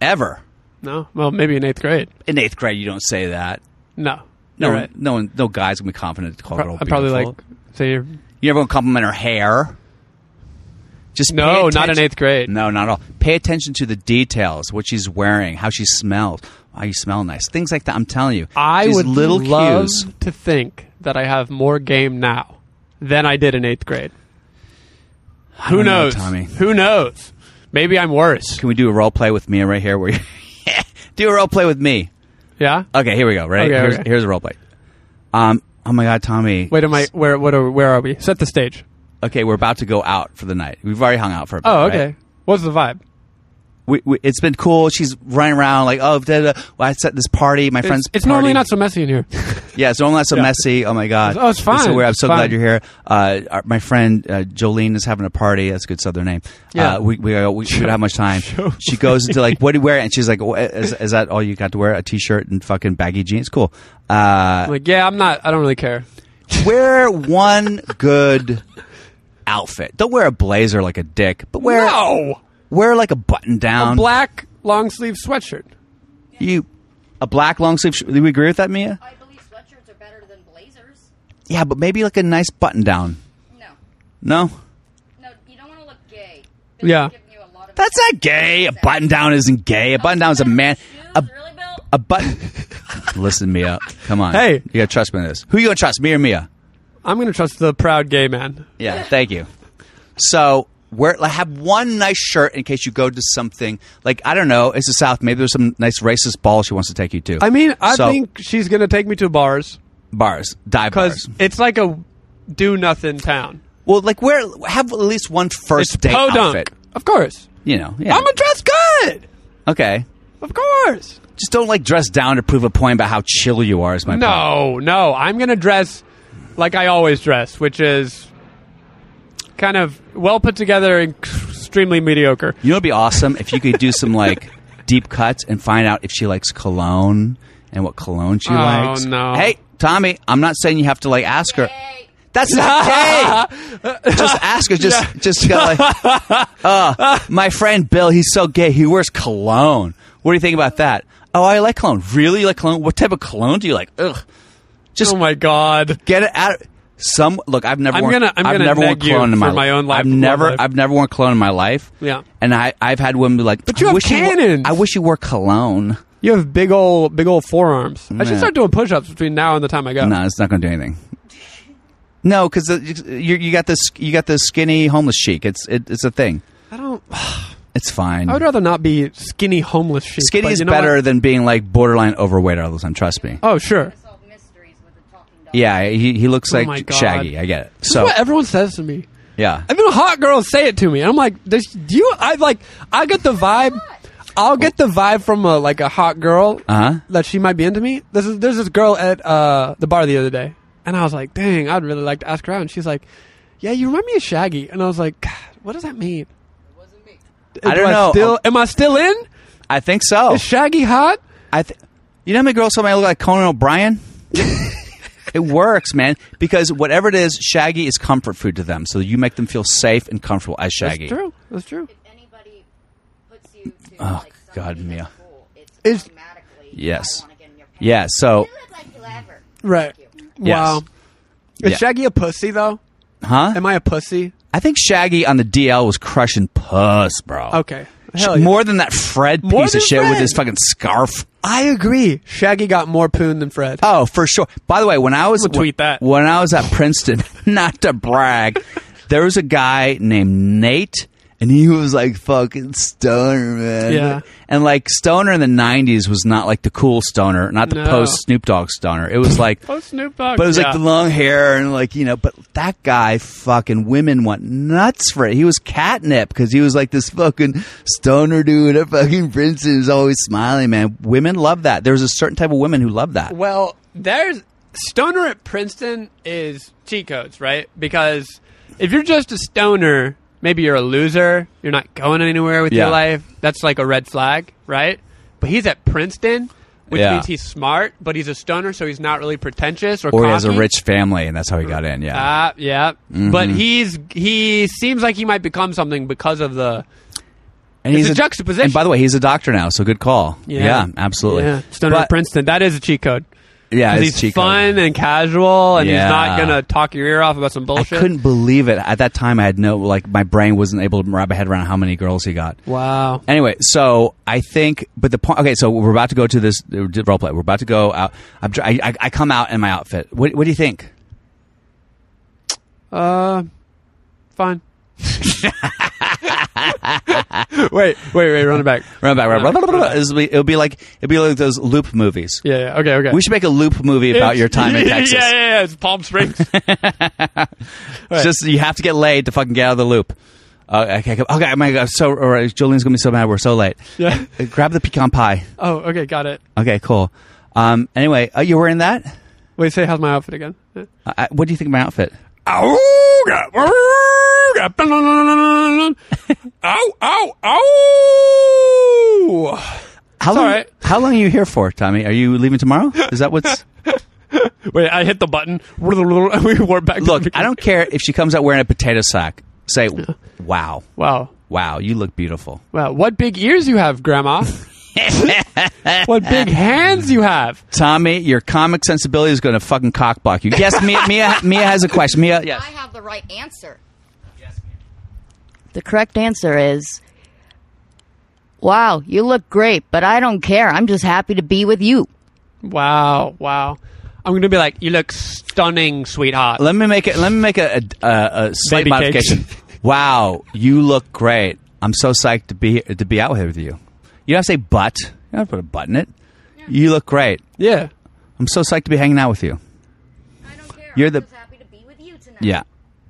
Speaker 1: ever
Speaker 2: No, well, maybe in eighth grade.
Speaker 1: in eighth grade you don't say that
Speaker 2: No,
Speaker 1: No,
Speaker 2: You're right.
Speaker 1: no, one, no guy's gonna be confident to call
Speaker 2: Pro-
Speaker 1: a girl
Speaker 2: I probably
Speaker 1: beautiful.
Speaker 2: like say you're
Speaker 1: You're never gonna compliment her hair. Just
Speaker 2: No,
Speaker 1: pay
Speaker 2: not
Speaker 1: attention-
Speaker 2: in eighth grade.
Speaker 1: No, not at all. Pay attention to the details, what she's wearing, how she smells, why you smell nice, things like that. I'm telling you,
Speaker 2: I
Speaker 1: These
Speaker 2: would
Speaker 1: little
Speaker 2: love
Speaker 1: cues.
Speaker 2: to think that I have more game now than I did in eighth grade. Who
Speaker 1: don't know,
Speaker 2: knows?
Speaker 1: Tommy.
Speaker 2: Who knows? Maybe I'm worse.
Speaker 1: Can we do a role play with me right here? Where you do a role play with me?
Speaker 2: Yeah.
Speaker 1: Okay, here we go. Ready?
Speaker 2: Okay,
Speaker 1: here's,
Speaker 2: okay.
Speaker 1: here's a role play. Um. Oh my God, Tommy.
Speaker 2: Wait, am I? Where? What are? Where are we? Set the stage.
Speaker 1: Okay, we're about to go out for the night. We've already hung out for a bit.
Speaker 2: Oh,
Speaker 1: right?
Speaker 2: okay. What's the vibe?
Speaker 1: We, we, it's been cool. She's running around like, oh, da, da, da. Well, I set this party. My friends.
Speaker 2: It's, it's normally
Speaker 1: party. Uh,
Speaker 2: not so messy in here.
Speaker 1: Yeah, it's normally not so messy. Oh my god.
Speaker 2: Oh, it's fine.
Speaker 1: So weird. I'm so
Speaker 2: It's fine.
Speaker 1: glad you're here. Uh, our, my friend uh, Jolene is having a party. That's a good Southern name.
Speaker 2: Yeah.
Speaker 1: Uh, we we, uh, we, we don't have much time. She goes into like, what do you wear? And she's like, "Wha- is, is that all you got to wear? A t-shirt and fucking baggy jeans. Cool. Uh,
Speaker 2: I'm like, yeah, I'm not. I don't really care.
Speaker 1: wear one good outfit. Don't wear a blazer like a dick, but wear
Speaker 2: no,
Speaker 1: wear like a button down.
Speaker 2: black long sleeve sweatshirt.
Speaker 1: you a black long sleeve. Sh- do we agree with that, Mia?
Speaker 3: I believe sweatshirts are better than blazers.
Speaker 1: Yeah, but maybe like a nice button down.
Speaker 3: No,
Speaker 1: No.
Speaker 3: no, you don't want to look gay.
Speaker 2: Yeah.
Speaker 3: Giving you a lot of
Speaker 1: That's not gay. A button down isn't gay. A button down is a man.
Speaker 3: Shoes,
Speaker 1: A,
Speaker 3: really, Bill?
Speaker 1: a button. Listen, Mia. Come on.
Speaker 2: Hey.
Speaker 1: you gotta trust me in this. Who you gonna trust, me or Mia?
Speaker 2: I'm gonna trust the proud gay man.
Speaker 1: Yeah. Thank you. So wear like, have one nice shirt in case you go to something like I don't know. It's the South. Maybe there's some nice racist ball she wants to take you to.
Speaker 2: I mean, I
Speaker 1: So,
Speaker 2: think she's gonna take me to bars
Speaker 1: bars, dive
Speaker 2: because
Speaker 1: bars.
Speaker 2: it's like a do nothing town.
Speaker 1: Well, like wear have at least one first
Speaker 2: It's
Speaker 1: date
Speaker 2: podunk,
Speaker 1: outfit.
Speaker 2: of course.
Speaker 1: You know. Yeah.
Speaker 2: I'm gonna dress good,
Speaker 1: okay.
Speaker 2: of course.
Speaker 1: Just don't like dress down to prove a point about how chill you are. Is my point.
Speaker 2: No, no. I'm going to dress like I always dress, which is kind of well put together and extremely mediocre.
Speaker 1: You know, it'd be awesome if you could do some like deep cuts and find out if she likes cologne and what cologne she
Speaker 2: Oh,
Speaker 1: likes.
Speaker 2: no.
Speaker 1: Hey, Tommy, I'm not saying you have to like ask her.
Speaker 3: Hey,
Speaker 1: That's not gay. just ask her. Just, just go like, uh, my friend Bill. He's so gay. He wears cologne. What do you think about that? Oh, I like cologne. Really, you like cologne? What type of cologne do you like? Ugh.
Speaker 2: Oh my god.
Speaker 1: Get it out. Some look. I've never.
Speaker 2: I'm
Speaker 1: worn,
Speaker 2: gonna- I'm
Speaker 1: have
Speaker 2: gonna
Speaker 1: never worn
Speaker 2: neg you
Speaker 1: cologne in my,
Speaker 2: for my own life-
Speaker 1: I've never.
Speaker 2: life.
Speaker 1: I've never worn cologne in my life.
Speaker 2: Yeah.
Speaker 1: And I I've had women be like, but
Speaker 2: you
Speaker 1: I
Speaker 2: have
Speaker 1: wish You wore,
Speaker 2: cannons."
Speaker 1: I wish you wore cologne.
Speaker 2: You have big old big old forearms. I
Speaker 1: Yeah.
Speaker 2: should start doing push-ups between now and the time I go.
Speaker 1: No, it's not going to do anything. No, because you you got this you got this skinny homeless chic. It's it, it's a thing.
Speaker 2: I don't
Speaker 1: It's fine.
Speaker 2: I would rather not be skinny homeless shit.
Speaker 1: skinny
Speaker 2: Oh, but
Speaker 1: is
Speaker 2: you know
Speaker 1: better
Speaker 2: what?
Speaker 1: than being like borderline overweight all the time. Trust me.
Speaker 2: Oh, sure.
Speaker 3: I solve mysteries with a talking dog.
Speaker 1: Yeah, he he looks
Speaker 2: Oh
Speaker 1: like
Speaker 2: my God.
Speaker 1: Shaggy. I get it.
Speaker 2: This is
Speaker 1: So
Speaker 2: what everyone says to me.
Speaker 1: yeah,
Speaker 2: Even hot girls say it to me. And I'm like, "Does- do you? I like, I get the vibe. I'll get the vibe from a, like a hot girl
Speaker 1: Uh-huh.
Speaker 2: that she might be into me. This is there's this girl at uh, the bar the other day, and I was like, dang, I'd really like to ask her out. And she's like, yeah, you remind me of Shaggy. And I was like, God, what does that mean? It wasn't me.
Speaker 1: I don't know. Oh.
Speaker 2: Still, am I still in?
Speaker 1: I think so.
Speaker 2: Is Shaggy hot?
Speaker 1: I th- you know how many girls told me I look like Conan O'Brien? it works, man. Because whatever it is, Shaggy is comfort food to them. So you make them feel safe and comfortable as Shaggy.
Speaker 2: That's true. That's true.
Speaker 3: If anybody puts you to oh, like somebody
Speaker 1: God,
Speaker 3: that's
Speaker 1: Mia.
Speaker 3: cool, it's,
Speaker 2: It's-
Speaker 3: automatically
Speaker 1: Yes.
Speaker 3: I wanna get in your pants.
Speaker 1: Yeah. So,
Speaker 3: You look like Glover.
Speaker 2: Right.
Speaker 3: Thank you.
Speaker 1: Yes.
Speaker 2: Wow. Is
Speaker 1: Yeah.
Speaker 2: Shaggy a pussy though?
Speaker 1: huh?
Speaker 2: Am I a pussy?
Speaker 1: I think Shaggy on the DL was crushing puss, bro.
Speaker 2: Okay.
Speaker 1: Sh-
Speaker 2: Hell yeah.
Speaker 1: More than that Fred
Speaker 2: More
Speaker 1: piece of
Speaker 2: than
Speaker 1: shit with
Speaker 2: Fred.
Speaker 1: his fucking scarf.
Speaker 2: I agree. Shaggy got more poon than Fred.
Speaker 1: Oh, for sure. By the way, when I was
Speaker 2: I'm gonna tweet
Speaker 1: when,
Speaker 2: that.
Speaker 1: when I was at Princeton, not to brag, there was a guy named Nate, and he was like fucking stoner, man.
Speaker 2: Yeah.
Speaker 1: And like stoner in the '90s was not like the cool stoner, not the
Speaker 2: No.
Speaker 1: post Snoop Dogg stoner. It was like
Speaker 2: Oh, Snoop Dogg.
Speaker 1: But it was
Speaker 2: Yeah.
Speaker 1: like the long hair and like you know. But that guy, fucking women went nuts for it. He was catnip because he was like this fucking stoner dude at fucking Princeton, is always smiling. Man, women love that. There's a certain type of women who love that.
Speaker 2: Well, there's stoner at Princeton is cheat codes, right? Because if you're just a stoner, maybe you're a loser. You're not going anywhere with
Speaker 1: Yeah.
Speaker 2: your life. That's like a red flag, right? But he's at Princeton, which
Speaker 1: Yeah.
Speaker 2: means he's smart, but he's a stoner, so he's not really pretentious or.
Speaker 1: Or he has a
Speaker 2: cocky.
Speaker 1: rich Mm-hmm. family, and that's how he got in. Yeah.
Speaker 2: Uh, yeah, but he's he seems like he might become something because of the
Speaker 1: and
Speaker 2: it's a juxtaposition.
Speaker 1: And by the way, he's a doctor now, so good call. Yeah, absolutely.
Speaker 2: yeah. stoner at
Speaker 1: But-
Speaker 2: Princeton. That is a cheat code.
Speaker 1: Yeah,
Speaker 2: 'Cause
Speaker 1: it's
Speaker 2: he's
Speaker 1: cheat code.
Speaker 2: fun and casual, and
Speaker 1: Yeah.
Speaker 2: he's not gonna talk your ear off about some
Speaker 1: I
Speaker 2: bullshit.
Speaker 1: couldn't believe it. At that time, I had no like my brain wasn't able to wrap my head around how many girls he got.
Speaker 2: Wow.
Speaker 1: Anyway, so I think, but the point. Okay, so we're about to go to this uh, role play. We're about to go out. I'm, dr- I, I- I come out in my outfit. What, what do you think?
Speaker 2: Uh, fine. wait, wait, wait. Run it back.
Speaker 1: Run back, run, run, run, run, run. It'll be, it'll be like it'll be like those loop movies.
Speaker 2: Yeah. yeah okay. Okay.
Speaker 1: We should make a loop movie about your time in Texas.
Speaker 2: Yeah, yeah, yeah. It's Palm Springs.
Speaker 1: It's just you have to get laid to fucking get out of the loop. Uh, okay, okay, oh my god, so all right, Julian's gonna be so mad. We're so late.
Speaker 2: Yeah.
Speaker 1: Uh, grab the pecan pie.
Speaker 2: oh, okay. Got it.
Speaker 1: Okay, cool. Um, anyway, uh, you wearing that?
Speaker 2: Wait. Say, how's my outfit again? Yeah.
Speaker 1: Uh, I, what do you think of my outfit?
Speaker 2: Auga, auga, ba-na-na-na-na-na-na. Ow, ow, ow.
Speaker 1: How long?
Speaker 2: all right.
Speaker 1: How long are you here for, Tommy? Are you leaving tomorrow? Is that what's?
Speaker 2: Wait, I hit the button. We were back. to
Speaker 1: Look,
Speaker 2: the
Speaker 1: I don't care if she comes out wearing a potato sack. Say, wow,
Speaker 2: Wow.
Speaker 1: wow, you look beautiful.
Speaker 2: Wow. What big ears you have, Grandma. what big hands you have.
Speaker 1: Tommy, your comic sensibility is going to fucking cockblock you. Yes, Mia, Mia, Mia has a question. Mia,
Speaker 3: I
Speaker 1: yes.
Speaker 3: have the right answer. The correct answer is Wow, you look great, but I don't care. I'm just happy to be with you.
Speaker 2: Wow, wow. I'm gonna be like, you look stunning, sweetheart.
Speaker 1: Let me make it. Let me make a, a, a, a slight
Speaker 2: Baby cakes.
Speaker 1: modification. Wow, you look great. I'm so psyched to be to be out here with you. You don't have to say but. You don't have to put a but in it. You look great.
Speaker 2: yeah,
Speaker 1: I'm so psyched to be hanging out with you.
Speaker 3: I don't care.
Speaker 1: You're
Speaker 3: I'm
Speaker 1: the-
Speaker 3: just happy to be with you tonight.
Speaker 1: Yeah,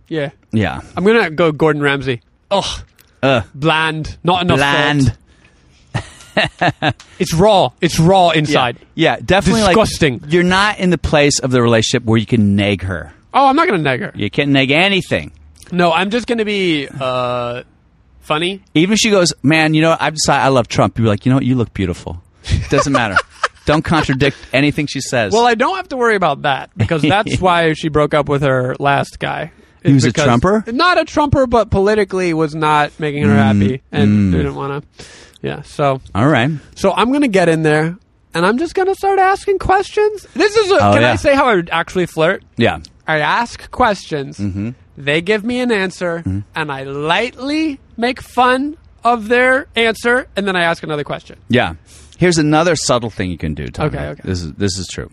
Speaker 2: yeah.
Speaker 1: yeah.
Speaker 2: I'm gonna go Gordon Ramsay. Ugh,
Speaker 1: Ugh.
Speaker 2: bland. Not enough.
Speaker 1: Bland.
Speaker 2: salt. It's raw. It's raw inside.
Speaker 1: Yeah, definitely like-
Speaker 2: Disgusting.
Speaker 1: you're not in the place of the relationship where you can nag her.
Speaker 2: Oh, I'm not gonna nag her.
Speaker 1: You can't nag anything.
Speaker 2: No, I'm just gonna be uh, funny.
Speaker 1: Even if she goes, man, you know, I've decided I love Trump. You're like, you know what? You look beautiful. Doesn't matter. Don't contradict anything she says.
Speaker 2: Well, I don't have to worry about that because that's why she broke up with her last guy.
Speaker 1: He was a
Speaker 2: Because-
Speaker 1: Trumper?
Speaker 2: Not a Trumper, but politically was not making her
Speaker 1: Mm,
Speaker 2: happy, and didn't want to. Yeah, so
Speaker 1: all right.
Speaker 2: So I'm going to get in there and I'm just going to start asking questions. This is a,
Speaker 1: Oh,
Speaker 2: can
Speaker 1: yeah.
Speaker 2: I say how I actually flirt?
Speaker 1: Yeah.
Speaker 2: I ask questions.
Speaker 1: Mm-hmm.
Speaker 2: They give me an answer and I lightly make fun of their answer and then I ask another question.
Speaker 1: Yeah. Here's another subtle thing you can do, Tommy.
Speaker 2: Okay, okay.
Speaker 1: This is this is true.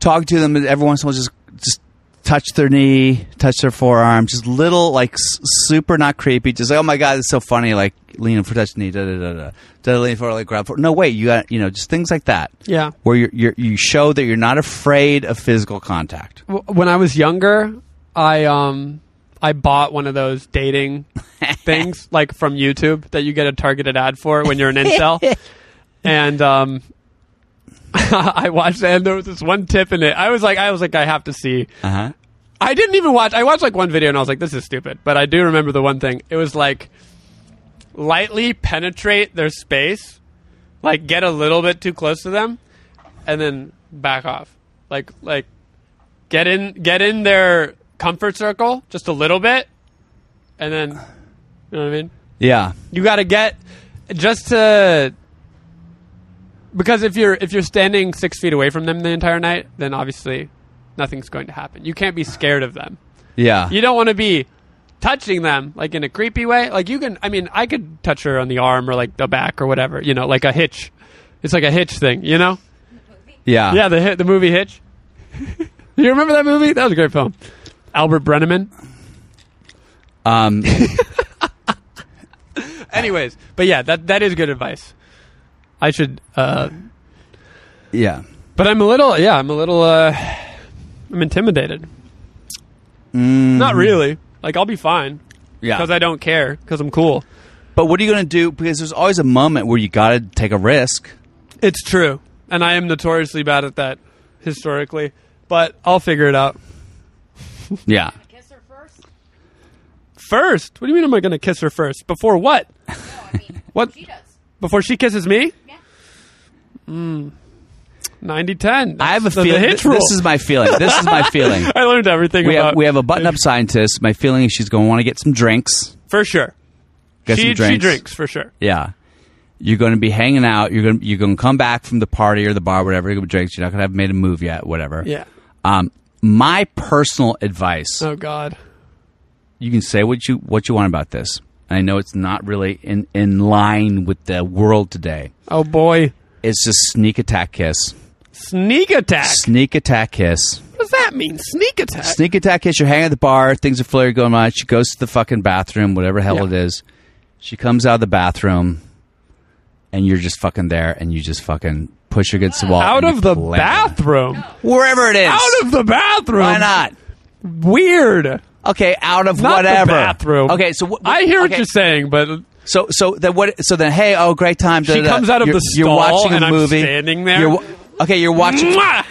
Speaker 1: Talk to them and every once in a while. Just just touch their knee, touch their forearm. Just little like s- super not creepy. Just like oh my god, it's so funny. Like leaning for touch knee, da da da da. Da lean forward, like grab. For, no wait, you got you know just things like that.
Speaker 2: Yeah.
Speaker 1: Where you you you show that you're not afraid of physical contact.
Speaker 2: W- When I was younger, I um I bought one of those dating things like from YouTube that you get a targeted ad for when you're an incel. and um I watched it and there was this one tip in it. I was like I was like I have to see
Speaker 1: Uh huh.
Speaker 2: I didn't even watch. I watched like one video and I was like, "This is stupid." But I do remember the one thing. It was like lightly penetrate their space, like get a little bit too close to them, and then back off. Like like get in get in their comfort circle just a little bit, and then you know what I mean.
Speaker 1: Yeah.
Speaker 2: You got to get just to because if you're if you're standing six feet away from them the entire night, then obviously nothing's going to happen. You can't be scared of them.
Speaker 1: Yeah.
Speaker 2: You don't want to be touching them like in a creepy way. Like you can, I mean, I could touch her on the arm or like the back or whatever. You know, like a hitch. It's like a hitch thing. You know?
Speaker 1: yeah.
Speaker 2: Yeah, the hit, the movie Hitch. you remember that movie? That was a great film. Albert Brenneman.
Speaker 1: Um,
Speaker 2: Anyways, but yeah, that that is good advice. I should, uh,
Speaker 1: Yeah.
Speaker 2: but I'm a little, yeah, I'm a little, uh, I'm intimidated. Not really. Like I'll be fine
Speaker 1: Yeah.
Speaker 2: because I don't care because I'm cool.
Speaker 1: but what are you going to do? Because there's always a moment where you got to take a risk.
Speaker 2: It's true, and I am notoriously bad at that historically. But I'll figure it out.
Speaker 1: Yeah.
Speaker 3: Kiss her first? No,
Speaker 2: First, what do you mean? Am I going to kiss her first? Before what?
Speaker 3: I mean,
Speaker 2: What?
Speaker 3: she does.
Speaker 2: Before she kisses me? Hmm.
Speaker 3: Yeah.
Speaker 2: 90 10.
Speaker 1: I have a
Speaker 2: the,
Speaker 1: feeling.
Speaker 2: The hitch
Speaker 1: th-
Speaker 2: rule.
Speaker 1: this is my feeling. This is my feeling.
Speaker 2: I learned everything
Speaker 1: We
Speaker 2: about
Speaker 1: have we have a button up scientist. My feeling is she's going to want to get some drinks.
Speaker 2: For sure.
Speaker 1: Get
Speaker 2: she,
Speaker 1: some drinks.
Speaker 2: she drinks for sure.
Speaker 1: Yeah. You're going to be hanging out. You're going to, you're going to come back from the party or the bar, whatever. You're going to be drinks. You're not going to have made a move yet, whatever.
Speaker 2: Yeah.
Speaker 1: Um, my personal advice.
Speaker 2: Oh god.
Speaker 1: you can say what you what you want about this. And I know it's not really in in line with the world today.
Speaker 2: Oh boy.
Speaker 1: It's just sneak attack kiss.
Speaker 2: Sneak attack.
Speaker 1: Sneak attack kiss.
Speaker 2: what does that mean? Sneak attack.
Speaker 1: Sneak attack kiss. You're hanging at the bar. Things are flurry going on. She goes to the fucking bathroom, whatever hell
Speaker 2: Yeah.
Speaker 1: it is. She comes out of the bathroom, and you're just fucking there, and you just fucking push her against the wall.
Speaker 2: out
Speaker 1: and you
Speaker 2: of the
Speaker 1: play.
Speaker 2: bathroom.
Speaker 1: wherever it is.
Speaker 2: Out of the bathroom.
Speaker 1: why not?
Speaker 2: Weird.
Speaker 1: Okay, out of
Speaker 2: Not
Speaker 1: whatever
Speaker 2: the bathroom.
Speaker 1: Okay, so wh-
Speaker 2: I hear what
Speaker 1: okay.
Speaker 2: you're saying, but
Speaker 1: So so then what? So then hey, oh great time. da,
Speaker 2: She
Speaker 1: da, da.
Speaker 2: comes out of
Speaker 1: You're-
Speaker 2: the
Speaker 1: You're
Speaker 2: stall
Speaker 1: watching
Speaker 2: and
Speaker 1: a
Speaker 2: I'm
Speaker 1: movie.
Speaker 2: standing there.
Speaker 1: You're wa- okay, you're watching.
Speaker 2: Mwah!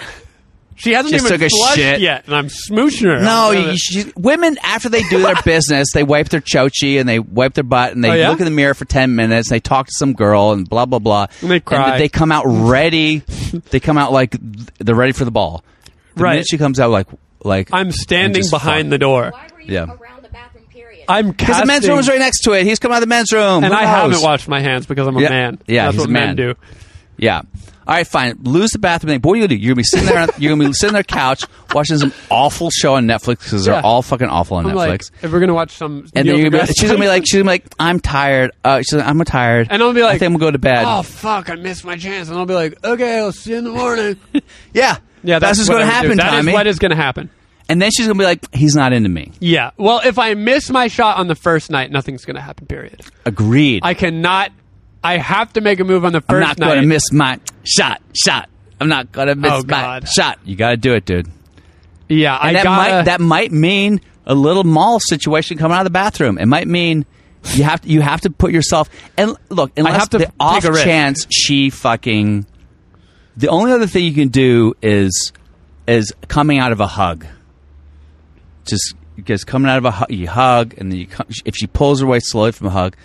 Speaker 2: she hasn't
Speaker 1: Just
Speaker 2: even
Speaker 1: took a
Speaker 2: flushed
Speaker 1: shit.
Speaker 2: yet, and I'm smooching her.
Speaker 1: No,
Speaker 2: I'm-
Speaker 1: you, she, women after they do their business, they wipe their chochi and they wipe their butt and they
Speaker 2: Oh, yeah?
Speaker 1: look in the mirror for ten minutes. They talk to some girl and blah blah blah.
Speaker 2: And they cry.
Speaker 1: they come out ready. they come out like th- they're ready for the ball. The
Speaker 2: Right.
Speaker 1: minute she comes out like like
Speaker 2: I'm standing behind the door.
Speaker 3: Why were you
Speaker 1: Yeah.
Speaker 3: around the bathroom, period?
Speaker 2: I'm
Speaker 1: Because the
Speaker 2: casting.
Speaker 1: men's room is right next to it. He's come out of the men's room.
Speaker 2: and
Speaker 1: Who
Speaker 2: I
Speaker 1: knows?
Speaker 2: haven't washed my hands because I'm a
Speaker 1: Yeah.
Speaker 2: man.
Speaker 1: Yeah,
Speaker 2: that's
Speaker 1: he's
Speaker 2: what
Speaker 1: a
Speaker 2: men
Speaker 1: man.
Speaker 2: do.
Speaker 1: Yeah. All right, fine. Lose the bathroom thing. But what are you gonna do? You're gonna be sitting there. On, you're gonna be sitting on their couch watching some awful show on Netflix because they're
Speaker 2: Yeah.
Speaker 1: all fucking awful on
Speaker 2: I'm like,
Speaker 1: Netflix.
Speaker 2: if we're gonna watch some,
Speaker 1: and then
Speaker 2: Neil
Speaker 1: you're gonna be,
Speaker 2: deGrasse
Speaker 1: she's gonna be like, she's gonna be like, I'm tired. Uh, she's like, I'm tired.
Speaker 2: And I'll be like,
Speaker 1: I think I'm gonna go to bed.
Speaker 2: oh fuck, I missed my chance, and I'll be like, okay, I'll see you in the morning.
Speaker 1: yeah,
Speaker 2: yeah, that's,
Speaker 1: That's, what's
Speaker 2: what
Speaker 1: gonna
Speaker 2: I would do.
Speaker 1: happen,
Speaker 2: That is
Speaker 1: Tommy.
Speaker 2: what is gonna happen.
Speaker 1: and then she's gonna be like, he's not into me.
Speaker 2: Yeah. Well, if I miss my shot on the first night, nothing's gonna happen. Period.
Speaker 1: Agreed.
Speaker 2: I cannot. I have to make a move on the 1st
Speaker 1: am not
Speaker 2: night.
Speaker 1: gonna miss my shot. Shot. I'm not gonna miss
Speaker 2: Oh,
Speaker 1: my
Speaker 2: God.
Speaker 1: shot. You gotta do it, dude.
Speaker 2: Yeah, I
Speaker 1: And that
Speaker 2: gotta.
Speaker 1: might that might mean a little mall situation coming out of the bathroom. It might mean you have to you have to put yourself and look unless
Speaker 2: have to
Speaker 1: the
Speaker 2: take a
Speaker 1: off
Speaker 2: risk.
Speaker 1: chance she fucking. The only other thing you can do is is coming out of a hug. Just because coming out of a hug, you hug, and then you come, if she pulls her away slowly from a hug,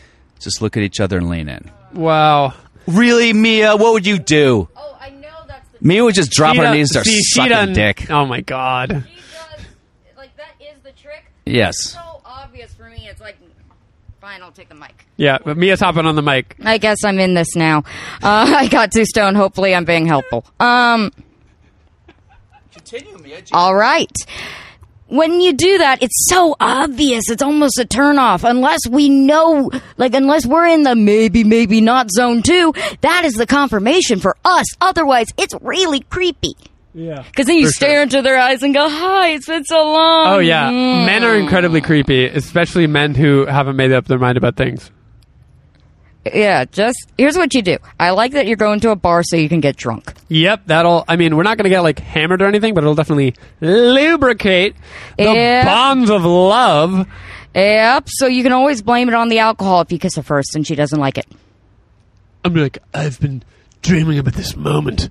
Speaker 1: just look at each other and lean in.
Speaker 2: wow.
Speaker 1: Really, Mia? What would you do?
Speaker 3: oh, I know that's the.
Speaker 1: Mia would just drop
Speaker 2: She
Speaker 1: on her
Speaker 2: done-
Speaker 1: knees and start
Speaker 2: see, she
Speaker 1: sucking
Speaker 2: done-
Speaker 1: dick.
Speaker 2: Oh my god.
Speaker 3: She does. Like, that is the trick. It's
Speaker 1: Yes.
Speaker 3: so obvious for me. It's like, fine, I'll take the mic.
Speaker 2: Yeah, but Mia's hopping on the mic.
Speaker 3: I guess I'm in this now. Uh, I got too stoned. Hopefully, I'm being helpful. Um,
Speaker 1: Continue, Mia.
Speaker 3: all right. When you do that, it's so obvious. It's almost a turnoff. Unless we know, like, unless we're in the maybe, maybe not zone two, that is the confirmation for us. Otherwise, it's really creepy.
Speaker 2: Yeah.
Speaker 3: Because then you stare into their eyes and go, hi, it's been so long.
Speaker 2: Oh yeah,
Speaker 3: Mm.
Speaker 2: men are incredibly creepy, especially men who haven't made up their mind about things.
Speaker 3: Yeah, just, here's what you do. I like that you're going to a bar so you can get drunk.
Speaker 2: Yep, that'll. I mean, we're not gonna get like hammered or anything, but it'll definitely lubricate the
Speaker 3: Yeah.
Speaker 2: bonds of love.
Speaker 3: Yep, so you can always blame it on the alcohol if you kiss her first and she doesn't like it.
Speaker 2: I'm like, I've been dreaming about this moment.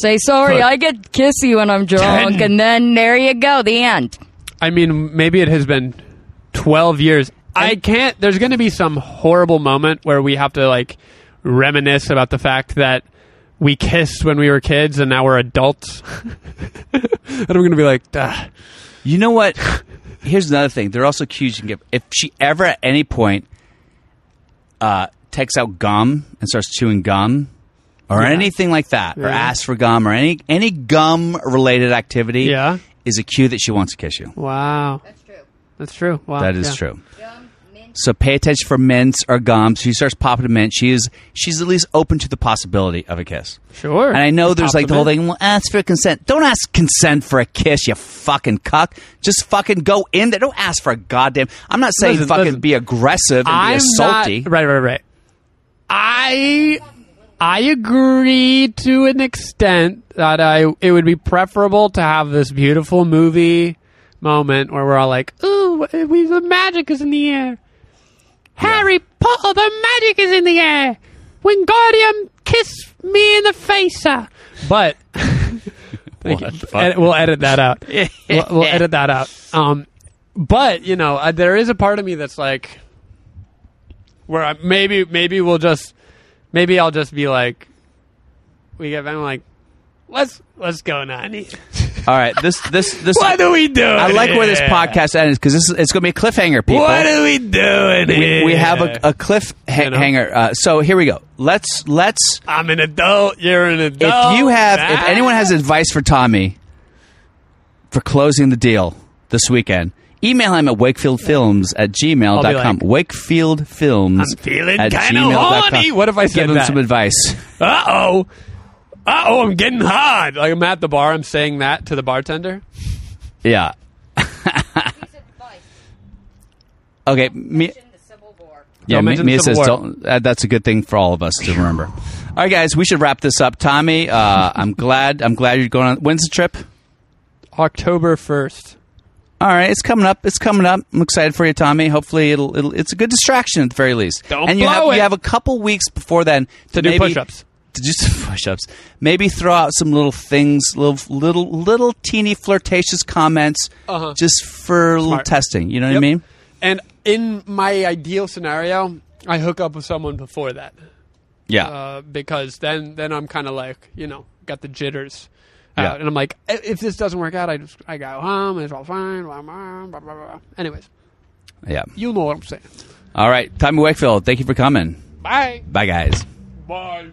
Speaker 3: Say sorry,
Speaker 2: Fuck.
Speaker 3: I get kissy when I'm drunk, and then there you go, the end.
Speaker 2: I mean, maybe it has been 12 years. I can't. There's going to be some horrible moment where we have to like reminisce about the fact that we kissed when we were kids and now we're adults. and I'm going to be like, "Duh."
Speaker 1: You know what? Here's another thing. They're also cues you can get. If she ever at any point uh, takes out gum and starts chewing gum or anything like that, or asks for gum or any any gum related activity,
Speaker 2: Yeah.
Speaker 1: is a cue that she wants to kiss you.
Speaker 2: wow,
Speaker 3: That's true.
Speaker 2: that's true. Wow,
Speaker 1: That is
Speaker 2: yeah.
Speaker 1: true.
Speaker 3: Dumb mint
Speaker 1: So pay attention for mints or gums. She starts popping a mint. She is she's at least open to the possibility of a kiss.
Speaker 3: Sure.
Speaker 1: And I know there's
Speaker 2: Pop
Speaker 1: like
Speaker 2: the
Speaker 1: the whole
Speaker 2: mint.
Speaker 1: thing. Well, ask for consent. Don't ask consent for a kiss, you fucking cuck. Just fucking go in there. Don't ask for a goddamn. I'm not saying
Speaker 2: Listen,
Speaker 1: fucking
Speaker 2: listen.
Speaker 1: be aggressive and be
Speaker 2: I'm
Speaker 1: assaulty.
Speaker 2: Not, right, right, right. I I agree to an extent that I it would be preferable to have this beautiful movie moment where we're all like, "Ooh, we, the magic is in the air." Harry Potter, the magic is in the air. Wingardium, kiss me in the face, sir. But Thank you. Ed- we'll edit that out. we'll, we'll edit that out. Um, but you know, uh, there is a part of me that's like, where I, maybe maybe we'll just maybe I'll just be like, we get I'm like, what's what's going on? here?
Speaker 1: All right, this this this.
Speaker 2: What are we doing?
Speaker 1: I like where this
Speaker 2: here?
Speaker 1: podcast ends because this is, it's going to be a cliffhanger, people.
Speaker 2: What are we doing?
Speaker 1: we, we have a, a
Speaker 2: You know?
Speaker 1: cliffhanger. Uh, so here we go. Let's let's.
Speaker 2: I'm an adult. You're an
Speaker 1: If
Speaker 2: adult.
Speaker 1: you have,
Speaker 2: Ah.
Speaker 1: if anyone has advice for Tommy for closing the deal this weekend, email him at wakefieldfilms at gmail.com.
Speaker 2: I'll be like,
Speaker 1: wakefieldfilms
Speaker 2: I'm feeling
Speaker 1: at
Speaker 2: kinda
Speaker 1: gmail.com.
Speaker 2: horny. What if I said
Speaker 1: Give him
Speaker 2: that?
Speaker 1: some advice.
Speaker 2: uh oh, uh oh, I'm getting hard. Like I'm at the bar. I'm saying that to the bartender.
Speaker 1: Yeah. Okay. Me, yeah,
Speaker 2: Don't
Speaker 1: me,
Speaker 2: mention
Speaker 1: me
Speaker 2: the
Speaker 1: it says
Speaker 2: Civil War.
Speaker 1: don't, uh, that's a good thing for all of us to remember. all right, guys, we should wrap this up. Tommy, uh, I'm glad. I'm glad you're going on. When's the trip?
Speaker 2: October first.
Speaker 1: All right, it's coming up. It's coming up. I'm excited for you, Tommy. Hopefully, it'll, it'll it's a good distraction at the very least.
Speaker 2: Don't
Speaker 1: and you
Speaker 2: blow
Speaker 1: have
Speaker 2: it.
Speaker 1: you have a couple weeks before then to,
Speaker 2: do
Speaker 1: maybe,
Speaker 2: push-ups.
Speaker 1: To do some push-ups. Maybe throw out some little things, little little little teeny flirtatious comments,
Speaker 2: Uh-huh.
Speaker 1: just for a little
Speaker 2: Smart.
Speaker 1: testing. You know what I
Speaker 2: Yep. Uh,
Speaker 1: mean?
Speaker 2: And in my ideal scenario, I hook up with someone before that
Speaker 1: Yeah.
Speaker 2: uh, because then then I'm kind of like you know got the jitters.
Speaker 1: Yeah.
Speaker 2: Yeah. and I'm like, "I- if this doesn't work out, I just I go home. It's all fine. Blah, blah, blah, blah, blah. Anyways,
Speaker 1: yeah.
Speaker 2: you know what I'm saying.
Speaker 1: All right, Tommy Wakefield. Thank you for coming.
Speaker 2: Bye.
Speaker 1: Bye, guys.
Speaker 2: Bye.